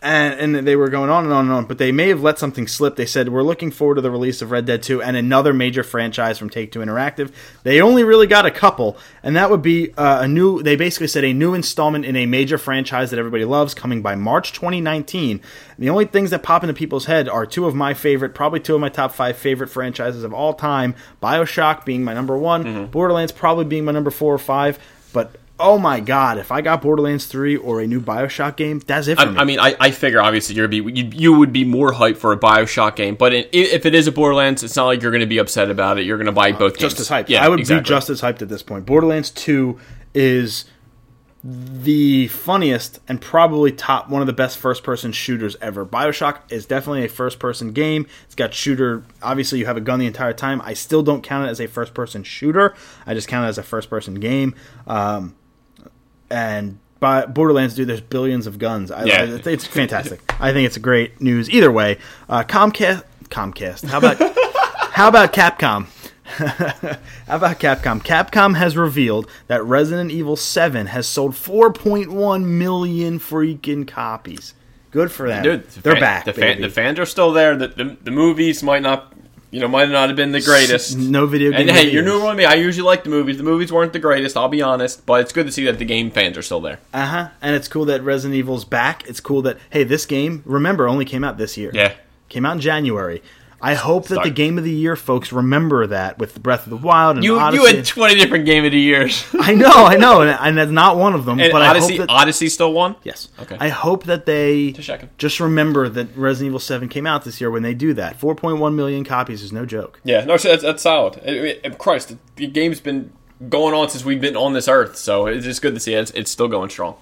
S1: and, and they were going on and on and on. But they may have let something slip. They said we're looking forward to the release of Red Dead Two and another major franchise from Take Two Interactive. They only really got a couple, and that would be uh, a new. They basically said a new installment in a major franchise that everybody loves coming by March 2019. The only things that pop into people's head are two of my favorite, probably two of my top five favorite franchises of all time. Bioshock being my number one, Borderlands probably being my number four or five. But oh my god, if I got Borderlands three or a new Bioshock game, that's it for me.
S2: I, I mean, I, I figure obviously you're be you, you would be more hyped for a Bioshock game, but in, if it is a Borderlands, it's not like you're going to be upset about it. You're going to buy both.
S1: Uh, just as
S2: games.
S1: hyped.
S2: Yeah,
S1: I would
S2: exactly.
S1: be just as hyped at this point. Borderlands 2 is the funniest and probably top one of the best first person shooters ever. Bioshock is definitely a first person game. It's got shooter. Obviously, you have a gun the entire time. I still don't count it as a first person shooter. I just count it as a first person game. Um, and by Borderlands, dude, there's billions of guns. I,
S2: Yeah.
S1: I- it's- it's fantastic. I think it's great news either way. Uh, Comcast, Comcast. How about how about Capcom? How about Capcom? Capcom has revealed that Resident Evil 7 has sold 4.1 million freaking copies. Good for them.
S2: Dude, the
S1: They're
S2: fan-
S1: back.
S2: The, fan,
S1: baby.
S2: the fans are still there. The, the, the movies might not, you know, might not have been the greatest.
S1: no video game
S2: And hey, you're
S1: reviews.
S2: new on me. I usually like the movies. The movies weren't the greatest. I'll be honest, but it's good to see that the game fans are still there.
S1: Uh huh. And it's cool that Resident Evil's back. It's cool that hey, this game remember only came out this year.
S2: Yeah.
S1: came out in January. I hope that
S2: Sorry.
S1: the game of the year folks remember that with Breath of the Wild and
S2: You
S1: Odyssey.
S2: you had 20 different game of the years,
S1: I know, I know, and, and that's not one of them.
S2: and
S1: but
S2: Odyssey
S1: I hope that
S2: Odyssey still won.
S1: yes,
S2: Okay.
S1: I hope that they
S2: Just checking.
S1: just remember that Resident Evil Seven came out this year. When they do that, 4.1 million copies is no joke.
S2: Yeah, no, that's, that's solid. I- I- Christ, the game's been going on since we've been on this earth, so it's
S1: Hmm.
S2: just good to see it. It's, it's still going strong.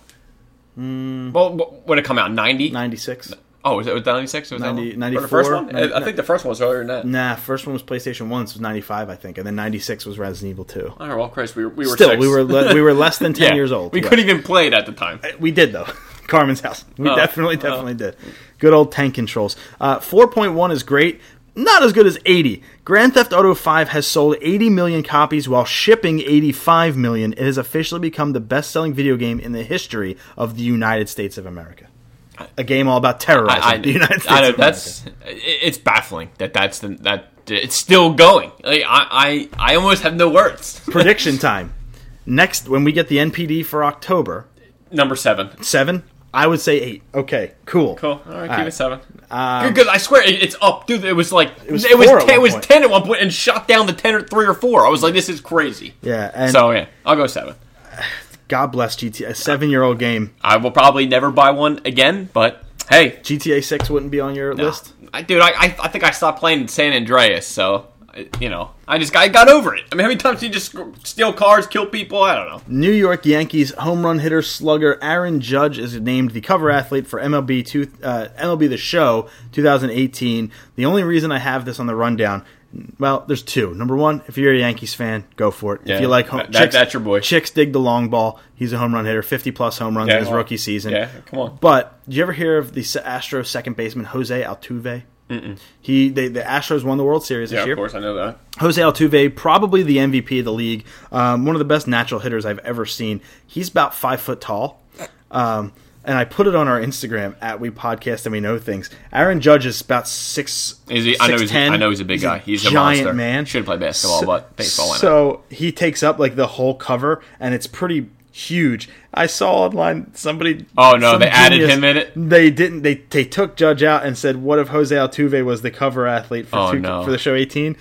S2: Well, wh- what did it come out? 90?
S1: 96.
S2: Oh, was that was that 96? Was that
S1: 90
S2: one? Or the first
S1: 94?
S2: one? I- I think the first one was earlier than that.
S1: Nah, first one was PlayStation One, so it was ninety five, I think, and then ninety six was Resident Evil Two.
S2: All right, well, Christ, we were, we were
S1: Still,
S2: six.
S1: we were le- we were less than ten
S2: Yeah.
S1: years old.
S2: We
S1: Yeah.
S2: couldn't even play it at the time.
S1: We did though. Carmen's house. We
S2: Oh.
S1: definitely, definitely did. Good old tank controls. Uh, 4.1 is great. Not as good as 80. Grand Theft Auto 5 has sold 80 million copies while shipping 85 million. It has officially become the best-selling video game in the history of the United States of America. A game all about terrorizing
S2: I, I,
S1: the United States.
S2: I know
S1: of America.
S2: that's it- it's baffling that that's the, that it's still going. Like, I, I I almost have no words.
S1: prediction time. Next, when we get the NPD for October
S2: Number seven.
S1: seven, I would say eight. Okay, cool.
S2: Cool. All right, keep
S1: right.
S2: it seven. Because I swear it, it's up, dude. It was like it
S1: was
S2: was it was,
S1: four at
S2: ten, it
S1: one
S2: was
S1: point.
S2: ten at one point and shot down to ten or three or four. I was like, this is crazy.
S1: Yeah, and
S2: So yeah, I'll go seven.
S1: God bless GTA. A seven-year-old game.
S2: I will probably never buy one again, but hey,
S1: GTA Six wouldn't be on your list.
S2: I, dude, I, I I think I stopped playing San Andreas, so I- you know, I just I got over it. I mean, how many times do you just steal cars, kill people? I don't know.
S1: New York Yankees home run hitter slugger Aaron Judge is named the cover athlete for MLB two, uh, MLB The Show 2018. The only reason I have this on the rundown, well, there's two. Number one, if you're a Yankees fan, go for it.
S2: Yeah,
S1: if you like home,
S2: that- that's your boy.
S1: Chicks dig the long ball. He's a home run hitter, 50 plus home runs
S2: Yeah,
S1: in his
S2: well,
S1: rookie season.
S2: yeah, come on.
S1: But did you ever hear of the S- Astros second baseman Jose Altuve? Mm-mm. He they, the Astros won the World Series this
S2: Yeah,
S1: year.
S2: of course, I know that.
S1: Jose Altuve, probably the MVP of the league, um, one of the best natural hitters I've ever seen. He's about five foot tall. Um, and I put it on our Instagram at We Podcast and We Know Things. Aaron Judge is about six.
S2: Is he, I know he's
S1: 6'10".
S2: I know he's a big guy. He's a
S1: giant
S2: monster.
S1: man.
S2: Should play basketball, but baseball. why not?
S1: So he takes up like the whole cover, and it's pretty huge. I saw online somebody.
S2: Oh, no,
S1: some
S2: they added him in it?
S1: They didn't. They they took Judge out and said, "What if Jose Altuve was the cover athlete for
S2: Oh,
S1: two-
S2: no.
S1: for the show 18?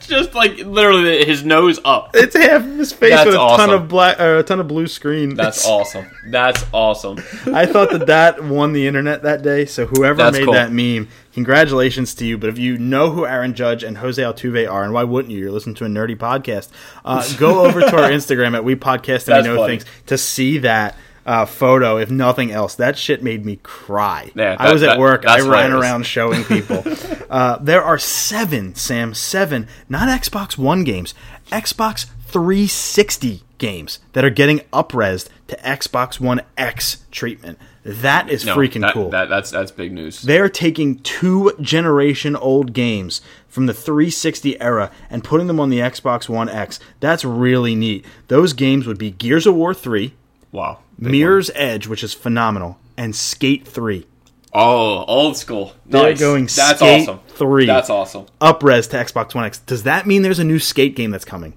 S2: just like literally his nose up.
S1: It's half of his face
S2: That's
S1: with a
S2: awesome.
S1: ton of black, or a ton of blue screen.
S2: That's awesome. That's awesome.
S1: I thought that that won the internet that day. So whoever
S2: That's
S1: made
S2: cool.
S1: that meme, congratulations to you. But if you know who Aaron Judge and Jose Altuve are, and why wouldn't you? You're listening to a nerdy podcast. Uh, go over to our Instagram at We Podcast and
S2: That's
S1: We Know
S2: funny.
S1: Things to see that. Uh, photo, if nothing else, that shit made me cry.
S2: Yeah,
S1: I
S2: that-
S1: was at
S2: that-
S1: work. I
S2: that's
S1: ran
S2: hilarious.
S1: around showing people. uh, there are seven, Sam, seven, not Xbox One games, Xbox 360 games that are getting upresed to Xbox One X treatment. That is
S2: No,
S1: freaking
S2: that-
S1: cool.
S2: That, that's that's big news.
S1: they are taking two generation old games from the 360 era and putting them on the Xbox One X. That's really neat. Those games would be Gears of War 3,
S2: wow.
S1: Mirror's Edge, which is phenomenal, and Skate 3.
S2: Oh, old school.
S1: They're
S2: Nice.
S1: going
S2: That's
S1: Skate
S2: awesome.
S1: 3.
S2: That's awesome.
S1: upres to Xbox One X. Does that mean there's a new skate game that's coming?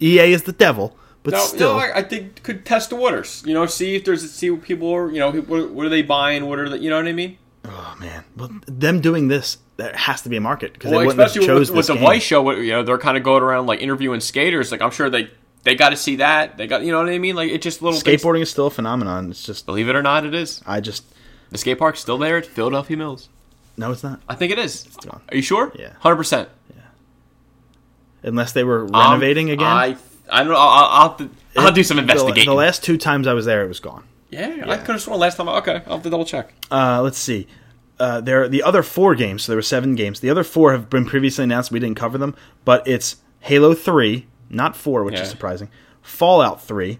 S1: EA is the devil, but
S2: No,
S1: still,
S2: no, I, I think could test the waters. You know, see if there's see what people are. You know, what, what are they buying? What are the, you know what I mean?
S1: oh man, well, them doing this, there has to be a market because
S2: Well,
S1: they wouldn't have
S2: especially
S1: chose
S2: with, with
S1: this
S2: the
S1: game.
S2: Vice show, what- you know, they're kind of going around like interviewing skaters. Like I'm sure they they got to see that. They got you know what I mean. Like it's just little things-
S1: Skateboarding is still a phenomenon. It's just
S2: Believe it or not, it is
S1: I just
S2: the skate park's still there at Philadelphia Mills.
S1: no, it's not.
S2: I think it is.
S1: gone.
S2: Are you sure?
S1: Yeah.
S2: hundred percent.
S1: Unless they were renovating again.
S2: Um, I I don't know. I'll, I'll, have to- I'll do some
S1: The-
S2: investigating.
S1: The, last two times I was there, it was gone.
S2: yeah, I could have sworn last time. Okay, I'll have to double check.
S1: Uh, let's see. Uh, there, the other four games. So there were seven games. The other four have been previously announced. We didn't cover them, but it's Halo Three, not four, which
S2: Yeah.
S1: is surprising. Fallout Three,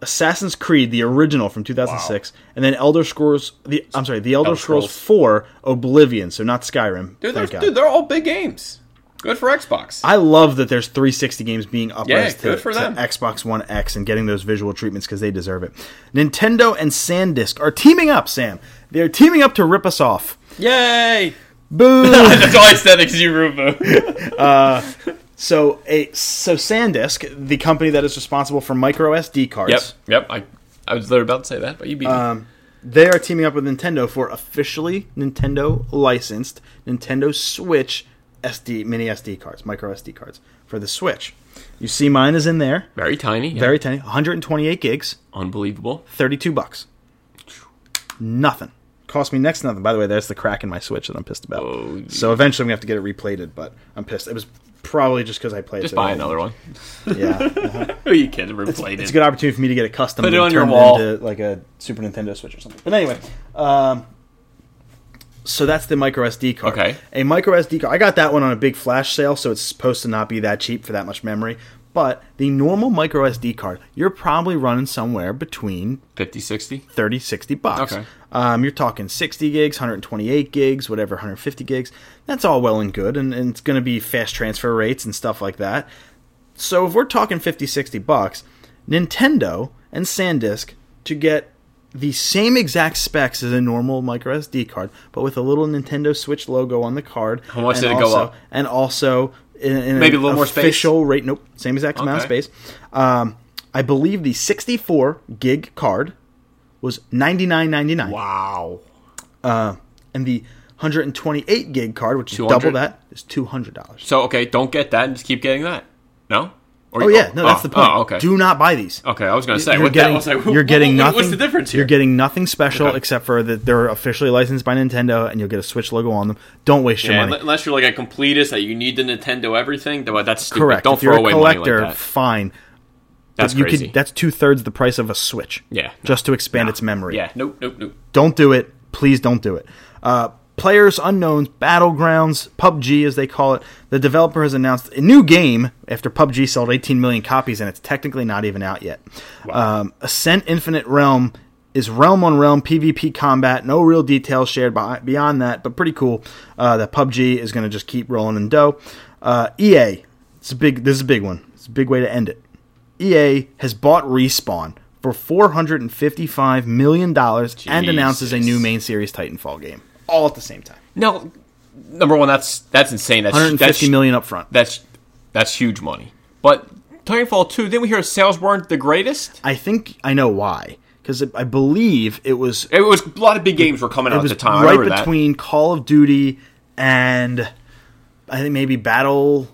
S1: Assassin's Creed, the original from 2006, and then Elder Scrolls. The I'm sorry, the Elder,
S2: Elder
S1: Scrolls,
S2: Scrolls.
S1: Four, Oblivion. So not Skyrim.
S2: Dude, they're,
S1: thank God.
S2: dude, they're all big games. Good for Xbox.
S1: I love that there's 360 games being up
S2: Yeah,
S1: to,
S2: good for
S1: to
S2: them.
S1: Xbox One X and getting those visual treatments because they deserve it. Nintendo and SanDisk are teaming up, Sam. They're teaming up to rip us off.
S2: Yay!
S1: Boo!
S2: That's all I said because you Rubo.
S1: So a so SanDisk, the company that is responsible for micro SD cards,
S2: yep, yep. I, I was literally about to say that, but you beat me.
S1: they are teaming up with Nintendo for officially Nintendo licensed Nintendo Switch SD mini SD cards, micro SD cards for the Switch. You see, mine is in there,
S2: Very tiny. yeah.
S1: very tiny, 128 gigs,
S2: unbelievable.
S1: 32 bucks. Nothing. Cost me next to nothing. By the way, there's the crack in my Switch that I'm pissed about.
S2: Oh,
S1: so eventually I'm gonna have to get it replated, but I'm pissed. It was probably just because I played.
S2: Just
S1: it
S2: buy
S1: all.
S2: another one.
S1: Yeah,
S2: Are you kidding? Replay
S1: it's a
S2: it.
S1: good opportunity for me to get a custom.
S2: Put it
S1: and
S2: on your
S1: turn
S2: wall.
S1: into like a Super Nintendo Switch or something. But anyway, um, so that's the micro SD card.
S2: Okay.
S1: a micro SD card. I got that one on a big flash sale, so it's supposed to not be that cheap for that much memory. But the normal micro SD card, you're probably running somewhere between
S2: 50, 60?
S3: 30, 60 bucks.
S2: Okay.
S1: Um, you're talking 60 gigs, 128 gigs, whatever, 150 gigs. That's all well and good, and, and it's going to be fast transfer rates and stuff like that. So if we're talking 50, 60 bucks, Nintendo and SanDisk to get the same exact specs as a normal micro SD card, but with a little Nintendo Switch logo on the card.
S2: How much
S1: and
S2: did it go
S1: also,
S2: up?
S1: And also in, in
S2: Maybe
S1: an
S2: a little more space?
S1: Official rate, nope, same exact amount of
S2: Okay.
S1: space. Um, I believe the 64 gig card was 99.99
S2: Wow.
S1: and the 128 gig card, which is
S2: 200?
S1: double that, is two hundred dollars.
S2: So, okay, don't get that and just keep getting that. No? Or
S1: Oh
S2: you-
S1: yeah, no, that's the point.
S2: Oh, okay.
S1: Do not buy these.
S2: okay, I was going to say,
S1: You're
S2: what the- I
S1: getting,
S2: was like,
S1: you're
S2: what-
S1: getting
S2: what-
S1: nothing.
S2: What's the difference here?
S1: You're getting nothing special
S2: Okay.
S1: except for that they're officially licensed by Nintendo, and you'll get a Switch logo on them. Don't waste your
S2: Yeah,
S1: money.
S2: unle- unless you're like a completist that you need the Nintendo everything, then, well, that's stupid.
S1: Correct.
S2: Don't
S1: if you're
S2: throw
S1: a
S2: away
S1: collector,
S2: money like that.
S1: fine.
S2: That's
S1: you
S2: crazy.
S1: could. That's two thirds the price of a Switch.
S2: Yeah.
S1: Just to expand its memory.
S2: yeah, nope, nope, nope.
S1: Don't do it. Please don't do it. Uh, Players Unknown's Battlegrounds, PUBG as they call it, the developer has announced a new game after PUBG sold 18 million copies and it's technically not even out yet. Um, Ascent Infinite Realm is realm on realm PvP combat. No real details shared by, beyond that, but pretty cool uh, that PUBG is going to just keep rolling in dough. Uh, EA, it's a big. This is a big one. It's a big way to end it. EA E has bought Respawn for 455 million dollars and announces a new
S2: Jesus.
S1: main series Titanfall game all at the same time.
S2: No, number one, that's that's insane. That's
S1: 150
S2: that's,
S1: million up front.
S2: That's that's huge money. But Titanfall two, didn't we hear sales weren't the greatest?
S1: I think I know why because I believe it was
S2: It was a lot of big games were coming out
S1: it
S2: at
S1: was
S2: the time. I
S1: right
S2: remember
S1: between Call of Duty and I think maybe Battle,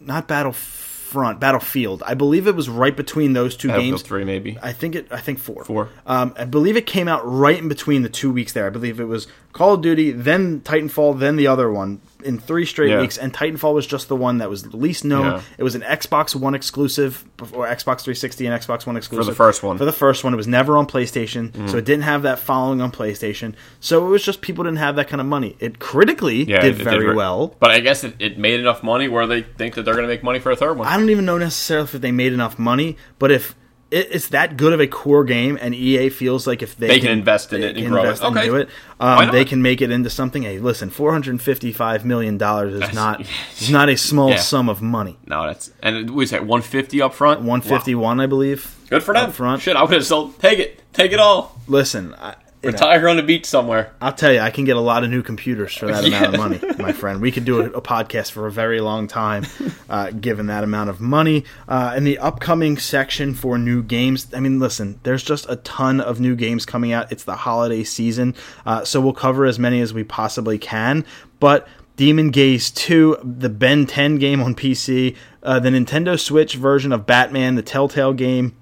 S1: not Battlefront, Battlefield. I believe it was right between those two
S2: that.
S1: games.
S2: Battlefield three, maybe.
S1: I think it. I think four.
S2: Four.
S1: Um, I believe it came out right in between the two weeks there. I believe it was Call of Duty, then Titanfall, then the other one in three straight
S2: Yeah.
S1: weeks. And Titanfall was just the one that was the least known.
S2: Yeah.
S1: It was an Xbox One exclusive before Xbox 360 and Xbox One exclusive
S2: first one. Mm.
S1: For the first one, it was never on PlayStation, so it didn't have that following on PlayStation. So it was just people didn't have that kind of money. It critically
S2: yeah,
S1: did
S2: it- it
S1: very
S2: re-
S1: well.
S2: But I guess it, it made enough money where they think that they're going to make money for a third one.
S1: I don't even know necessarily if they made enough money, but if it, it's that good of a core game, and EA feels like if they,
S2: They can invest in
S1: they
S2: it and
S1: can
S2: grow it.
S1: invest
S2: Okay.
S1: do it,
S2: Why
S1: um,
S2: not?
S1: they can make it into something. Hey, listen, four hundred fifty-five million dollars is not is not a small
S2: Yeah.
S1: sum of money.
S2: no, that's and we say one fifty up front.
S1: One fifty-one, I believe.
S2: Good for
S1: up
S2: them.
S1: Front.
S2: Shit, I would have sold. Take it. Take it all.
S1: Listen, I, you know,
S2: Retire on the beach somewhere.
S1: I'll tell you, I can get a lot of new computers for that
S2: Yeah.
S1: amount of money, my friend. We could do a, a podcast for a very long time, uh, given that amount of money. Uh, and the upcoming section for new games, I mean, listen, there's just a ton of new games coming out. It's the holiday season, uh, so we'll cover as many as we possibly can. But Demon Gaze 2, the Ben 10 game on PC, uh, the Nintendo Switch version of Batman, the Telltale game,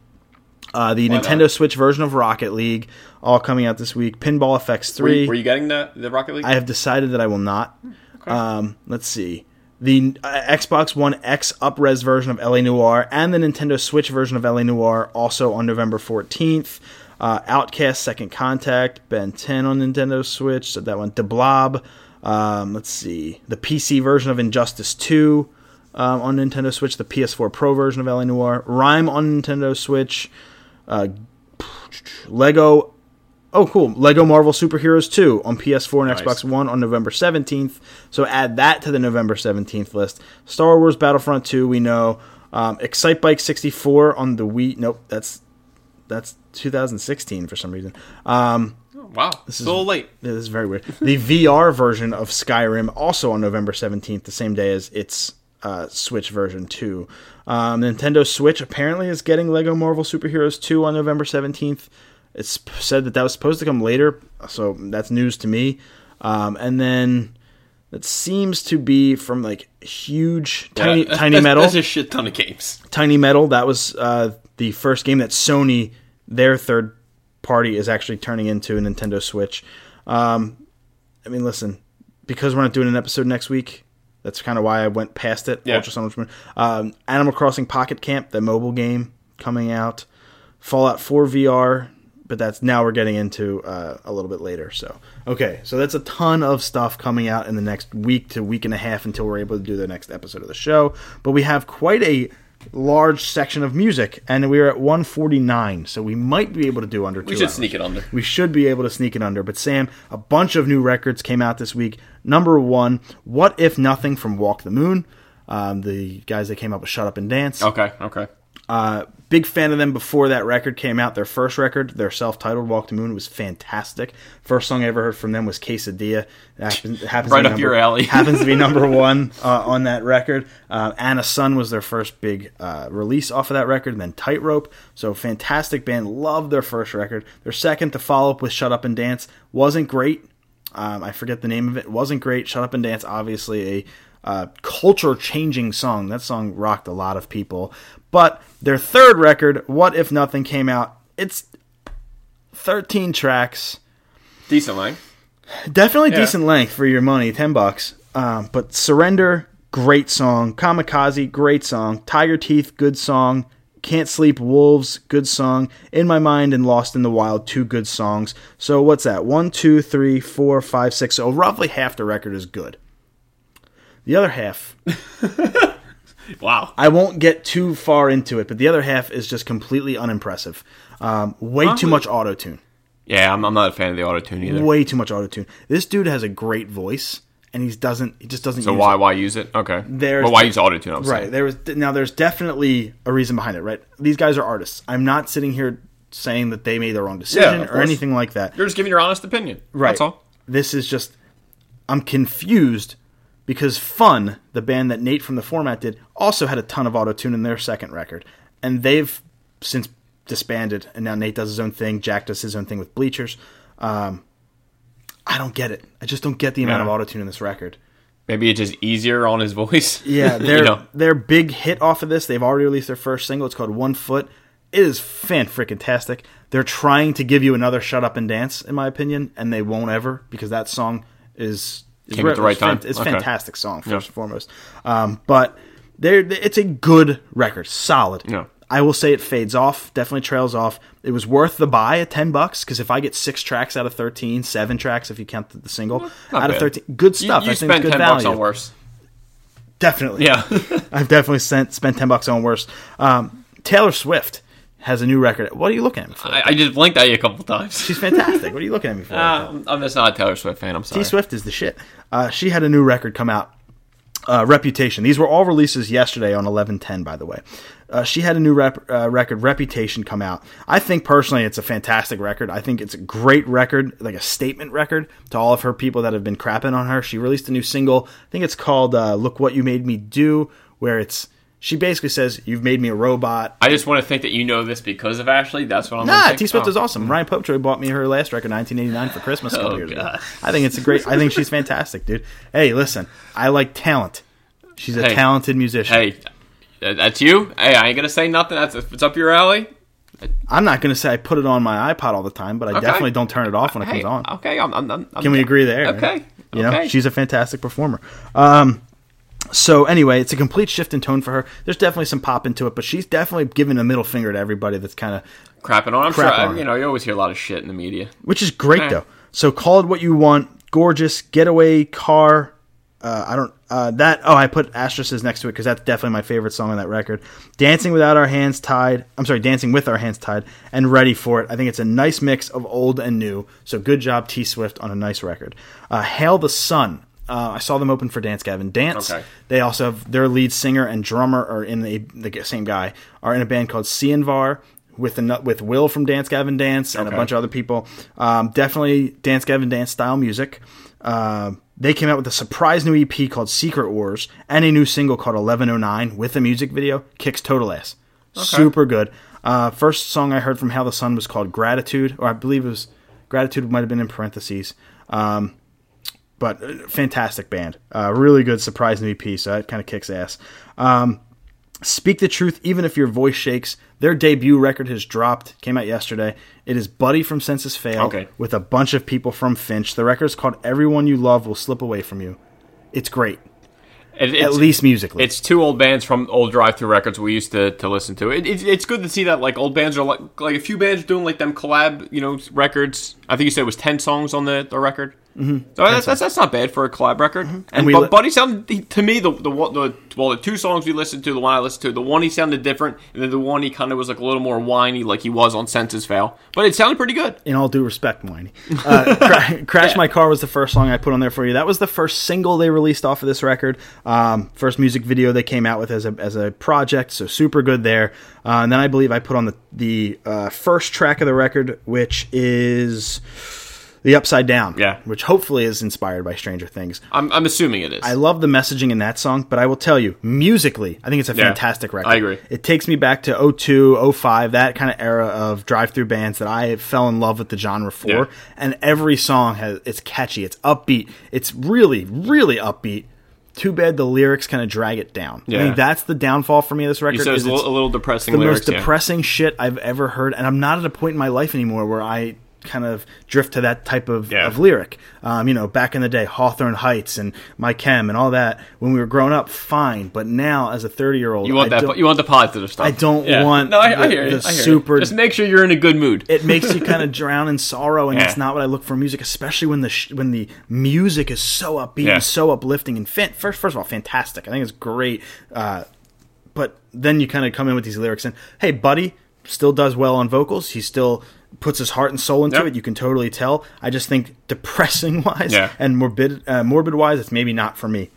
S1: uh, the
S2: Why not?
S1: Nintendo Switch version of Rocket League, all coming out this week. Pinball FX3.
S2: Were you, were you getting the the Rocket League?
S1: I have decided that I will not. Um, let's see. The uh, Xbox One X upres version of LA Noir and the Nintendo Switch version of LA Noir also on November 14th. Uh, Outcast Second Contact, Ben 10 on Nintendo Switch, said that one. De Blob. Um, let's see. The PC version of Injustice 2 um, on Nintendo Switch, the PS4 Pro version of LA Noir, Rhyme on Nintendo Switch, uh, Lego Oh, cool. Lego Marvel Superheroes 2 on PS4 and Xbox One on November 17th. So add that to the November 17th list. Star Wars Battlefront 2, we know. Um, Excite Bike 64 on the Wii. Nope, that's that's 2016 for some reason. Um,
S2: wow, this so late.
S1: this is very weird. The VR version of Skyrim also on November 17th, the same day as its uh, Switch version 2. Um, Nintendo Switch apparently is getting Lego Marvel Superheroes 2 on November 17th. It's p- said that that was supposed to come later, so that's news to me. Um, and then that seems to be from like huge tiny
S2: Yeah,
S1: tiny
S2: that's-
S1: metal
S2: That's a shit ton of games.
S1: Tiny Metal. That was uh, the first game that Sony, their third party, is actually turning into a Nintendo Switch. Um, I mean, listen, because we're not doing an episode next week, That's kind of why I went past it.
S2: Yeah.
S1: Ultra Sun, Ultra Moon. Um, Animal Crossing Pocket Camp, the mobile game coming out. Fallout 4 VR, but that's now we're getting into uh, a little bit later. So okay, so that's a ton of stuff coming out in the next week to week and a half until we're able to do the next episode of the show. But we have quite a large section of music, and we are at 149, so we might be able to do under.
S2: We
S1: two
S2: should
S1: hours.
S2: sneak it under.
S1: We should be able to sneak it under. But Sam, a bunch of new records came out this week. Number one, What If Nothing from Walk the Moon. Um, the guys that came up with Shut Up and Dance.
S2: Okay, okay.
S1: Uh, big fan of them before that record came out. Their first record, their self-titled "Walk the Moon," was fantastic. First song I ever heard from them was "Quesadilla." It Happens, it happens to
S2: Right
S1: be
S2: up
S1: number-
S2: your alley.
S1: happens to be number one uh, on that record. Uh, Anna Sun was their first big uh, release off of that record, and then Tightrope. So fantastic band. Loved their first record. Their second to follow up with "Shut Up and Dance" wasn't great. Um, I forget the name of it. Wasn't great. "Shut Up and Dance," obviously a uh, culture changing song. That song rocked a lot of people. But their third record, What If Nothing, came out. It's 13 tracks.
S2: Decent length.
S1: Definitely decent length for your money, 10 bucks. Um, but Surrender, great song. Kamikaze, great song. Tiger Teeth, good song. Can't Sleep Wolves, good song. In My Mind and Lost in the Wild, two good songs. So what's that? One, two, three, four, five, six. So roughly half the record is good. The other half,
S2: Wow.
S1: I won't get too far into it, but the other half is just completely unimpressive. Um, way too much auto tune.
S2: Yeah, I'm, I'm not a fan of the auto tune either.
S1: Way too much auto tune. This dude has a great voice, and he's doesn't. He just doesn't.
S2: so
S1: use
S2: why
S1: it.
S2: why use it? Okay.
S1: There's
S2: Well, why
S1: the-
S2: use auto tune? I'm
S1: Right.
S2: saying.
S1: There was now. There's definitely a reason behind it. Right. These guys are artists. I'm not sitting here saying that they made the wrong decision
S2: of
S1: or
S2: course.
S1: anything like that.
S2: You're just giving your honest opinion.
S1: Right.
S2: That's all.
S1: This is just I'm confused because Fun, the band that Nate from the format did, also had a ton of autotune in their second record. And they've since disbanded and now Nate does his own thing, Jack does his own thing with bleachers. Um, I don't get it. I just don't get the amount
S2: Yeah.
S1: of autotune in this record.
S2: Maybe it's just easier on his voice.
S1: Yeah,
S2: You
S1: their
S2: know.
S1: their big hit off of this. They've already released their first single. It's called One Foot. It is fan freaking tastic. They're trying to give you another Shut Up and Dance, in my opinion, and they won't ever because that song is is
S2: Came at the right
S1: it's fan-
S2: time.
S1: It's a
S2: Okay.
S1: fantastic song first
S2: Yeah.
S1: and foremost. Um, but they're, it's a good record, solid.
S2: Yeah.
S1: I will say it fades off, definitely trails off. It was worth the buy at 10 bucks because if I get six tracks out of 13, seven tracks if you count the, the single,
S2: not
S1: out of
S2: bad.
S1: 13, good
S2: You-
S1: stuff.
S2: You,
S1: I think
S2: spend
S1: it's good
S2: ten
S1: value.
S2: bucks on worse.
S1: Definitely.
S2: Yeah.
S1: I've definitely sent, spent ten bucks on worse. Um, Taylor Swift has a new record. What are you looking at me for?
S2: I, I just blinked at you a couple times.
S1: She's fantastic. what are you looking at me for?
S2: Uh, I'm just not a Taylor Swift fan. I'm sorry.
S1: T Swift is the shit. Uh, she had a new record come out. Uh, Reputation. These were all releases yesterday on eleven ten. By the way, uh, she had a new rep, uh, record, Reputation, come out. I think personally, it's a fantastic record. I think it's a great record, like a statement record to all of her people that have been crapping on her. She released a new single. I think it's called uh, "Look What You Made Me Do," where it's she basically says, "You've made me a robot."
S2: I just want to think that you know this because of Ashley. That's what I'm. gonna
S1: Nah,
S2: think.
S1: T Swift
S2: Oh.
S1: is awesome. Ryan Popejoy bought me her last record, 1989, for Christmas a couple
S2: Oh,
S1: years ago.
S2: God.
S1: I think it's a great. I think she's fantastic, dude. Hey, listen, I like talent. She's a
S2: Hey.
S1: talented musician.
S2: Hey, th- that's you. Hey, I ain't gonna say nothing. That's if it's up your alley.
S1: I'm not gonna say I put it on my iPod all the time, but I definitely don't turn it off when it
S2: Hey,
S1: comes on.
S2: okay. I'm. I'm, I'm
S1: Can we agree there? right?
S2: Okay.
S1: You know,
S2: okay.
S1: she's a fantastic performer. Um, so anyway, it's a complete shift in tone for her. There's definitely some pop into it, but she's definitely giving a middle finger to everybody that's kind of
S2: crapping on. I'm sure.
S1: Crap on
S2: I-
S1: her.
S2: you know, you always hear a lot of shit in the media.
S1: which is great
S2: Eh.
S1: though. So call it what you want. Gorgeous getaway car. Uh, I don't uh, that. Oh, I put asterisks next to it because that's definitely my favorite song on that record. Dancing without our hands tied. I'm sorry, dancing with our hands tied and ready for it. I think it's a nice mix of old and new. So good job T Swift on a nice record. Uh, Hail the Sun. Uh, I saw them open for Dance Gavin Dance.
S2: Okay.
S1: They also have their lead singer and drummer are in the, the same guy are in a band called Cianvar with an, with Will from Dance Gavin Dance and a bunch of other people. Um, definitely Dance Gavin Dance style music. Um they came out with a surprise new EP called Secret Wars and a new single called 1109 with a music video. Kicks total ass. Super good. Uh, first song I heard from How the Sun was called Gratitude, or I believe it was Gratitude might have been in parentheses. Um, but uh, fantastic band. Uh, really good surprise new EP, so that kind of kicks ass. Um, Speak the Truth, Even If Your Voice Shakes. Their debut record has dropped, came out yesterday. It is Buddy from Census Fail
S2: Okay.
S1: with a bunch of people from Finch. The record's called Everyone You Love Will Slip Away From You. It's great.
S2: It-
S1: at
S2: it's-
S1: least musically.
S2: It's two old bands from old drive-through records we used to, to listen to. It, it, it's good to see that like old bands are like like a few bands are doing like them collab you know records. I think you said it was ten songs on the, the record. Mm-hmm. So that's, that's that's not bad for a collab record. And,
S1: Mm-hmm. we
S2: but
S1: li-
S2: Buddy sounded he- to me the the one- the well the two songs we listened to the one I listened to the one he sounded different and then the one he kind of was like a little more whiny like he was on Senses Fail. But it sounded pretty good.
S1: in all due respect, Whiny. Uh, Cra- Crash My Car was the first song I put on there for you. That was the first single they released off of this record. Um, first music video they came out with as a, as a project, so super good there. Uh, and then I believe I put on the, the uh, first track of the record, which is The Upside Down.
S2: Yeah.
S1: Which hopefully is inspired by Stranger Things.
S2: I'm I'm assuming it is.
S1: I love the messaging in that song, but I will tell you, musically, I think it's a
S2: Yeah,
S1: fantastic record.
S2: I agree.
S1: It takes me back to 02, 05, that kind of era of drive-through bands that I fell in love with the genre for.
S2: Yeah.
S1: And every song has it's catchy, it's upbeat, it's really, really upbeat. Too bad the lyrics kind of drag it down. I
S2: Yeah.
S1: mean, that's the downfall for me of this record.
S2: he says
S1: is
S2: a
S1: it's
S2: little, a little depressing
S1: the
S2: lyrics.
S1: most
S2: yeah.
S1: depressing shit I've ever heard, and I'm not at a point in my life anymore where I kind of drift to that type of,
S2: Yeah.
S1: of lyric. Um, you know, back in the day, Hawthorne Heights and My Chem and all that. When we were growing up, fine, but now as a 30 year old,
S2: You want
S1: I
S2: that?
S1: don't-
S2: You want the positive stuff.
S1: I don't want
S2: No, I, I
S1: the-
S2: hear
S1: the
S2: you. I hear you.
S1: super-
S2: Just make sure you're in a good mood.
S1: it makes you kind of drown in sorrow, and
S2: Yeah.
S1: that's not what I look for in music, especially when the sh- when the music is so upbeat
S2: Yeah.
S1: and so uplifting and fan- first first of all, fantastic. I think it's great. Uh, but then you kind of come in with these lyrics, and hey, buddy, still does well on vocals. He still puts his heart and soul into
S2: Yep.
S1: it. You can totally tell. I just think depressing wise
S2: Yeah.
S1: and morbid uh, morbid wise, it's maybe not for me.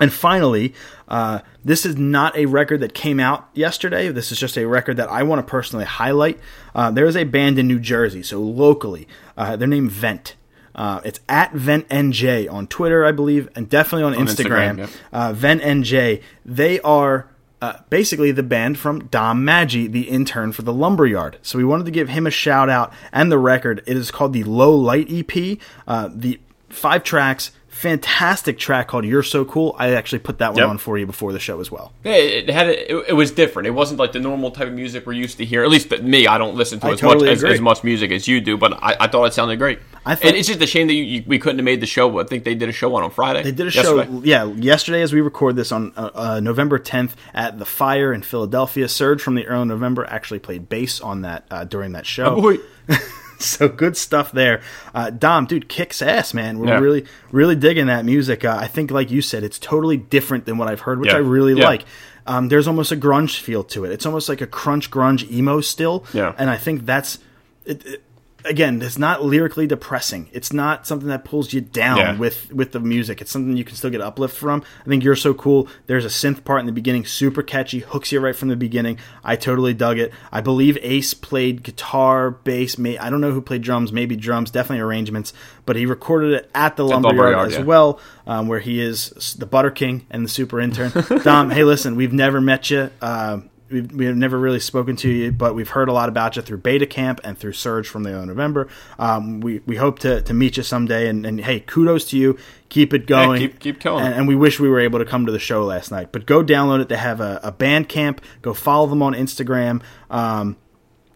S1: And finally, uh, this is not a record that came out yesterday. This is just a record that I want to personally highlight. Uh, there is a band in New Jersey, so locally, uh, they're named Vent. Uh, it's at Vent NJ on Twitter, I believe, and definitely on, Instagram.
S2: Instagram, yeah.
S1: uh, Vent NJ. They are uh, basically the band from Dom Maggi, the intern for the Lumberyard. So we wanted to give him a shout out and the record. It is called the Low Light EP. Uh, the five tracks, fantastic track called You're So Cool. I actually put that one
S2: Yep.
S1: on for you before the show as well.
S2: Yeah, it had a, it, it was different. It wasn't like the normal type of music we're used to hear. At least that me, I don't listen to
S1: I
S2: as
S1: totally
S2: much as,
S1: agree.
S2: as much music as you do. But I, I thought it sounded great.
S1: I
S2: I
S1: thought-
S2: and it's just a shame that you, you, we couldn't have made the show. But I think they did a show on on Friday.
S1: They did a
S2: yesterday.
S1: show, yeah, yesterday as we record this on uh, uh, November 10th at the Fire in Philadelphia. Surge from the early November actually played bass on that uh, during that show.
S2: Wait,
S1: so good stuff there. Uh, Dom, dude, kicks ass, man. We're
S2: Yeah.
S1: really, really digging that music. Uh, I think, like you said, it's totally different than what I've heard, which
S2: Yeah.
S1: I really
S2: Yeah.
S1: like. Um, there's almost a grunge feel to it. It's almost like a crunch grunge emo still.
S2: Yeah.
S1: And I think that's, it, it- again, it's not lyrically depressing. It's not something that pulls you down
S2: Yeah.
S1: with with the music. It's something you can still get uplift from. I think you're so cool. There's a synth part in the beginning, super catchy, hooks you right from the beginning. I totally dug it. I believe Ace played guitar, bass. May I don't know who played drums. Maybe drums, definitely arrangements. But he recorded it at the Lumberyard,
S2: Lumberyard,
S1: as
S2: yeah.
S1: well, um, where he is s- the Butter King and the Super Intern. Dom, hey, listen, we've never met you. Um We've, we've never really spoken to you, but we've heard a lot about you through Beta Camp and through Surge from the Own November. Um, we, we hope to, to meet you someday. And, and hey, kudos to you. Keep it going.
S2: keep- keep killing
S1: And,
S2: it.
S1: and we wish we were able to come to the show last night. But go download it. They have a, a band camp. Go follow them on Instagram. Um,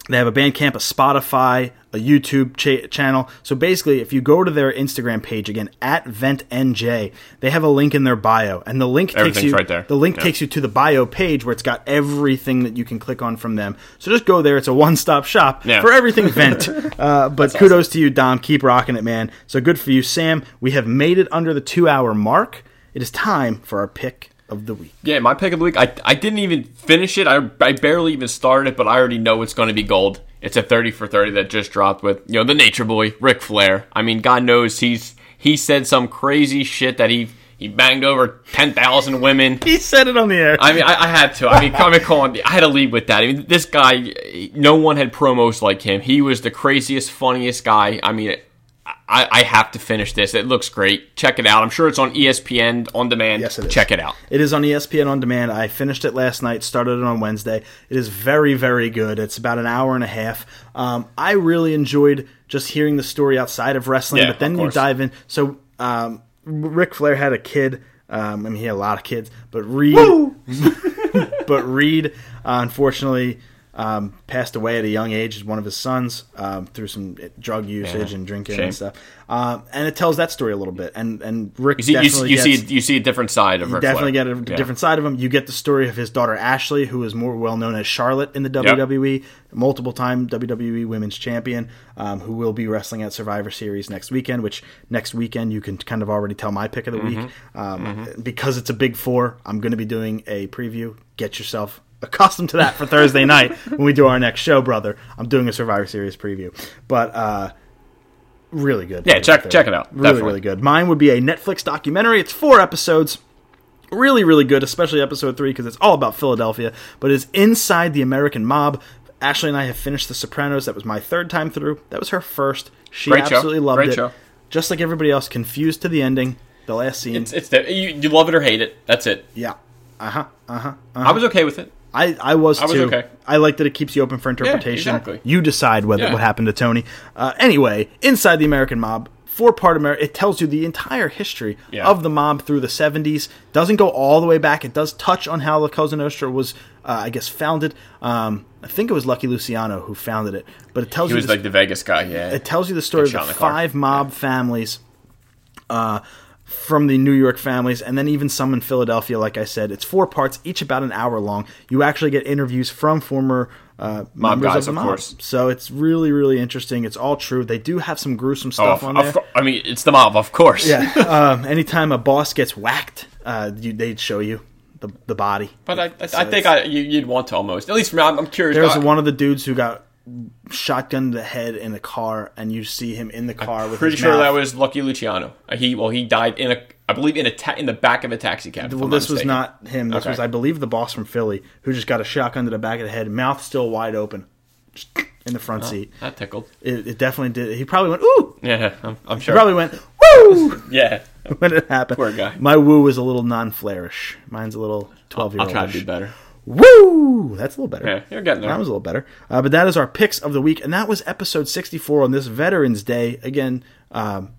S1: they have a Bandcamp, a Spotify, a YouTube cha- channel. So basically, if you go to their Instagram page again at VentNJ, they have a link in their bio, and the link takes
S2: Everything's
S1: you
S2: right there.
S1: The link
S2: Yeah.
S1: takes you to the bio page where it's got everything that you can click on from them. So just go there; it's a one-stop shop
S2: Yeah.
S1: for everything Vent. uh, but kudos to you, Dom. Keep rocking it, man. So good for you, Sam. We have made it under the two-hour mark. It is time for our pick of the week.
S2: yeah, my pick of the week. I, I didn't even finish it. I, I barely even started it, but I already know it's going to be gold. It's a thirty for thirty that just dropped with you know the Nature Boy, Ric Flair. I mean, God knows he's he said some crazy shit that he he banged over ten thousand women.
S1: He said it on the air.
S2: I mean, I, I had to. I mean, I mean, come on, I had to lead with that. I mean, this guy, no one had promos like him. He was the craziest, funniest guy. I mean, I, I have to finish this. It looks great. Check it out. I'm sure it's on E ESPN on demand.
S1: Yes, it is.
S2: Check it out.
S1: It is on E ESPN on demand. I finished it last night, started it on Wednesday. It is very, very good. It's about an hour and a half. Um, I really enjoyed just hearing the story outside of wrestling,
S2: Yeah,
S1: but then
S2: of
S1: you
S2: course.
S1: dive in. So, um, Ric Flair had a kid. Um, I mean, he had a lot of kids, but Reed, but Reed, uh, unfortunately, um, passed away at a young age as one of his sons um, through some drug usage
S2: Yeah.
S1: and drinking
S2: Shame.
S1: and stuff. Um, and it tells that story a little bit. And and Rick
S2: You see, you, see-
S1: definitely
S2: you
S1: gets,
S2: see, you see a different side of
S1: you
S2: Ric
S1: definitely
S2: Flair.
S1: get a
S2: Yeah.
S1: different side of him. You get the story of his daughter Ashley, who is more well known as Charlotte in the WWE, multiple time WWE Women's Champion, um, who will be wrestling at Survivor Series next weekend. Which next weekend you can kind of already tell my pick of the week
S2: Mm-hmm.
S1: um, because it's a big four. I'm going to be doing a preview. Get yourself accustomed to that for Thursday night when we do our next show, brother. I'm doing a Survivor Series preview, but. uh Really good.
S2: Yeah, check- check it out.
S1: Really,
S2: Definitely.
S1: really good. Mine would be a Netflix documentary. It's four episodes really really good especially episode 3 because it's all about philadelphia but it's inside the american mob ashley and i have finished the sopranos that was my third time through that was her first she
S2: Great show.
S1: absolutely loved
S2: Great
S1: it
S2: show.
S1: just like everybody else confused to the ending the last scene
S2: It's, it's the- you, you love it or hate it. That's it.
S1: yeah uh-huh uh-huh
S2: I was okay with it.
S1: I, I was
S2: was
S1: too.
S2: okay.
S1: I like that it keeps you open for interpretation.
S2: exactly.
S1: You decide whether
S2: Yeah.
S1: what happened to Tony. Uh, anyway, inside the American mob, four part America, it tells you the entire history
S2: Yeah.
S1: of the mob through the 70s. Doesn't go all the way back. It does touch on how the Cosa Nostra was, uh, I guess, founded. Um, I think it was Lucky Luciano who founded it, but it tells
S2: He
S1: you
S2: was
S1: the-
S2: like the Vegas guy. Yeah,
S1: it tells you the story of the
S2: shot in the car.
S1: five mob families uh, from the New York families, and then even some in Philadelphia. Like I said, it's four parts, each about an hour long. You actually get interviews from former uh, members
S2: guys,
S1: of the mob,
S2: of course.
S1: so it's really, really interesting. It's all true. They do have some gruesome
S2: Oh,
S1: stuff
S2: of-
S1: on
S2: of
S1: there.
S2: cour- I mean, it's the mob, of course.
S1: Yeah. um, anytime a boss gets whacked, uh, you, they'd show you the the body.
S2: But I, I, I think I, you, you'd want to almost. At least for me, I'm, I'm curious.
S1: There's
S2: I-
S1: one of the dudes who got shotgunned to the head in a car, and you see him in the car with
S2: pretty
S1: his
S2: sure
S1: mouth.
S2: that was Lucky Luciano. Uh, He well, he died in a, I believe, in a ta- in the back of a taxi cab. if
S1: Well,
S2: I'm not
S1: this was
S2: mistaken.
S1: not him. This
S2: Okay.
S1: was, I believe, the boss from Philly who just got a shotgun to the back of the head, mouth still wide open, just in the
S2: Oh.
S1: front seat.
S2: That tickled.
S1: It, it definitely did. He probably went ooh.
S2: Yeah, I'm, I'm
S1: He
S2: sure.
S1: probably went woo
S2: yeah,
S1: when it happened.
S2: Poor guy.
S1: My woo is a little non-flairish. Mine's a little
S2: I'll try to do
S1: twelve-year-old.
S2: better.
S1: Woo! That's a little better.
S2: Yeah, you're getting there.
S1: That was a little better. Uh, but that is our picks of the week, and that was episode 64 on this Veterans Day. Again, um,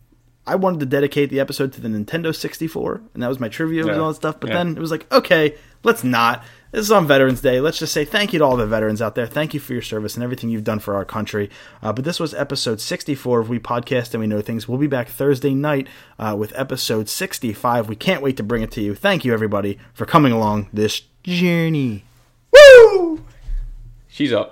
S1: I wanted to dedicate the episode to the Nintendo 64, and that was my trivia and
S2: Yeah.
S1: all that stuff. But
S2: Yeah.
S1: then it was like, okay, let's not. This is on Veterans Day. Let's just say thank you to all the veterans out there. Thank you for your service and everything you've done for our country. Uh, but this was episode 64 of We Podcast and We Know Things. We'll be back Thursday night uh, with episode 65. We can't wait to bring it to you. Thank you, everybody, for coming along this journey.
S2: She's up.